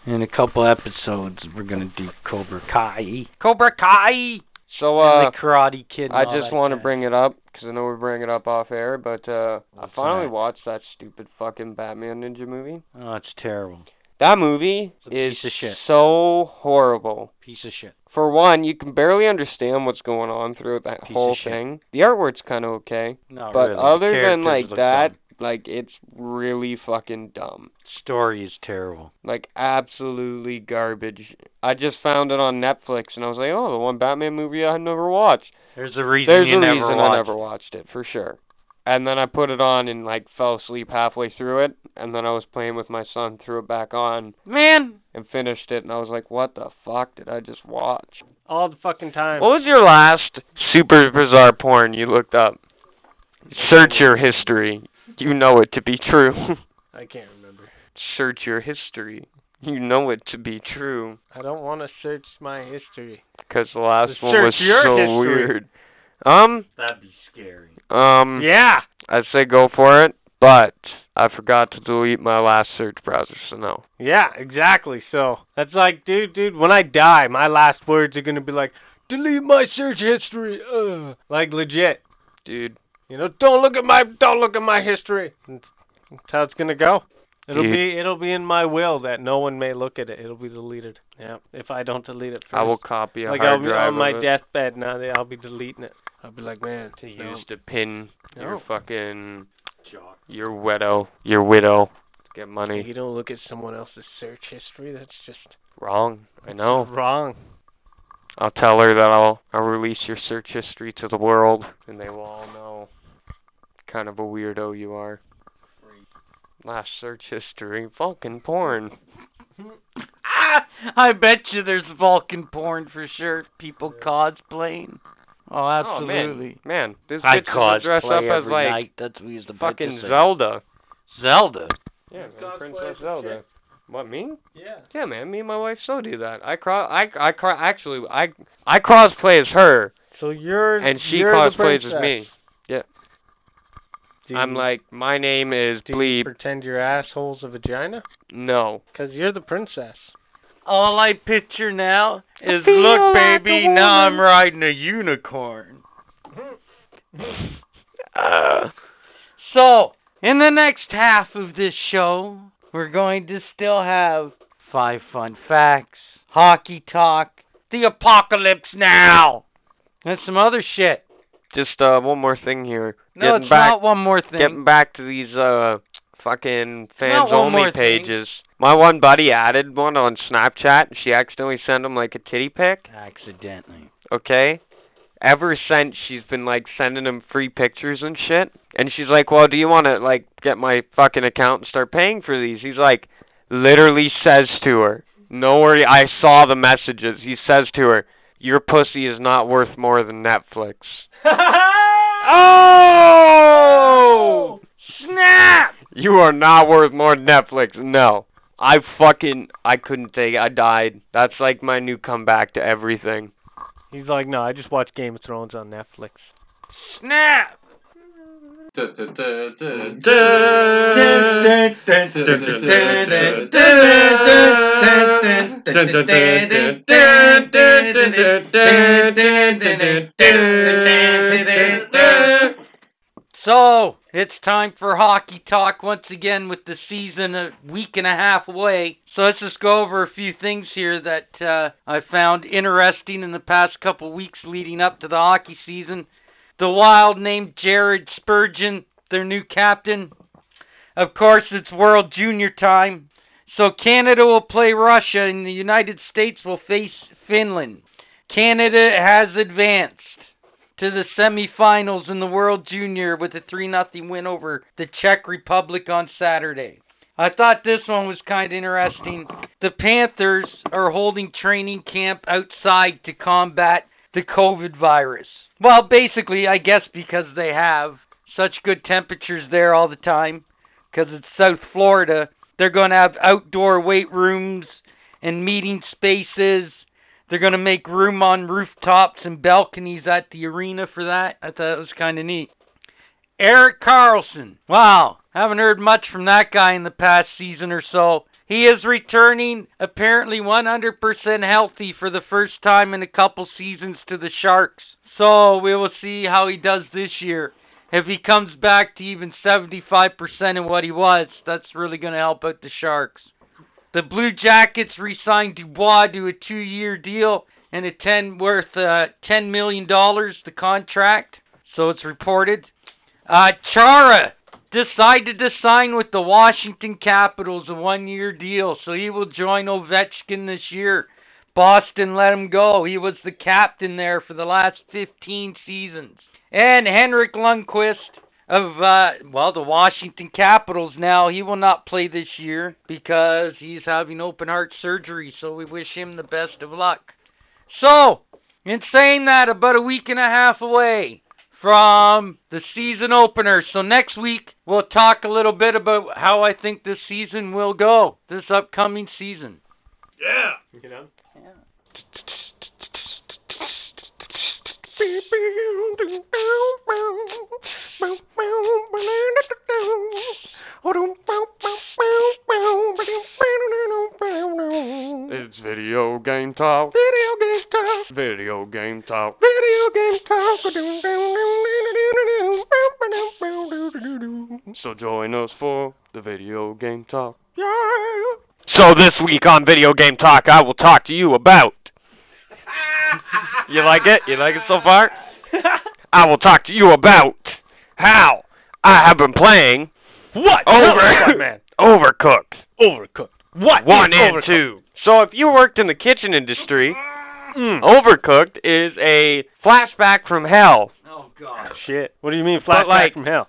S1: in a couple episodes. We're gonna do Cobra Kai. Cobra Kai.
S4: So
S1: and
S4: uh,
S1: the Karate Kid. and
S4: I
S1: all
S4: just
S1: that
S4: want to
S1: jazz. Oh,
S4: bring it up because I know we're bringing it up off air, but uh, I
S1: What's
S4: finally
S1: that?
S4: watched that stupid fucking Batman Ninja movie.
S1: Oh, it's terrible.
S4: That movie
S1: It's a
S4: is
S1: piece of shit.
S4: so horrible.
S1: Piece of shit.
S4: For one, you can barely understand what's going on throughout that
S1: Piece of
S4: whole
S1: shit.
S4: thing. The artwork's kind of okay,
S1: Not
S4: but
S1: really.
S4: other than
S1: Characters
S4: like
S1: look
S4: that,
S1: dumb.
S4: like it's really fucking dumb.
S1: story is terrible.
S4: Like absolutely garbage. I just found it on Netflix and I was like, "Oh, the one Batman movie I had never watched."
S1: There's a reason
S4: There's
S1: you
S4: a
S1: never
S4: reason
S1: watch.
S4: I never watched it for sure. And then I put it on and like fell asleep halfway through it, and then I was playing with my son, threw it back on
S1: Man,
S4: and finished it, and I was like, "What the fuck did I just watch?"
S5: all the fucking time.
S4: What was your last super bizarre porn you looked up? Search your history. You know it to be true.
S5: I can't remember.
S4: Search your history. You know it to be true.
S5: I don't want to search my history.
S4: Because the last
S1: Search
S4: one was
S1: your
S4: so
S1: history.
S4: weird. Um,
S1: that'd be scary.
S4: um,
S5: Yeah.
S4: I'd say go for it, but I forgot to delete my last search browser, so no.
S5: Yeah, exactly. So that's like, dude, dude. When I die, my last words are gonna be like, delete my search history. Ugh. Like legit.
S4: Dude,
S5: You know, don't look at my, don't look at my history. That's that's how it's gonna go. It'll
S4: Dude.
S5: be, it'll be in my will that no one may look at it. It'll be deleted. Yeah. If I don't delete it first.
S4: I will copy a
S5: like
S4: hard
S5: I'll be
S4: drive
S5: on my
S4: of it
S5: deathbed now. They, I'll be deleting it. I'll be like, man,
S4: to
S5: no.
S4: use to pin your
S5: No.
S4: fucking
S10: Jock.
S4: your widow, your widow, to get money.
S5: You don't look at someone else's search history. That's just
S4: Wrong, I know.
S5: wrong.
S4: I'll tell her that I'll I'll release your search history to the world, and they will all know kind of a weirdo you are. Last search history, Vulcan porn.
S1: Ah, I bet you there's Vulcan porn for sure. People cosplaying. Oh, absolutely.
S4: Oh, man, man, this
S1: I
S4: bitch will dress
S1: cosplay
S4: up as
S1: every
S4: like
S1: night. That's what we used to bet
S4: fucking
S1: this
S4: Zelda.
S1: thing. Zelda.
S4: Yeah,
S5: You
S4: man,
S5: cosplay
S4: Princess
S5: as a
S4: Zelda. What me?
S5: Yeah.
S4: Yeah, man, me and my wife so do that. I cro- I I cro- actually I I crossplay as her,
S5: So you're
S4: and she
S5: you're the
S4: crossplays as
S5: princess.
S4: me.
S5: Do
S4: I'm
S5: you-
S4: like, my name is
S5: do you
S4: Bleep.
S5: pretend your asshole's a vagina?
S4: No.
S5: Cause you're the princess.
S1: All I picture now is
S4: feel
S1: look,
S4: like a
S1: baby, now I'm
S4: woman."
S1: riding a unicorn.
S4: Uh,
S1: So, in the next half of this show, we're going to still have five fun facts, hockey talk, the apocalypse now, and some other shit.
S4: just uh, one more thing here.
S1: No,
S4: Getting
S1: it's
S4: back,
S1: not one more thing.
S4: Getting back to these uh fucking fans
S1: not one
S4: only
S1: more thing.
S4: pages. My one buddy added one on Snapchat. and She accidentally sent him like a titty pic.
S1: Accidentally.
S4: okay? Ever since she's been like sending him free pictures and shit, and she's like, "Well, do you want to like get my fucking account and start paying for these?" He's like, literally says to her, "No worry, I saw the messages." He says to her, "Your pussy is not worth more than Netflix." oh!
S1: Snap!
S4: You are not worth more than Netflix. No. I fucking I couldn't take it. I died. That's like my new comeback to everything.
S5: He's like, no, I just watch Game of Thrones on Netflix.
S1: Snap! So, it's time for hockey talk once again with the season a week and a half away. So, let's just go over a few things here that uh, I found interesting in the past couple weeks leading up to the hockey season. The Wild named Jared Spurgeon their new captain. Of course, it's World Junior time. So, Canada will play Russia and the United States will face Finland. Canada has advanced to the semifinals in the World Junior with a 3 0 win over the Czech Republic on Saturday. I thought this one was kind of interesting. The Panthers are holding training camp outside to combat the COVID virus. Well, basically, I guess because they have such good temperatures there all the time, because it's South Florida, they're going to have outdoor weight rooms and meeting spaces they're going to make room on rooftops and balconies at the arena for that. I thought it was kind of neat. Eric Carlson. Wow. Haven't heard much from that guy in the past season or so. He is returning apparently 100% healthy for the first time in a couple seasons to the Sharks. So we will see how he does this year. If he comes back to even 75% of what he was, that's really going to help out the Sharks. The Blue Jackets re-signed Dubois to a two-year deal and a ten worth uh, ten million dollars the contract, so it's reported. Uh, Chara decided to sign with the Washington Capitals a one-year deal, so he will join Ovechkin this year. Boston let him go. He was the captain there for the last 15 seasons. And Henrik Lundqvist of uh, well the Washington Capitals now. He will not play this year because he's having open heart surgery, so we wish him the best of luck. So, in saying that, about a week and a half away from the season opener. So next week we'll talk a little bit about how I think this season will go, this upcoming season.
S10: Yeah. You know.
S4: It's video game talk.
S5: Video game talk.
S4: Video game talk.
S5: Video game talk.
S4: So join us for the video game talk.
S5: Yeah.
S4: So this week on Video Game Talk, I will talk to you about. You like it? You like it so far? I will talk to you about how I have been playing
S5: What?
S4: Over- Overcooked
S5: Overcooked.
S4: What? One and two. So if you worked in the kitchen industry,
S5: Mm.
S4: Oh. Overcooked is a flashback from hell.
S1: Oh God.
S5: Shit. What do you mean
S4: But,
S5: flashback
S4: like-
S5: from hell?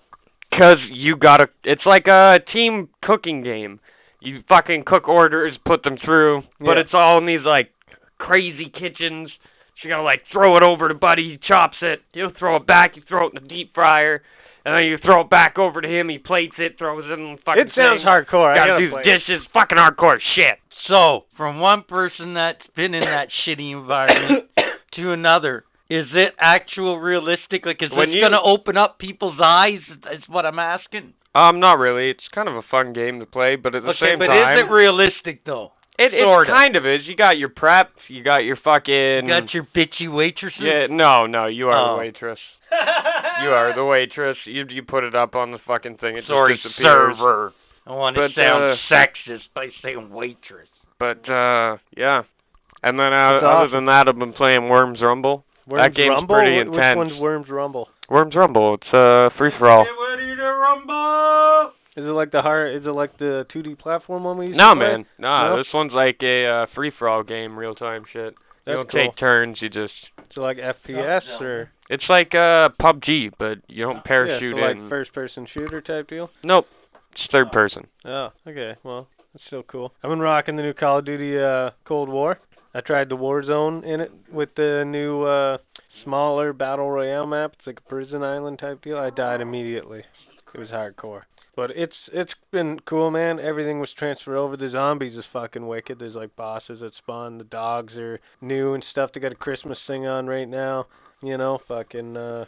S4: Cause you gotta, it's like a team cooking game. You fucking cook orders, put them through, but
S5: Yeah.
S4: it's all in these like crazy kitchens. So you gotta like throw it over to Buddy, he chops it. He'll throw it back, you throw it in the deep fryer, and then you throw it back over to him. He plates it, throws it in the fucking.
S5: It sounds
S4: thing.
S5: hardcore. I
S4: Gotta
S5: gotta
S4: do
S5: play it.
S4: dishes, fucking hardcore shit.
S1: So, from one person that's been in that shitty environment to another, is it actual realistic? Like, is
S4: When
S1: this
S4: you-
S1: gonna open up people's eyes? Is what I'm asking.
S4: Um, not really. It's kind of a fun game to play, but at the
S1: okay,
S4: same
S1: but
S4: time,
S1: is it realistic though?
S4: it, it
S1: sorta?
S4: kind of is. You got your prep, you got your fucking.
S1: You got your bitchy waitresses.
S4: yeah, no, no, you are
S1: Oh.
S4: the waitress. You are the waitress. You you put it up on the fucking thing. It just
S1: Sorry,
S4: disappears.
S1: server. I want to
S4: But,
S1: sound
S4: uh,
S1: sexist by saying waitress.
S4: But uh, yeah. And then uh,
S5: That's
S4: other
S5: awesome.
S4: than that, I've been playing Worms Rumble.
S5: Worms
S4: game's
S5: Rumble?
S4: pretty
S5: Wh- Which
S4: intense.
S5: one's Worms Rumble?
S4: Worms Rumble. It's uh, a free for all.
S5: Is it like the hard? Is it like the 2D platform one we used to
S4: No
S5: play?
S4: man, nah.
S5: No?
S4: This one's like a uh, free for all game, real time shit. you
S5: That's
S4: don't
S5: cool.
S4: take turns. You just.
S5: So like FPS or
S4: It's like uh PUBG, but you don't
S5: yeah,
S4: parachute
S5: so like
S4: in.
S5: first person shooter type deal.
S4: Nope. It's third person.
S5: Oh, okay. Well, that's still cool. I've been rocking the new Call of Duty uh Cold War. I tried the Warzone in it with the new uh smaller battle royale map. It's like a prison island type deal. I died immediately. It was hardcore. But it's it's been cool, man. Everything was transferred over. The zombies is fucking wicked. There's like bosses that spawn. The dogs are new and stuff. They got a Christmas thing on right now. You know, fucking uh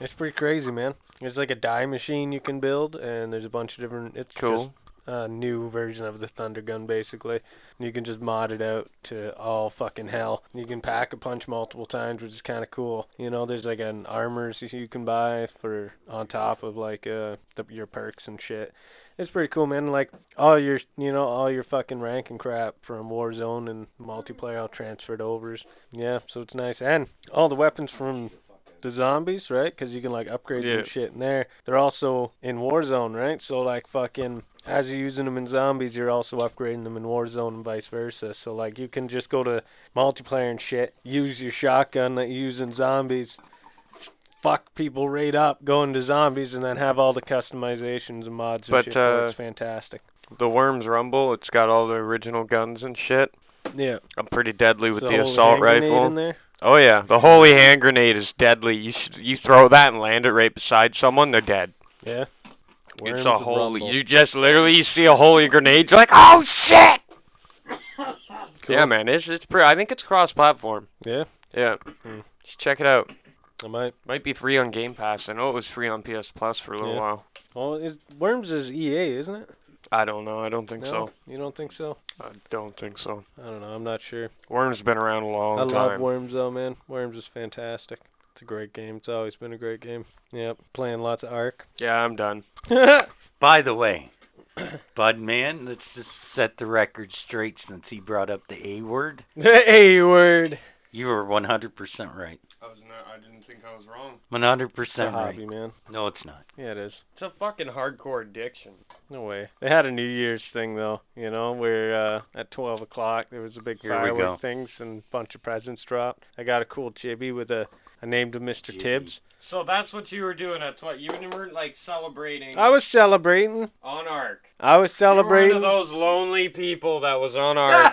S5: It's pretty crazy, man. There's like a dye machine you can build and there's a bunch of different it's just
S4: Cool.
S5: a new version of the Thunder Gun, basically. And you can just mod it out to all fucking hell. You can pack a punch multiple times, which is kind of cool. You know, there's like an armors you- you can buy for on top of like uh the, your perks and shit. It's pretty cool, man. Like all your, you know, all your fucking rank and crap from Warzone and multiplayer all transferred overs. Yeah, so it's nice, and all the weapons from the zombies, right? Because you can like upgrade
S4: Yeah.
S5: them shit in there. They're also in Warzone, right? So like fucking as you're using them in zombies, you're also upgrading them in Warzone and vice versa. So like you can just go to multiplayer and shit, use your shotgun that you use in zombies, fuck people right up going to zombies, and then have all the customizations and mods and
S4: But,
S5: shit. so
S4: uh,
S5: it's fantastic.
S4: The Worms Rumble, it's got all the original guns and shit.
S5: Yeah,
S4: I'm pretty deadly with
S5: the,
S4: the,
S5: whole
S4: assault
S5: hand grenade
S4: rifle.
S5: in there.
S4: Oh yeah, the holy hand grenade is deadly. You should, you throw that and land it right beside someone, they're dead.
S5: Yeah.
S4: it's
S5: Worms
S4: a holy.
S5: rumble.
S4: You just literally you see a holy grenade, you're like, oh shit! Yeah, man, it's it's pretty. I think it's cross platform.
S5: Yeah,
S4: Yeah,
S5: Hmm.
S4: just check it out.
S5: I might.
S4: Might be free on Game Pass. I know it was free on PS Plus for a little
S5: Yeah.
S4: while.
S5: Well, is, Worms is EA, E isn't it?
S4: I don't know. I don't think
S5: no, you don't think so?
S4: so. I don't think so.
S5: I don't know. I'm not sure.
S4: Worm's been around a long
S5: I
S4: time.
S5: love Worms though, man. Worms is fantastic. It's a great game. It's always been a great game. Yep, playing lots of Ark.
S4: Yeah, I'm done.
S1: By the way, Budman, let's just set the record straight since he brought up the A word.
S5: hey, word.
S1: You were 100% right.
S4: I was not. I didn't think I was wrong.
S1: 100%
S5: It's a
S1: right.
S5: hobby, man.
S1: No, it's not.
S5: Yeah, it is.
S4: It's a fucking hardcore addiction.
S5: No way. They had a New Year's thing though, you know, where uh at twelve o'clock there was a big
S1: Here we
S5: firework
S1: go.
S5: things and a bunch of presents dropped. I got a cool jibby with a I named him Mr.
S1: Jibby.
S5: Tibbs.
S10: So that's what you were doing. That's what you were like celebrating
S5: I was celebrating.
S10: on Arc.
S5: I was
S10: You
S5: celebrating.
S10: were one of those lonely people that was on Arc.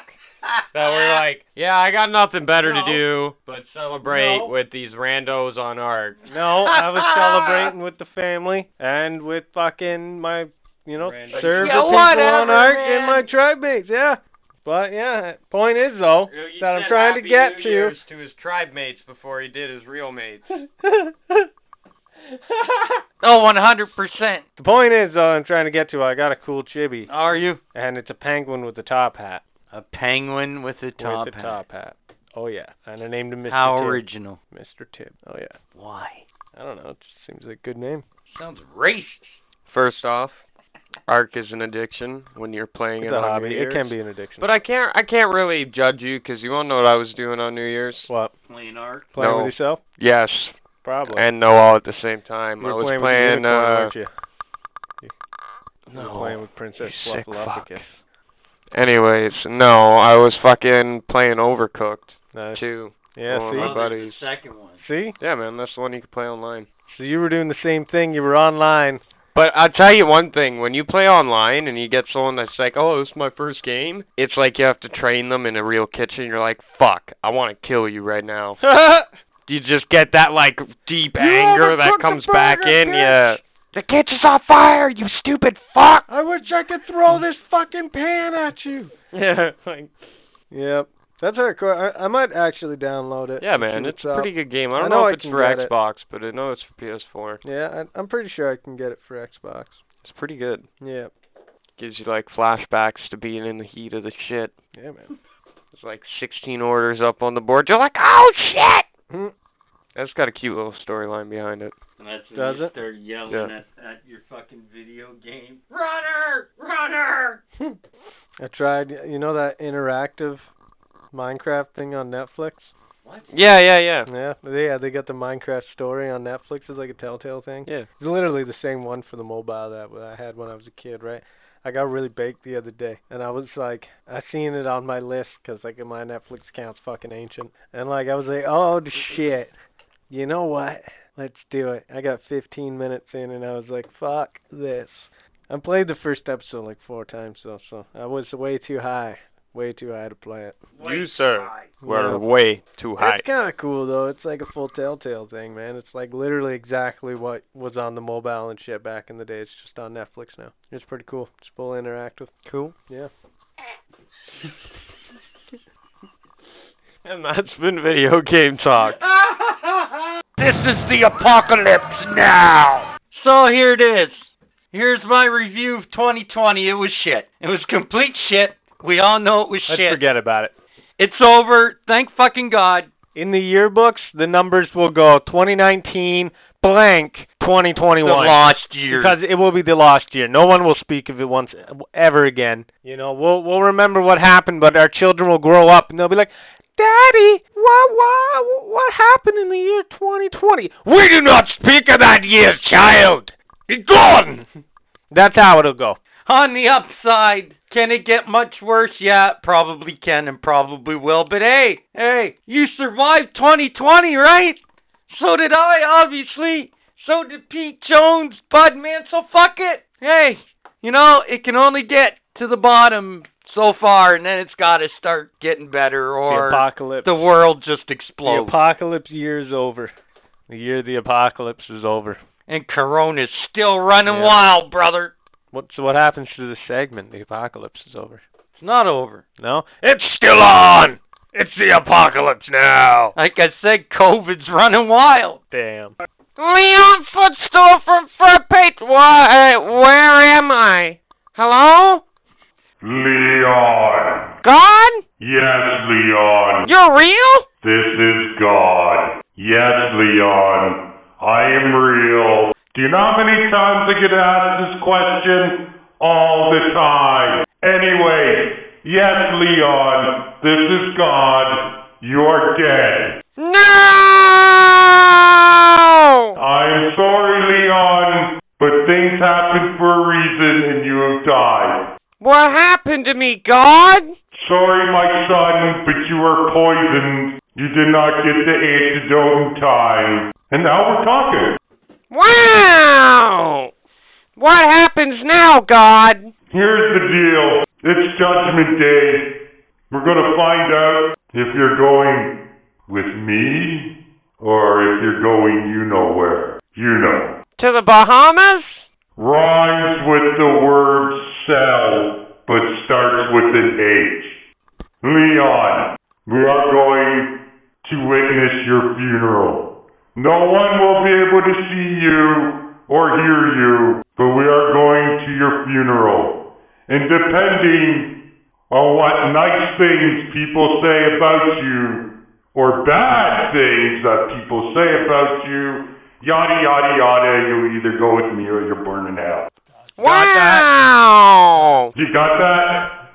S10: that were like, yeah, I got nothing better
S1: No.
S10: to do but celebrate
S1: No.
S10: with these randos on Arc.
S5: No, I was celebrating with the family and with fucking my, you know,
S10: Random.
S5: serve
S1: Yeah,
S5: the people on
S1: whatever,
S5: Ark
S1: man.
S5: and my tribe mates. Yeah. But yeah, point is though
S10: You know, you
S5: that I'm
S10: said
S5: trying
S10: Happy
S5: to get
S10: New
S5: to.
S10: Year's to his tribe mates before he did his real mates.
S1: Oh, 100%.
S5: The point is though, I'm trying to get to. I got a cool chibi.
S1: Are you?
S5: and it's a penguin with a top hat.
S1: A penguin with a top
S5: with a
S1: hat.
S5: top hat. Oh yeah, and I named him Mr.
S1: How
S5: Tibb.
S1: original.
S5: Mr. Tibb. Oh yeah.
S1: Why?
S5: I don't know. It just seems like a good name.
S1: Sounds racist.
S4: First off, arc is an addiction when you're playing
S5: It's
S4: it
S5: a
S4: on
S5: hobby.
S4: New
S5: It
S4: Year's.
S5: can be an addiction.
S4: But I can't. I can't really judge you because you won't know what I was doing on New Year's.
S5: what?
S1: Plain art.
S5: Playing
S4: No.
S5: with yourself?
S4: Yes,
S5: Probably.
S4: and no, all at the same time.
S5: you were
S4: I was
S5: playing,
S4: playing.
S5: with the unicorn, weren't
S4: uh,
S5: you? You were
S4: no,
S5: playing with Princess
S4: you sick fuck.
S5: Fluffalopicus.
S4: Anyways, no, I was fucking playing Overcooked
S5: Nice.
S4: too.
S5: Yeah.
S4: Oh,
S5: See.
S4: my buddies.
S1: Second one.
S5: See.
S4: Yeah, man, that's the one you can play online.
S5: So you were doing the same thing. You were online.
S4: But I'll tell you one thing: when you play online and you get someone that's like, "Oh, this is my first game," it's like you have to train them in a real kitchen. You're like, "Fuck, I want to kill you right now." you just get that like deep anger that comes back in Yeah, The kitchen's on fire, you stupid fuck.
S5: I wish I could throw this fucking pan at you.
S4: Yeah, like,
S5: Yep. That's our. co- I, I might actually download it.
S4: yeah,
S5: See
S4: man,
S5: what's
S4: it's
S5: up.
S4: a pretty good game. I
S5: I
S4: don't
S5: know
S4: know,
S5: I
S4: if it's
S5: can
S4: for
S5: get it.
S4: Xbox, but I know it's for PS4.
S5: Yeah, I, I'm pretty sure I can get it for Xbox.
S4: It's pretty good.
S5: Yeah.
S4: Gives you like flashbacks to being in the heat of the shit.
S5: Yeah, man.
S4: It's like 16 orders up on the board. You're like, oh shit!
S5: Hmm.
S4: That's got a cute little storyline behind it.
S1: And that's when
S5: Does
S1: you
S5: it?
S1: start yelling
S4: Yeah.
S1: at, at your fucking video game. Runner! Runner!
S5: Hmm. I tried, you know that interactive Minecraft thing on Netflix?
S1: What?
S4: Yeah, yeah, yeah.
S5: Yeah, they yeah, they got the Minecraft story on Netflix as like a telltale thing.
S4: Yeah.
S5: It's literally the same one for the mobile that I had when I was a kid, right? I got really baked the other day, and I was like, I seen it on my list 'cause like my Netflix account's fucking ancient, and like I was like, oh shit, you know what? Let's do it. I got 15 minutes in, and I was like, fuck this. I played the first episode like four times though, so I was way too high, way too high to play it.
S4: You, sir,
S5: Yeah.
S4: were way too high.
S5: It's kind of cool though. It's like a full Telltale thing, man. It's like literally exactly what was on the mobile and shit back in the day. It's just on Netflix now. It's pretty cool. It's full interactive. Cool. Yeah.
S4: And that's been video game talk.
S1: This is the apocalypse now! So here it is. Here's my review of 2020. It was shit. It was complete shit. We all know it was
S4: Let's
S1: shit.
S4: forget about it.
S1: It's over. Thank fucking God.
S5: In the yearbooks, the numbers will go 2019 blank
S1: The
S5: 2021
S1: lost year.
S5: because it will be the lost year. No one will speak of it once ever again. You know, we'll we'll remember what happened, but our children will grow up and they'll be like, "Daddy, what what what happened in the year 2020?"
S4: We do not speak of that year, child. Be gone.
S5: That's how it'll go.
S1: On the upside, can it get much worse? Yeah, it probably can and probably will. But hey, hey, you survived 2020, right? So did I, obviously. So did Pete Jones, Bud Man. So fuck it. Hey, you know it can only get to the bottom so far, and then it's got to start getting better,
S5: the
S1: or
S5: apocalypse.
S1: the world just
S5: The
S1: explodes.
S5: apocalypse year is over. The year of the apocalypse is over.
S1: and Corona's still running
S5: Yeah.
S1: wild, brother.
S5: What so what happens to this segment? The apocalypse is over.
S1: It's not over.
S5: No?
S4: It's still on. It's the apocalypse now.
S1: Like I said, COVID's running wild.
S5: Damn.
S4: Leon Footstool from Front Page. Why, where am I?
S11: Hello?
S3: Leon!
S11: God?
S3: Yes, Leon!
S11: You're real?
S3: This is God. Yes, Leon. I am real. Do you know how many times I get asked this question? All the time. Anyway, yes, Leon. This is God. You're dead.
S11: No!
S3: I'm sorry, Leon, but things happen for a reason and you have died.
S11: What happened to me, God?
S3: Sorry, my son, but you are poisoned. You did not get the antidote in time. And now we're talking.
S11: Wow! What happens now, God?
S3: Here's the deal. It's Judgment Day. We're gonna find out if you're going with me or if you're going you know where. You know.
S11: To the Bahamas?
S3: Rhymes with the word cell, but starts with an H. Leon, we are going to witness your funeral. No one will be able to see you or hear you, but we are going to your funeral. And depending on what nice things people say about you, or bad things that people say about you, yada yada yada, you either go with me or you're burning hell.
S11: Wow!
S3: You got that?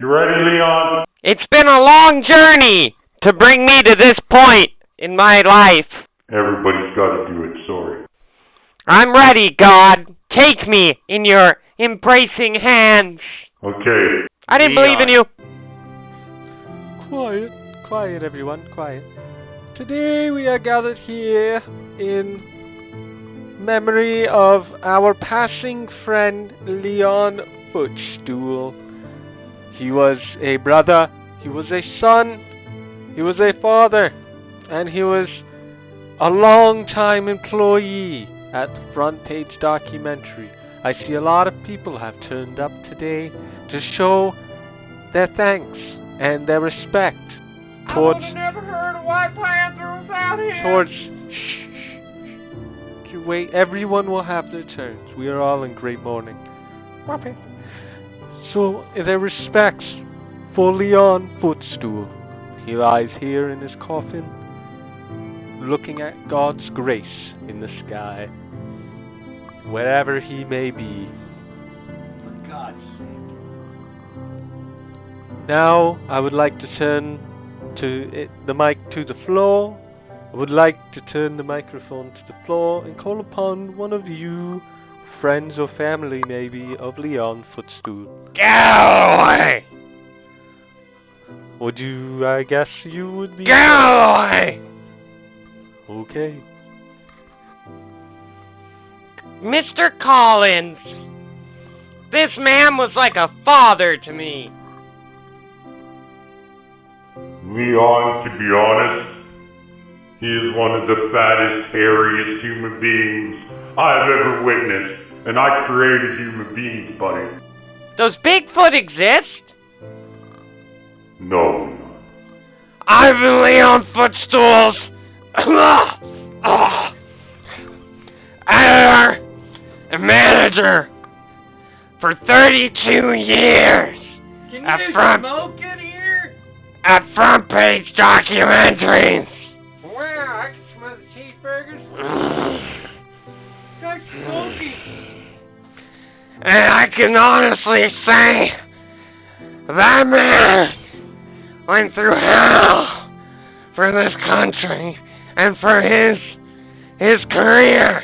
S3: You ready, Leon?
S11: It's been a long journey to bring me to this point in my life.
S3: Everybody's got to do it, sorry.
S11: I'm ready, God. Take me in your embracing hands.
S3: Okay.
S11: I didn't believe in you.
S8: Quiet, quiet, everyone, quiet. Today we are gathered here in memory of our passing friend Leon Footstool. He was a brother, he was a son, he was a father, and he was a long time employee at Front Page Documentary. I see a lot of people have turned up today to show their thanks and their respect towards towards shh, shh, shh. You wait everyone will have their turns we are all in great mourning okay so their respects for leon footstool he lies here in his coffin looking at god's grace in the sky wherever he may be Now I would like to turn to it, the mic to the floor. I would like to turn the microphone to the floor and call upon one of you, friends or family maybe, of Leon Footstool. Would you? I guess you would be. Okay.
S11: Mr. Collins, this man was like a father to me.
S3: Leon, to be honest, he is one of the fattest, hairiest human beings I've ever witnessed. And I created human beings, buddy.
S11: Does Bigfoot exist?
S3: No, Leon.
S11: I've been laying on footstools. Ah, Ugh. Editor and manager for 32 years. Can you at front, smoke in here? At front page documentaries. Wow, I can smell the cheeseburgers. That's smoky. And I can honestly say that man went through hell for this country and for his his career.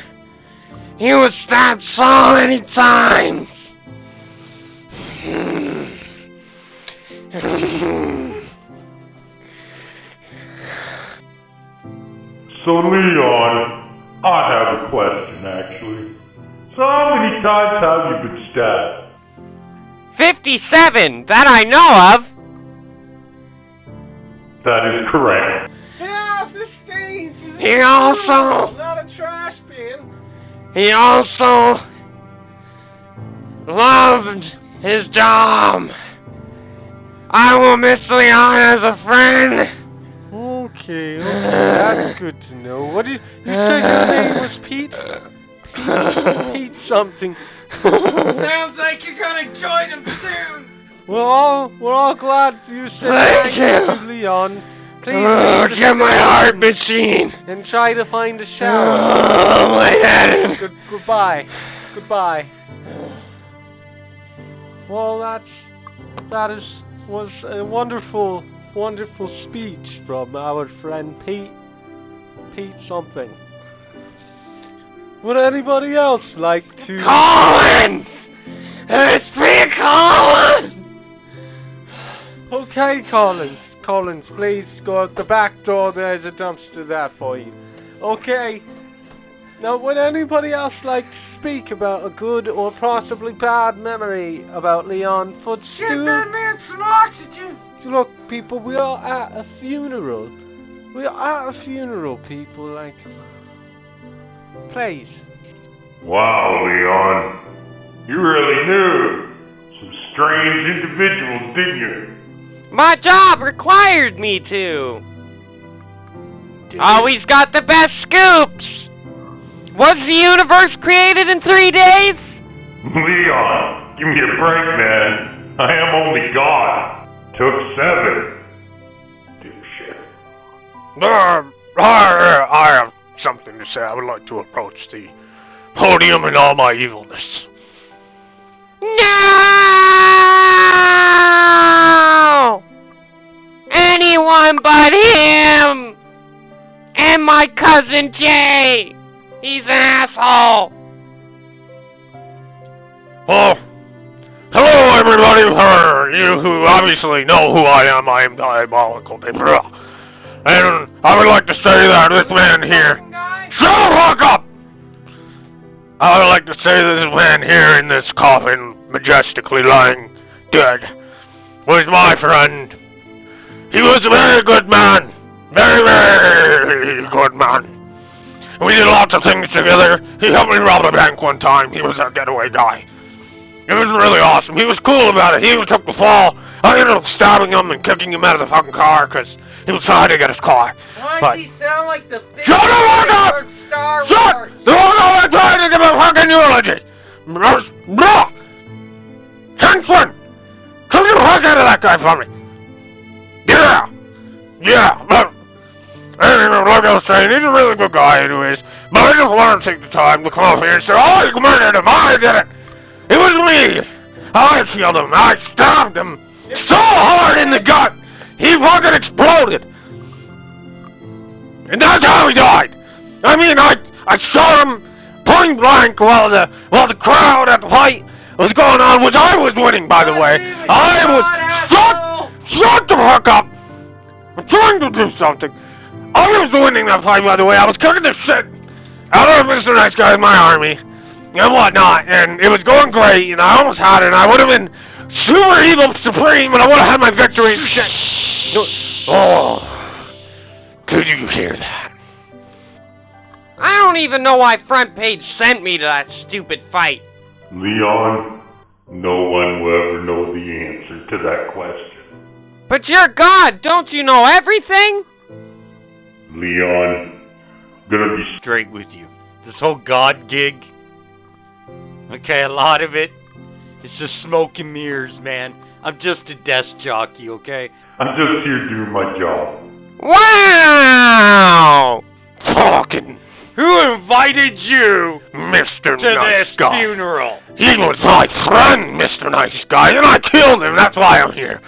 S11: He was stabbed so many times. Hmm.
S3: So, Leon, I have a question, actually. So, how many times have you been stabbed?
S11: 57 that I know of.
S3: That is correct.
S11: He also not a trash bin. He also loved his job. I will miss Leon as a friend.
S8: Okay, okay, that's good to know. What did you said your name was Pete? Pete something.
S10: Sounds like you're gonna join him soon.
S8: We're all we're all glad you said
S12: Thank
S8: thank you, Leon. Please
S12: Oh,
S8: leave us
S12: get my
S8: alone
S12: heart machine.
S8: and try to find a shower.
S12: Oh, my head.
S8: Good, goodbye. Goodbye. Well, that's that is was a wonderful, wonderful speech from our friend Pete. Pete something. Would anybody else like to?
S12: Collins! It's Pete Collins!
S8: Okay, Collins. Collins, please go out the back door. There's a dumpster there for you. Okay. Now, would anybody else like to speak about a good or possibly bad memory about Leon
S10: Give
S8: Footstool?
S10: that man some oxygen.
S8: Look, people, we are at a funeral. We are at a funeral, people. Like, please.
S3: Wow, Leon. You really knew some strange individuals, didn't you?
S11: My job required me to. Always got the best scoops. Was the universe created in three days?
S3: Leon, give me a break, man. I am only God. Took seven. Dipshit.
S2: I have something to say. I would like to approach the podium in all my evilness.
S11: No! Anyone but him! And my cousin Jay! He's an asshole!
S2: Well, Oh. hello everybody, for you who obviously know who I am, I am Diabolical Dipper. And I would like to say that this man here... Shut the fuck up! I would like to say that this man here in this coffin, majestically lying dead, was my friend. He was a very good man. Very, very good man. We did lots of things together. He helped me rob a bank one time. He was a getaway guy. It was really awesome. He was cool about it. He even took the fall. I ended up stabbing him and kicking him out of the fucking car because he was trying to get his car.
S10: Why
S2: But-
S10: does he sound like the thing
S2: Shut the fuck up!
S10: from Star
S2: Shut!
S10: Wars?
S2: There was no one trying to give a fucking eulogy! Bruh, bruh. Henson! Come the fuck out of that guy for me! Yeah! Yeah, but... Anyway, like I was saying, he's a really good guy anyways, but I just wanted to take the time to come up here and say, Oh, you murdered him! I did it! It was me! I killed him! I stabbed him! So hard in the gut! He fucking exploded! And that's how he died. I mean, I I shot him point blank while the while the crowd at the fight was going on, which I was winning, by the way. I was shut shut the fuck up. I'm trying to do something. I was winning that fight, by the way. I was kicking the shit out of Mr. Nice Guy in my army and whatnot, and it was going great, and I almost had it, and I would have been super evil supreme, and I would have had my victory. and Shit. Oh. Could you hear that?
S11: I don't even know why Front Page sent me to that stupid fight.
S3: Leon, no one will ever know the answer to that question.
S11: But you're God, don't you know everything?
S3: Leon, gonna be
S1: straight with you. This whole God gig, okay, a lot of it is just smoke and mirrors, man. I'm just a desk jockey, okay?
S3: I'm just here doing my job.
S11: Wow!
S2: Fucking
S1: Who invited you
S2: Mr.
S1: to
S2: Nice
S1: this
S2: Guy.
S1: funeral?
S2: He was my friend, Mr. Nice Guy, and I killed him. That's why I'm here.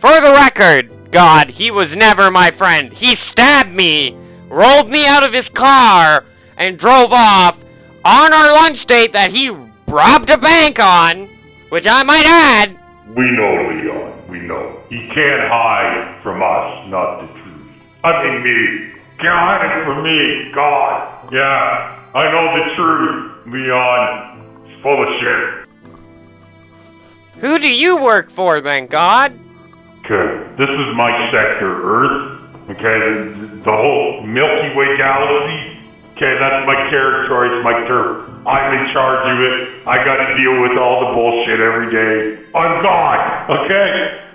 S11: For the record, God, he was never my friend. He stabbed me, rolled me out of his car, and drove off on our lunch date that he robbed a bank on, which I might add.
S3: We know, Leon. We know. He can't hide from us, not the truth. I mean, me. Can't hide it from me. God. Yeah, I know the truth, Leon. It's full of shit.
S11: Who do you work for then, God?
S3: Okay, this is my sector, Earth. Okay, the, the whole Milky Way galaxy. Okay, that's my territory, it's my turf. I'm in charge of it. I gotta deal with all the bullshit every day. I'm God, okay?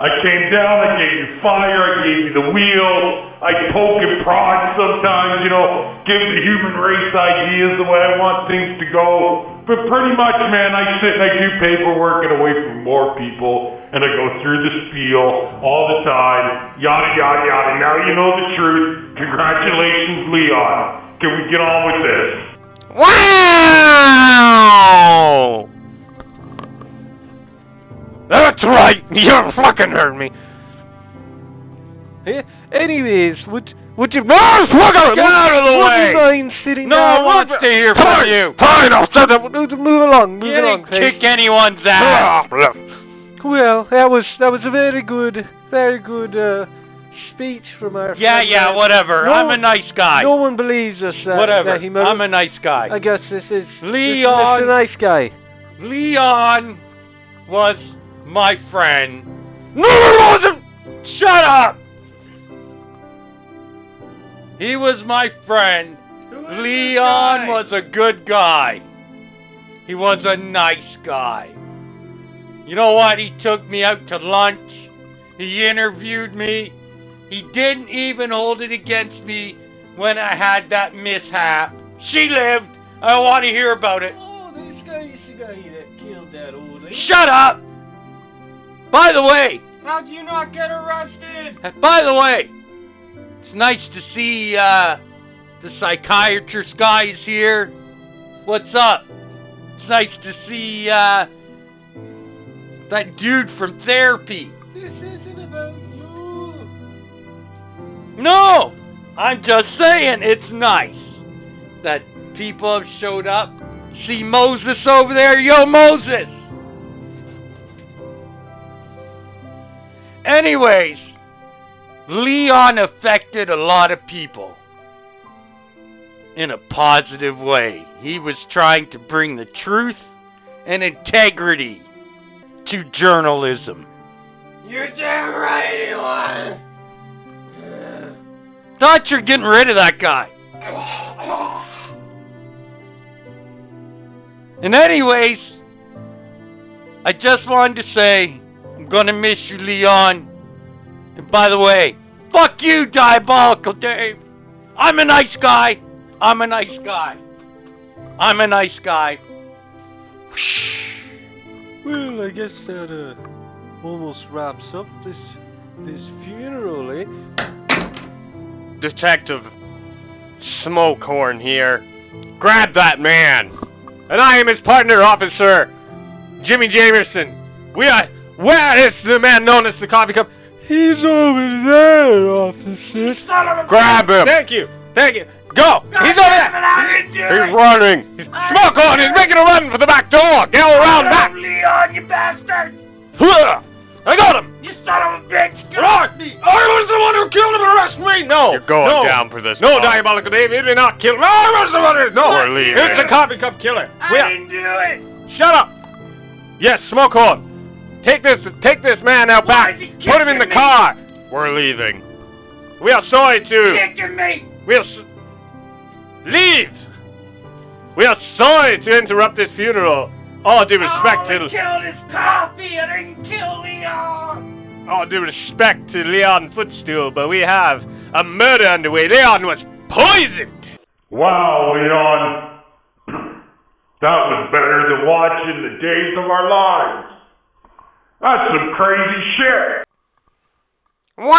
S3: I came down, I gave you fire, I gave you the wheel. I poke and prod sometimes, you know, give the human race ideas the way I want things to go. But pretty much, man, I sit and I do paperwork and away from more people, and I go through the spiel all the time. Yada yada yada. Now you know the truth. Congratulations, Leon. Can we get on with this?
S5: Wow! That's right. You fucking heard me.
S8: Eh, Anyways, would would you
S5: No, fuck out, get out of the
S8: would
S5: way.
S8: you mind sitting
S5: No
S8: down?
S5: one wants to hear from
S8: Fine,
S5: you.
S8: Fine, I'll sit down. Move along, move
S10: You
S8: along.
S10: didn't
S8: thank
S10: kick anyone's ass.
S5: Ah, blah.
S8: Well, that was that was a very good, very good uh, speech from our.
S10: Yeah,
S8: friend
S10: yeah,
S8: there.
S10: whatever.
S8: No-
S10: I'm a nice guy.
S8: No one believes us. That,
S10: whatever.
S8: That he murdered.
S10: I'm a nice guy.
S8: I guess this is this is
S10: Leon.
S8: Mr. Nice Guy.
S10: Leon was my friend.
S5: No, it wasn't.
S10: Shut up! He was my friend. Leon was a good guy. He was a nice guy. You know what? He took me out to lunch. He interviewed me. He didn't even hold it against me when I had that mishap. She lived. I want to hear about it.
S8: Oh, this guy is the guy that killed that old lady.
S10: Shut up! By the way,
S8: How'd you not get arrested?
S10: By the way, it's nice to see uh, the psychiatrist guy is here. What's up? It's nice to see uh, that dude from therapy.
S8: This isn't about you.
S10: No, I'm just saying it's nice that people have showed up. See Moses over there, yo Moses. Anyways, Leon affected a lot of people in a positive way. He was trying to bring the truth and integrity to journalism. Thought you're getting rid of that guy. And anyways, I just wanted to say I'm gonna miss you, Leon. And by the way, fuck you, Diabolical Dave. I'm a nice guy. I'm a nice guy. I'm a nice guy.
S8: Well, I guess that uh, almost wraps up this this funeral, eh?
S2: Detective Smokehorn here. Grab that man. And I am his partner, Officer Jimmy Jamerson. We are. Where is the man known as the coffee cup?
S8: He's over there, officer.
S2: Grab him. Thank you. Thank you. Go. He's over there. He's running. Smokehorn is making a run for the back door. Get around back.
S5: Leon, you bastard!
S2: Huh. I got him.
S5: You son of a bitch!
S2: Rock! I was the one who killed him. Arrest me! No. You're going down for this. No, diabolical Dave. You did not kill him. I was the one who. No.
S5: We're leaving.
S2: It's the coffee cup killer.
S5: I
S2: We are-
S5: didn't do it!
S2: Shut up. Yes, Smokehorn. Take this. Take this man out
S5: Why
S2: back.
S5: is he
S2: Put him in the
S5: kicking me?
S2: car. We're leaving. We are sorry to.
S5: Kicking me!
S2: We are. s- Leave. We are sorry to interrupt this funeral. All due
S11: Oh,
S10: Oh,
S2: respect
S5: I
S2: to.
S5: only killed his coffee! I didn't kill Leon!
S2: all due respect to Leon Footstool, but we have a murder underway. Leon was poisoned.
S3: Wow, Leon. That was better than watching the days of our lives. That's some crazy shit.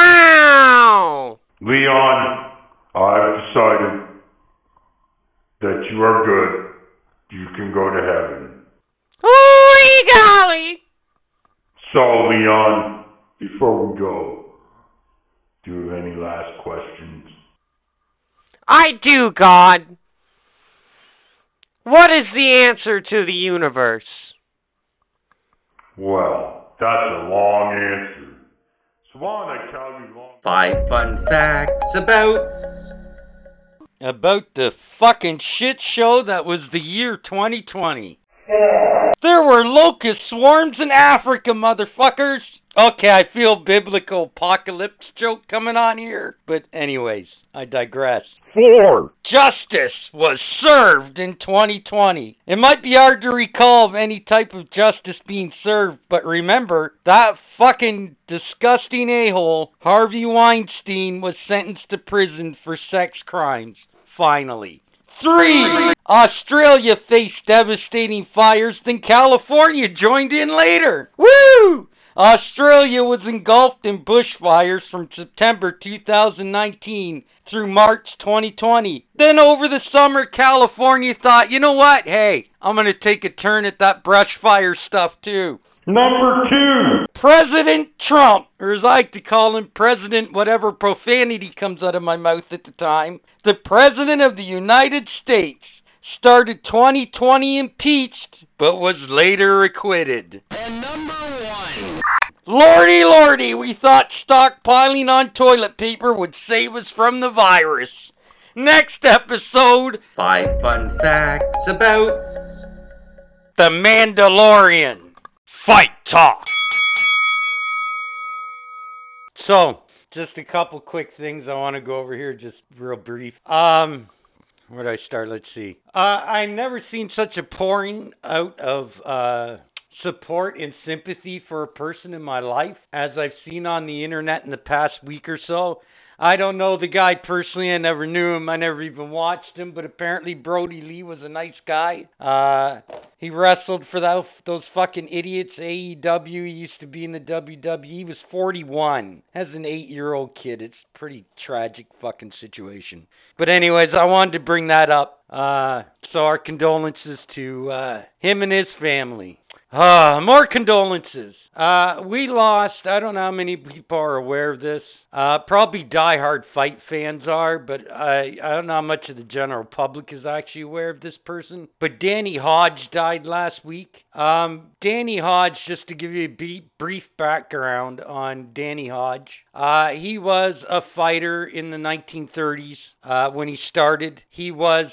S11: Wow!
S3: Leon, I've decided that you are good. You can go to heaven.
S11: Holy golly!
S3: So, Leon, before we go, do you have any last questions?
S11: I do, God. What is the answer to the universe?
S3: Well, that's a long answer. Swan, I tell you, long.
S13: Five fun facts about
S1: about the fucking shit show that was the year 2020. There were locust swarms in Africa, motherfuckers. Okay, I feel biblical apocalypse joke coming on here, but anyways, I digress.
S5: Four!
S1: Justice was served in 2020. It might be hard to recall of any type of justice being served, but remember that fucking disgusting a-hole Harvey Weinstein was sentenced to prison for sex crimes. Finally. Three. Australia faced devastating fires, then California joined in later. Woo! Australia was engulfed in bushfires from September 2019 through March 2020. Then over the summer, California thought, you know what? Hey, I'm going to take a turn at that brush fire stuff too.
S10: Number two.
S1: President Trump, or as I like to call him, President whatever profanity comes out of my mouth at the time, the President of the United States started 2020 impeached, but was later acquitted.
S14: And number one.
S1: Lordy, lordy, we thought stockpiling on toilet paper would save us from the virus. Next episode
S14: Five fun facts about.
S1: The Mandalorian.
S15: Fight talk.
S1: So, just a couple quick things I want to go over here, just real brief. Um, where do I start? Let's see. Uh, I've never seen such a pouring out of uh, support and sympathy for a person in my life as I've seen on the internet in the past week or so. I don't know the guy personally. I never knew him. I never even watched him. But apparently, Brody Lee was a nice guy. Uh, he wrestled for those those fucking idiots. AEW. He used to be in the WWE. He was 41 as an eight-year-old kid. It's pretty tragic fucking situation. But anyways, I wanted to bring that up. Uh, so our condolences to uh, him and his family. Uh, more condolences. Uh, we lost. I don't know how many people are aware of this. Uh, probably diehard fight fans are, but I I don't know how much of the general public is actually aware of this person. But Danny Hodge died last week. Um, Danny Hodge, just to give you a b- brief background on Danny Hodge, uh, he was a fighter in the 1930s. Uh, when he started. He was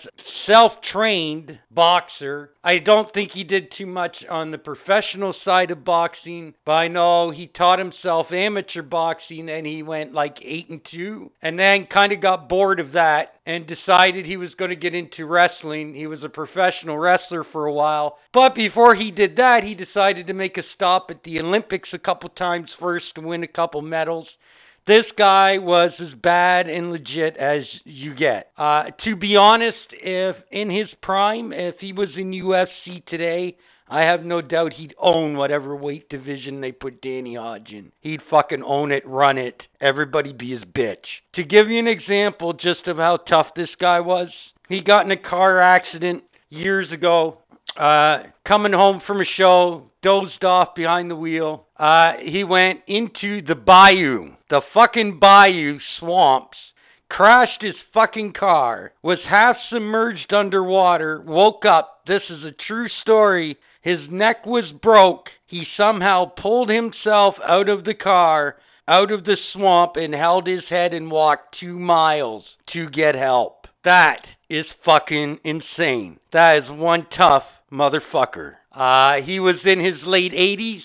S1: self-trained boxer. I don't think he did too much on the professional side of boxing, but I know he taught himself amateur boxing and he went like 8 and 2 and then kind of got bored of that and decided he was going to get into wrestling. He was a professional wrestler for a while, but before he did that, he decided to make a stop at the Olympics a couple times first to win a couple medals this guy was as bad and legit as you get. Uh, to be honest, if in his prime, if he was in UFC today, I have no doubt he'd own whatever weight division they put Danny Hodge in. He'd fucking own it, run it. Everybody be his bitch. To give you an example just of how tough this guy was, he got in a car accident years ago uh, coming home from a show, dozed off behind the wheel. Uh, he went into the bayou, the fucking bayou swamps, crashed his fucking car, was half submerged underwater, woke up. This is a true story. His neck was broke. He somehow pulled himself out of the car, out of the swamp, and held his head and walked two miles to get help. That is fucking insane. That is one tough motherfucker. Uh, he was in his late 80s.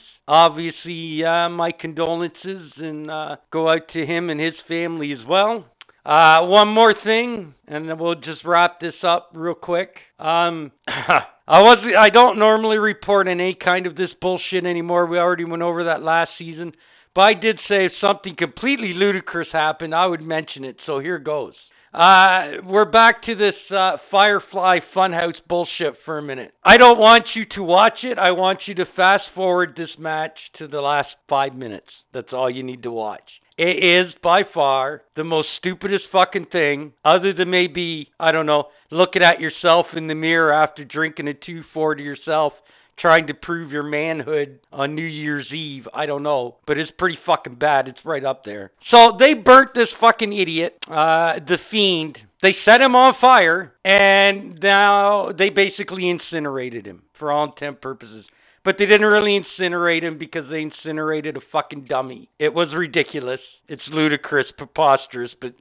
S1: Obviously, uh, my condolences and uh, go out to him and his family as well. Uh, one more thing, and then we'll just wrap this up real quick. Um, I was I don't normally report on any kind of this bullshit anymore. We already went over that last season, but I did say if something completely ludicrous happened, I would mention it. So here goes. Uh, we're back to this uh, Firefly Funhouse bullshit for a minute. I don't want you to watch it. I want you to fast forward this match to the last five minutes. That's all you need to watch. It is by far the most stupidest fucking thing, other than maybe, I don't know, looking at yourself in the mirror after drinking a 240 yourself trying to prove your manhood on New Year's Eve. I don't know, but it's pretty fucking bad. It's right up there. So they burnt this fucking idiot, uh, the fiend. They set him on fire, and now they basically incinerated him for all intent purposes. But they didn't really incinerate him because they incinerated a fucking dummy. It was ridiculous. It's ludicrous, preposterous, but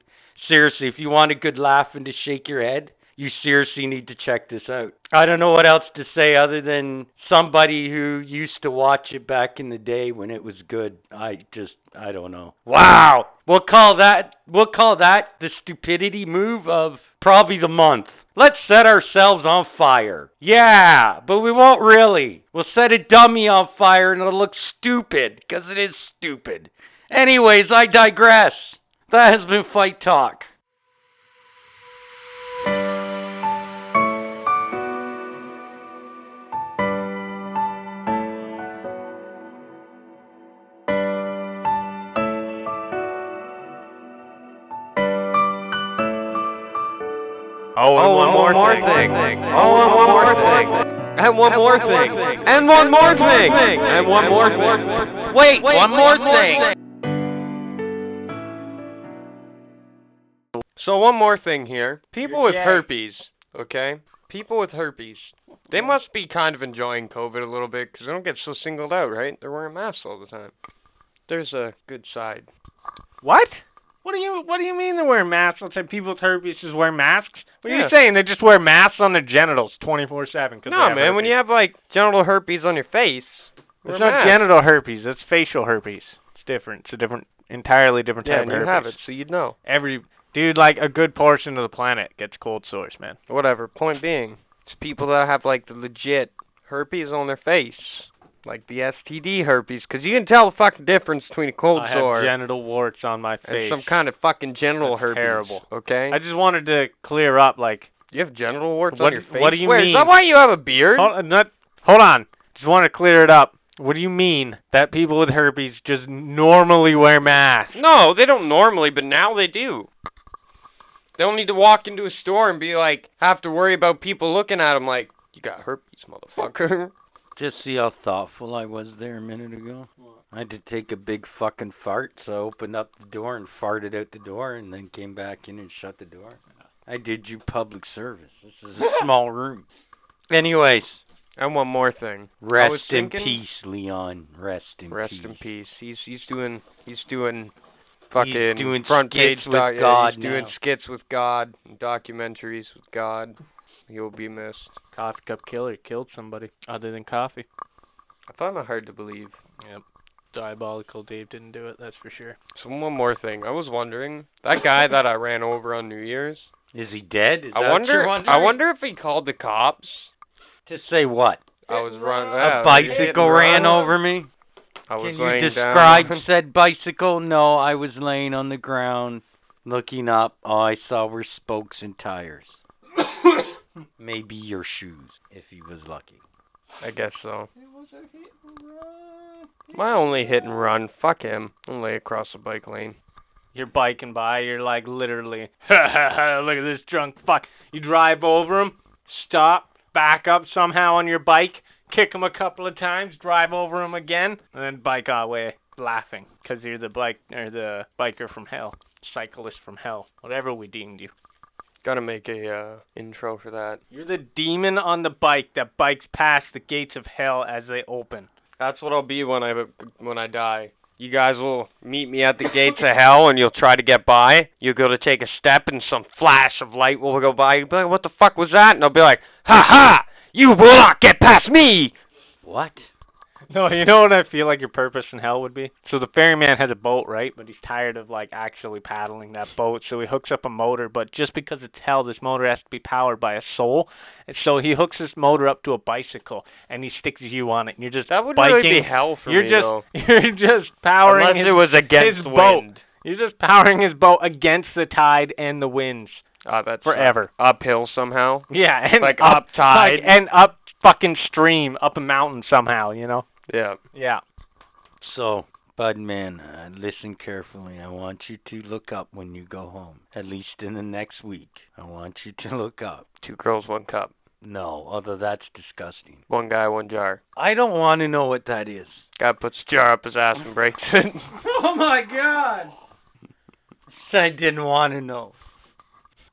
S1: seriously, if you want a good laugh and to shake your head, you seriously need to check this out. I don't know what else to say other than somebody who used to watch it back in the day when it was good. I just I don't know. Wow. We'll call that we'll call that the stupidity move of probably the month. Let's set ourselves on fire. Yeah, but we won't really. We'll set a dummy on fire and it'll look stupid because it is stupid. Anyways, I digress. That has been Fight Talk.
S4: Oh, and one more thing. Oh, and one more thing. And one more thing. And one more thing. And one more thing.
S1: Wait, one more thing.
S4: So one more thing here. People with herpes, okay? People with herpes, they must be kind of enjoying COVID a little bit because they don't get so singled out, right? They're wearing masks all the time. There's a good side.
S5: What? What do you What do you mean they wear masks? Let's say people with herpes just wear masks. What are
S4: Yeah.
S5: you saying? They just wear masks on their genitals twenty four seven.
S4: No, man, when you have like genital herpes on your face, wear
S5: it's
S4: a
S5: not
S4: mask.
S5: genital herpes. That's facial herpes. It's different. It's a different, entirely different
S4: yeah,
S5: type
S4: and
S5: of
S4: you
S5: herpes.
S4: have it, so you'd know.
S5: Every dude, like a good portion of the planet gets cold sores, man.
S4: Whatever. Point being, it's people that have like the legit herpes on their face, like the STD herpes, because you can tell the fucking difference between a cold
S5: I
S4: sore
S5: have genital warts on my
S4: and
S5: face.
S4: some kind of fucking genital
S5: That's
S4: herpes.
S5: terrible.
S4: Okay.
S5: I just wanted to clear up, like,
S4: you have genital warts
S5: What-
S4: on your face.
S5: what do you
S4: Wait,
S5: mean?
S4: Is that why you have a beard?
S5: hold, uh, not, hold on. Just want to clear it up. What do you mean that people with herpes just normally wear masks?
S4: No, they don't normally, but now they do. They don't need to walk into a store and be like, have to worry about people looking at them like, you got herpes, motherfucker.
S1: Just see how thoughtful I was there a minute ago. I had to take a big fucking fart, so I opened up the door and farted out the door and then came back in and shut the door. I did you public service. This is a small room. Anyways,
S4: And one more thing.
S1: rest
S4: was
S1: in
S4: thinking-
S1: peace, Leon. Rest in
S4: Rest
S1: peace.
S4: in peace. He's he's doing he's doing fucking
S1: doing
S4: front page
S1: skits with
S4: doc- yeah,
S1: God
S4: he's doing
S1: now.
S4: skits with God, documentaries with God. He'll be missed.
S5: Coffee cup killer killed somebody other than coffee.
S4: I find that hard to believe.
S5: Diabolical Dave didn't do it, that's for sure.
S4: So one more thing. I was wondering that guy that I ran over on New Year's.
S1: Is he dead? Is that
S4: I
S1: what
S4: wonder.
S1: you're
S4: I
S1: wondering?
S4: wonder if he called the cops.
S1: to say what?
S4: I was running.
S1: a bicycle ran over me.
S4: I was
S1: Can
S4: laying
S1: you
S4: down.
S1: describe said bicycle? No, I was laying on the ground, looking up. All I saw were spokes and tires. Maybe your shoes, if he was lucky.
S4: I guess so. My only hit and run. Fuck him. I'm lay across the bike lane.
S5: You're biking by, you're like literally, look at this drunk fuck. You drive over him, stop, back up somehow on your bike, kick him a couple of times, drive over him again, and then bike away laughing because you're the bike or the biker from hell, cyclist from hell, whatever we deemed you.
S4: Gotta make a uh, intro for that.
S5: You're the demon on the bike that bikes past the gates of hell as they open.
S4: That's what I'll be when I when I die. You guys will meet me at the gates of hell, and you'll try to get by. You'll go to take a step, and some flash of light will go by. You'll be like, "What the fuck was that?" And I'll be like, "Ha ha! You will not get past me."
S1: What?
S5: No, you know what I feel like your purpose in hell would be? So the ferryman has a boat, right? But he's tired of like actually paddling that boat, so he hooks up a motor, but just because it's hell, this motor has to be powered by a soul. And so he hooks this motor up to a bicycle and he sticks you on it and you're just
S4: That would
S5: biking.
S4: really be hell for
S5: you're
S4: me,
S5: just
S4: though.
S5: you're just powering
S4: Unless
S5: his,
S4: it was against
S5: his boat.
S4: wind.
S5: You're just powering his boat against the tide and the winds.
S4: Ah, that's
S5: Forever.
S4: uh, uphill somehow.
S5: Yeah, and
S4: Like
S5: up,
S4: up tide.
S5: like- and up fucking stream, up a mountain somehow, you know?
S4: Yeah.
S5: Yeah.
S1: So, Budman, uh, listen carefully. I want you to look up when you go home. At least in the next week. I want you to look up.
S4: Two girls, one cup.
S1: No, although that's disgusting.
S4: One guy, one jar.
S1: I don't want to know what that is.
S4: Guy puts the jar up his ass and breaks it.
S1: Oh my god. I didn't want to know.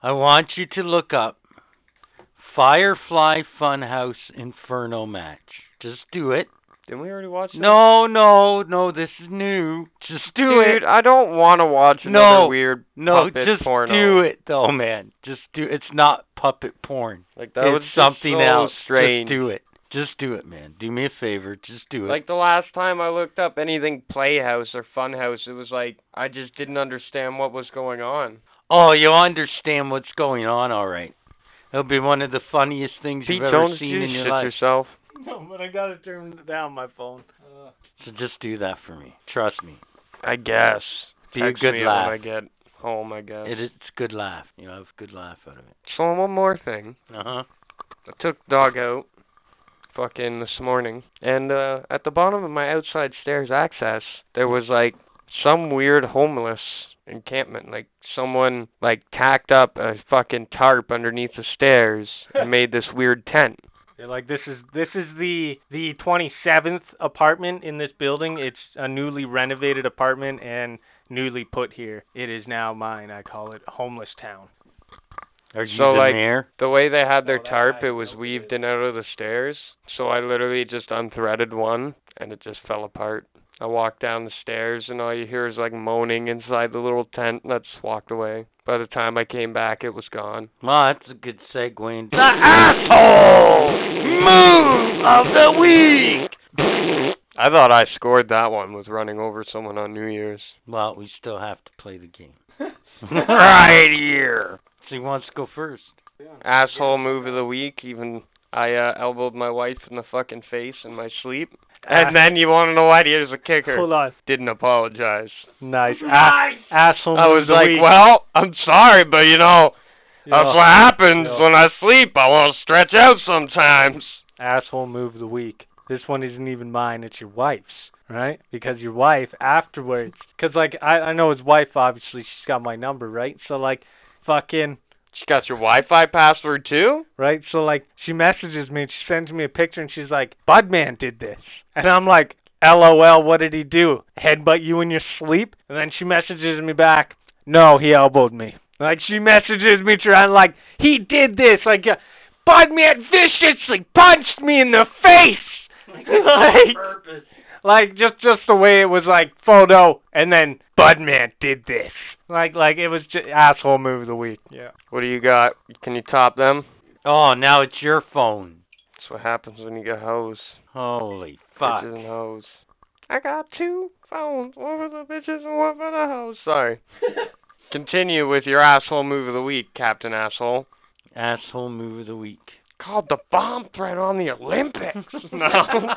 S1: I want you to look up Firefly Funhouse Inferno match. Just do it.
S4: Didn't we already watch that?
S1: No, no, no, this is new. Just do
S4: Dude,
S1: it.
S4: I don't want to watch another
S1: No.
S4: weird
S1: No,
S4: puppet
S1: just
S4: porno.
S1: do it though, man. Just do it's not puppet porn.
S4: Like that
S1: it's
S4: was just
S1: something
S4: so
S1: else.
S4: Strange.
S1: Just do it. Just do it, man. Do me a favor. Just do it.
S4: Like the last time I looked up anything Playhouse or Funhouse, it was like I just didn't understand what was going on.
S1: oh, you understand what's going on, all right. It'll be one of the funniest things
S4: Pete
S1: you've ever
S4: Jones,
S1: seen
S4: you
S1: in your
S4: shit
S1: life.
S4: yourself.
S5: No, but I gotta turn down my phone.
S1: So just do that for me. Trust me.
S4: I guess.
S1: Be a
S4: Text
S1: good
S4: me
S1: laugh.
S4: when I get home. I guess.
S1: It, it's a good laugh. You know, have a good laugh out of it.
S4: So one more thing.
S1: Uh huh.
S4: I took the dog out fucking this morning and uh at the bottom of my outside stairs access there was like some weird homeless encampment like someone like tacked up a fucking tarp underneath the stairs and made this weird tent.
S5: They're like, this is this is the the 27th apartment in this building. It's a newly renovated apartment and newly put here. It is now mine. I call it homeless town.
S1: Are you
S4: So,
S1: the
S4: like-
S1: mayor?
S4: The way they had their
S5: Oh, that
S4: tarp,
S5: guy
S4: it was
S5: built it.
S4: weaved in out of the stairs. So I literally just unthreaded one and it just fell apart. I walked down the stairs and all you hear is like moaning inside the little tent and I just walked away. By the time I came back, it was gone.
S1: Well, that's a good segue into
S8: The asshole move of the week.
S4: I thought I scored that one with running over someone on New Year's.
S1: Well, we still have to play the game.
S8: right here.
S1: So he wants to go first.
S4: asshole move of the week. Even I uh, elbowed my wife in the fucking face in my sleep. And
S8: Ah.
S4: then you want to know what? Here's a kicker.
S5: Hold on.
S4: Didn't apologize.
S5: Nice.
S2: Ah.
S5: A-
S8: Oh,
S5: asshole.
S4: I
S5: move
S4: was
S5: of the
S4: like,
S5: week.
S4: well, I'm sorry, but you know,
S5: Yeah.
S4: that's what happens
S5: Yeah.
S4: when I sleep. I want to stretch out sometimes.
S5: asshole move of the week. This one isn't even mine. It's your wife's, right? Because your wife afterwards, because like I I know his wife obviously she's got my number, right? So like, fucking
S4: She got your Wi-Fi password too?
S5: right? So like she messages me, and she sends me a picture, and she's like, "Budman did this," and I'm like, "LOL, what did he do? Headbutt you in your sleep?" And then she messages me back, "No, he elbowed me." Like she messages me trying like, "He did this," like, uh, "Budman viciously punched me in the face," like, like just just the way it was like photo, and then Budman did this. Like like it was just asshole move of the week. Yeah.
S4: What do you got? Can you top them?
S1: Oh, now it's your phone.
S4: That's what happens when you get hosed.
S1: Holy fuck.
S4: Bitches and hoes. I got two phones, one for the bitches and one for the hoes. Sorry. Continue with your asshole move of the week, Captain Asshole.
S1: Asshole move of the week.
S4: Called the bomb threat on the Olympics. no.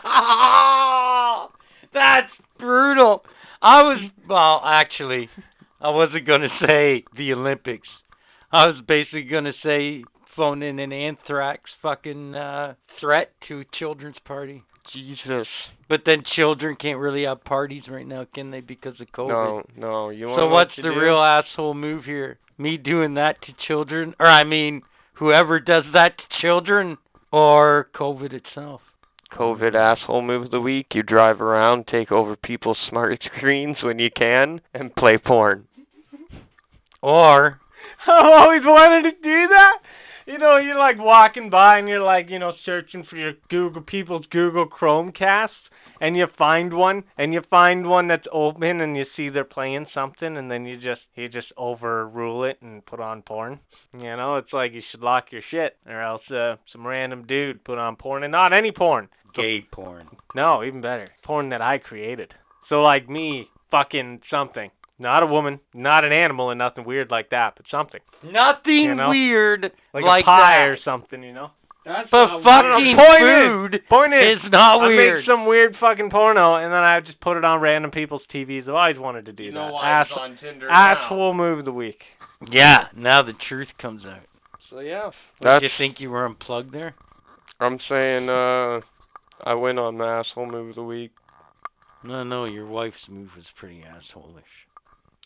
S1: no. That's brutal. I was well, actually, I wasn't gonna say the Olympics. I was basically gonna say phone in an anthrax fucking uh, threat to children's party.
S4: Jesus.
S1: But then children can't really have parties right now, can they? Because of COVID.
S4: No, no. You want
S1: So what's the
S4: do?
S1: real asshole move here? Me doing that to children, or I mean, whoever does that to children, or COVID itself?
S4: COVID asshole move of the week? You drive around, take over people's smart screens when you can, and play porn.
S1: Or
S5: I've always wanted to do that. You know, you're like walking by and you're like, you know, searching for your Google people's Google Chromecast and you find one and you find one that's open and you see they're playing something and then you just you just overrule it and put on porn. You know, it's like you should lock your shit or else uh, some random dude put on porn and not any porn.
S1: gay porn.
S5: No, even better. Porn that I created. So like me fucking something. Not a woman, not an animal and nothing weird like that, but something
S1: Nothing
S5: You know?
S1: weird
S5: like,
S1: like,
S5: a pie
S1: that.
S5: or something, you know.
S1: but fucking
S5: Point
S1: food
S5: is, point is,
S1: is not
S5: I
S1: weird.
S5: made some weird fucking porno, and then I just put it on random people's TVs. I've always wanted to do that. Ass-
S4: on Tinder
S5: asshole move of the week.
S1: yeah, now the truth comes out.
S4: So yeah.
S1: What, did
S4: That's
S1: you think you were unplugged there?
S4: I'm saying uh I win on the asshole move of the week.
S1: No, no, your wife's move was pretty assholeish.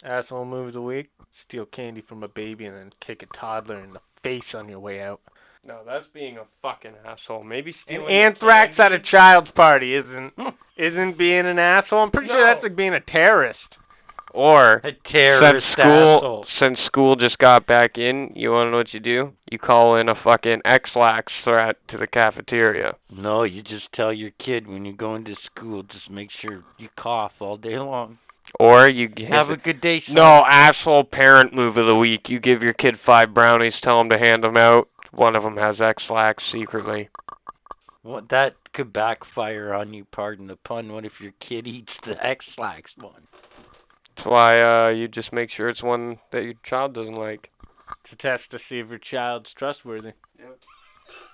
S5: Asshole move of the week. Steal candy from a baby and then kick a toddler in the face on your way out.
S4: No, that's being a fucking asshole. Maybe
S5: An
S4: stealing
S5: anthrax
S4: candy.
S5: at a child's party isn't isn't being an asshole. I'm pretty sure
S4: No.
S5: that's like being a terrorist.
S4: or
S1: A
S4: since
S1: terrorist
S4: school
S1: asshole.
S4: since school just got back in, you want to know what you do? You call in a fucking X-lax threat to the cafeteria.
S1: No, you just tell your kid when you go into school, just make sure you cough all day long.
S4: Or you give
S1: Have a good day. Son.
S4: no asshole parent move of the week. You give your kid five brownies, tell him to hand them out. One of them has X-lax secretly.
S1: What, that could backfire on you. Pardon the pun. What if your kid eats the X-lax one?
S4: That's why uh you just make sure it's one that your child doesn't like.
S5: To test to see if your child's trustworthy.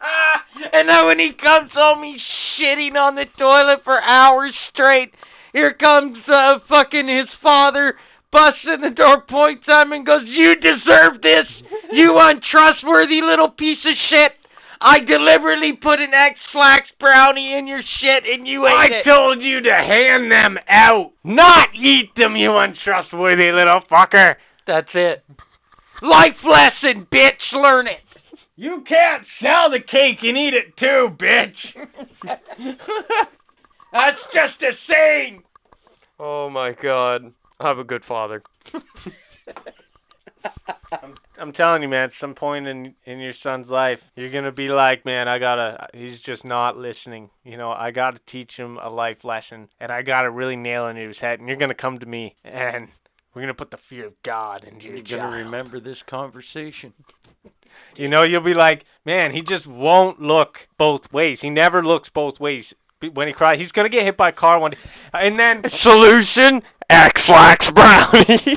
S1: Ah, and then when he comes home, he's shitting on the toilet for hours straight. Here comes uh, fucking his father, busts in the door, points at him, and goes, "You deserve this, you untrustworthy little piece of shit." I deliberately put an X Flax brownie in your shit and you ate it.
S5: told you to hand them out, not eat them, you untrustworthy little fucker.
S1: That's it. Life lesson, bitch. Learn it.
S10: You can't sell the cake and eat it too, bitch. That's just a saying.
S4: Oh my god. I'm a good father.
S5: I'm, I'm telling you, man. At some point in in your son's life, you're gonna be like, man, I gotta. He's just not listening. You know, I gotta teach him a life lesson, and I gotta really nail it into his head. And you're gonna come to me, and we're gonna put the fear of God into your
S1: You're
S5: child.
S1: gonna remember this conversation.
S5: You know, you'll be like, man, he just won't look both ways. He never looks both ways. Be- When he cries, he's gonna get hit by a car one day, and then
S4: Solution X lax brownie.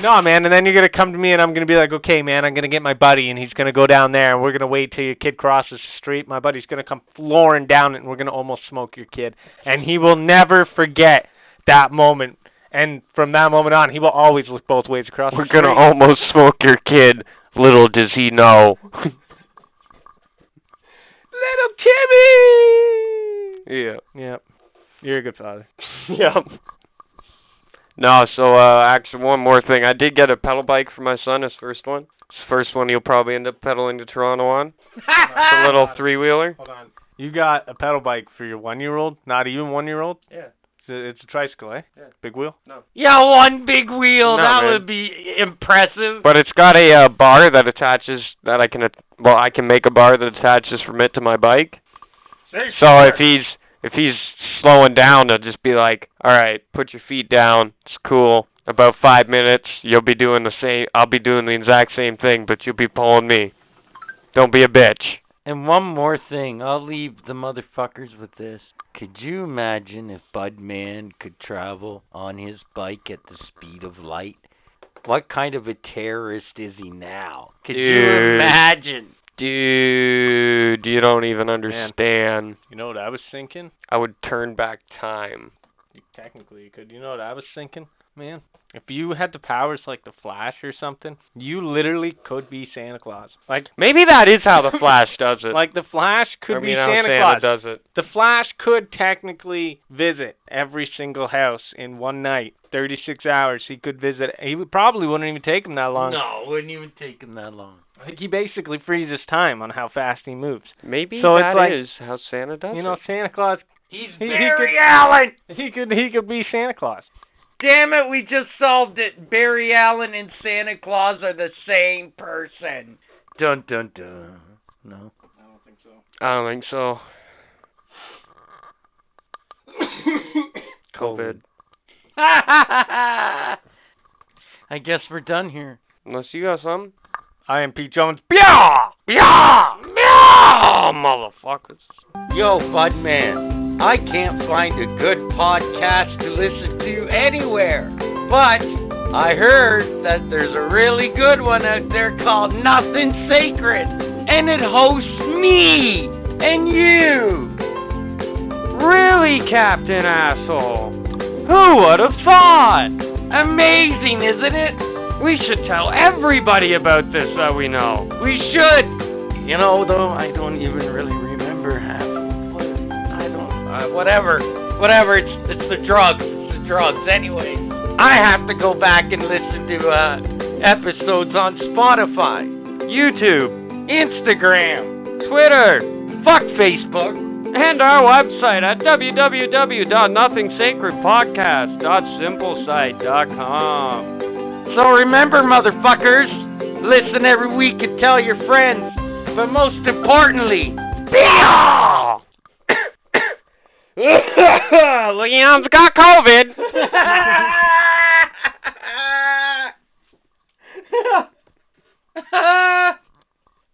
S5: no, man. And then you're gonna come to me, and I'm gonna be like, okay, man, I'm gonna get my buddy, and he's gonna go down there, and we're gonna wait till your kid crosses the street. My buddy's gonna come flooring down it, and we're gonna almost smoke your kid, and he will never forget that moment. And from that moment on, he will always look both ways across.
S4: We're
S5: the
S4: gonna
S5: street.
S4: almost smoke your kid. Little does he know. Little Timmy. Yeah.
S5: Yep, you're a good father.
S4: Yep. No, so uh actually one more thing. I did get a pedal bike for my son, his first one. His first one he'll probably end up pedaling to Toronto on. It's a little three wheeler.
S5: Hold on. You got a pedal bike for your one year old? Not even one year old? Yeah. It's a, it's a tricycle, eh? Yeah. Big wheel?
S1: Yeah, one big wheel.
S4: No,
S1: that
S4: man.
S1: would be impressive.
S4: But it's got a uh, bar that attaches that I can at- well, I can make a bar that attaches from it to my bike. So if he's if he's slowing down, they'll just be like, "All right, put your feet down. It's cool. About five minutes, you'll be doing the same. I'll be doing the exact same thing, but you'll be pulling me. Don't be a bitch."
S1: And one more thing, I'll leave the motherfuckers with this. Could you imagine if Budman could travel on his bike at the speed of light? What kind of a terrorist is he now? Could you
S4: Dude.
S1: imagine?
S4: Dude, you don't even understand.
S5: You know what I was thinking?
S4: I would turn back time.
S5: You, technically, you could. You know what I was thinking? Man, if you had the powers like the Flash or something, you literally could be Santa Claus. Like,
S4: Maybe that is how the Flash does it.
S5: like the Flash could
S4: I
S5: be
S4: mean, how
S5: Santa,
S4: Santa
S5: Claus.
S4: does it.
S5: The Flash could technically visit every single house in one night, 36 hours. He could visit. He would probably wouldn't even take him that long.
S1: No, it wouldn't even take him that long.
S5: Like he basically freezes time on how fast he moves.
S4: Maybe
S5: So it's
S4: that
S5: like-
S4: is how Santa does
S5: you know,
S4: it.
S5: Santa Claus.
S1: He's
S5: He- he
S1: Barry
S5: could-
S1: Allen.
S5: He could he could be Santa Claus.
S1: Damn it, we just solved it. Barry Allen and Santa Claus are the same person. Dun dun dun. No.
S4: I don't think so. COVID.
S1: I guess we're done here.
S4: Unless you got something.
S5: I am Pete Jones.
S4: Yeah! Yeah! Yeah! Motherfuckers.
S1: Yo, Bud Man, I can't find a good podcast to listen to anywhere. But I heard that there's a really good one out there called Nothing Sacred, and it hosts me and you.
S4: Really, Captain Asshole?
S1: Who would have thought? Amazing, isn't it? We should tell everybody about this that we know. We should. You know, though, I don't even really remember half. of what- I don't. Uh, whatever. Whatever. It's it's the drugs. It's the drugs. Anyway, I have to go back and listen to uh, episodes on Spotify, YouTube, Instagram, Twitter. Fuck Facebook.
S4: And our website at www.nothingsacredpodcast.simplesite.com.
S1: So remember, motherfuckers, listen every week and tell your friends. But most importantly,
S4: Leon's got COVID.
S1: be all!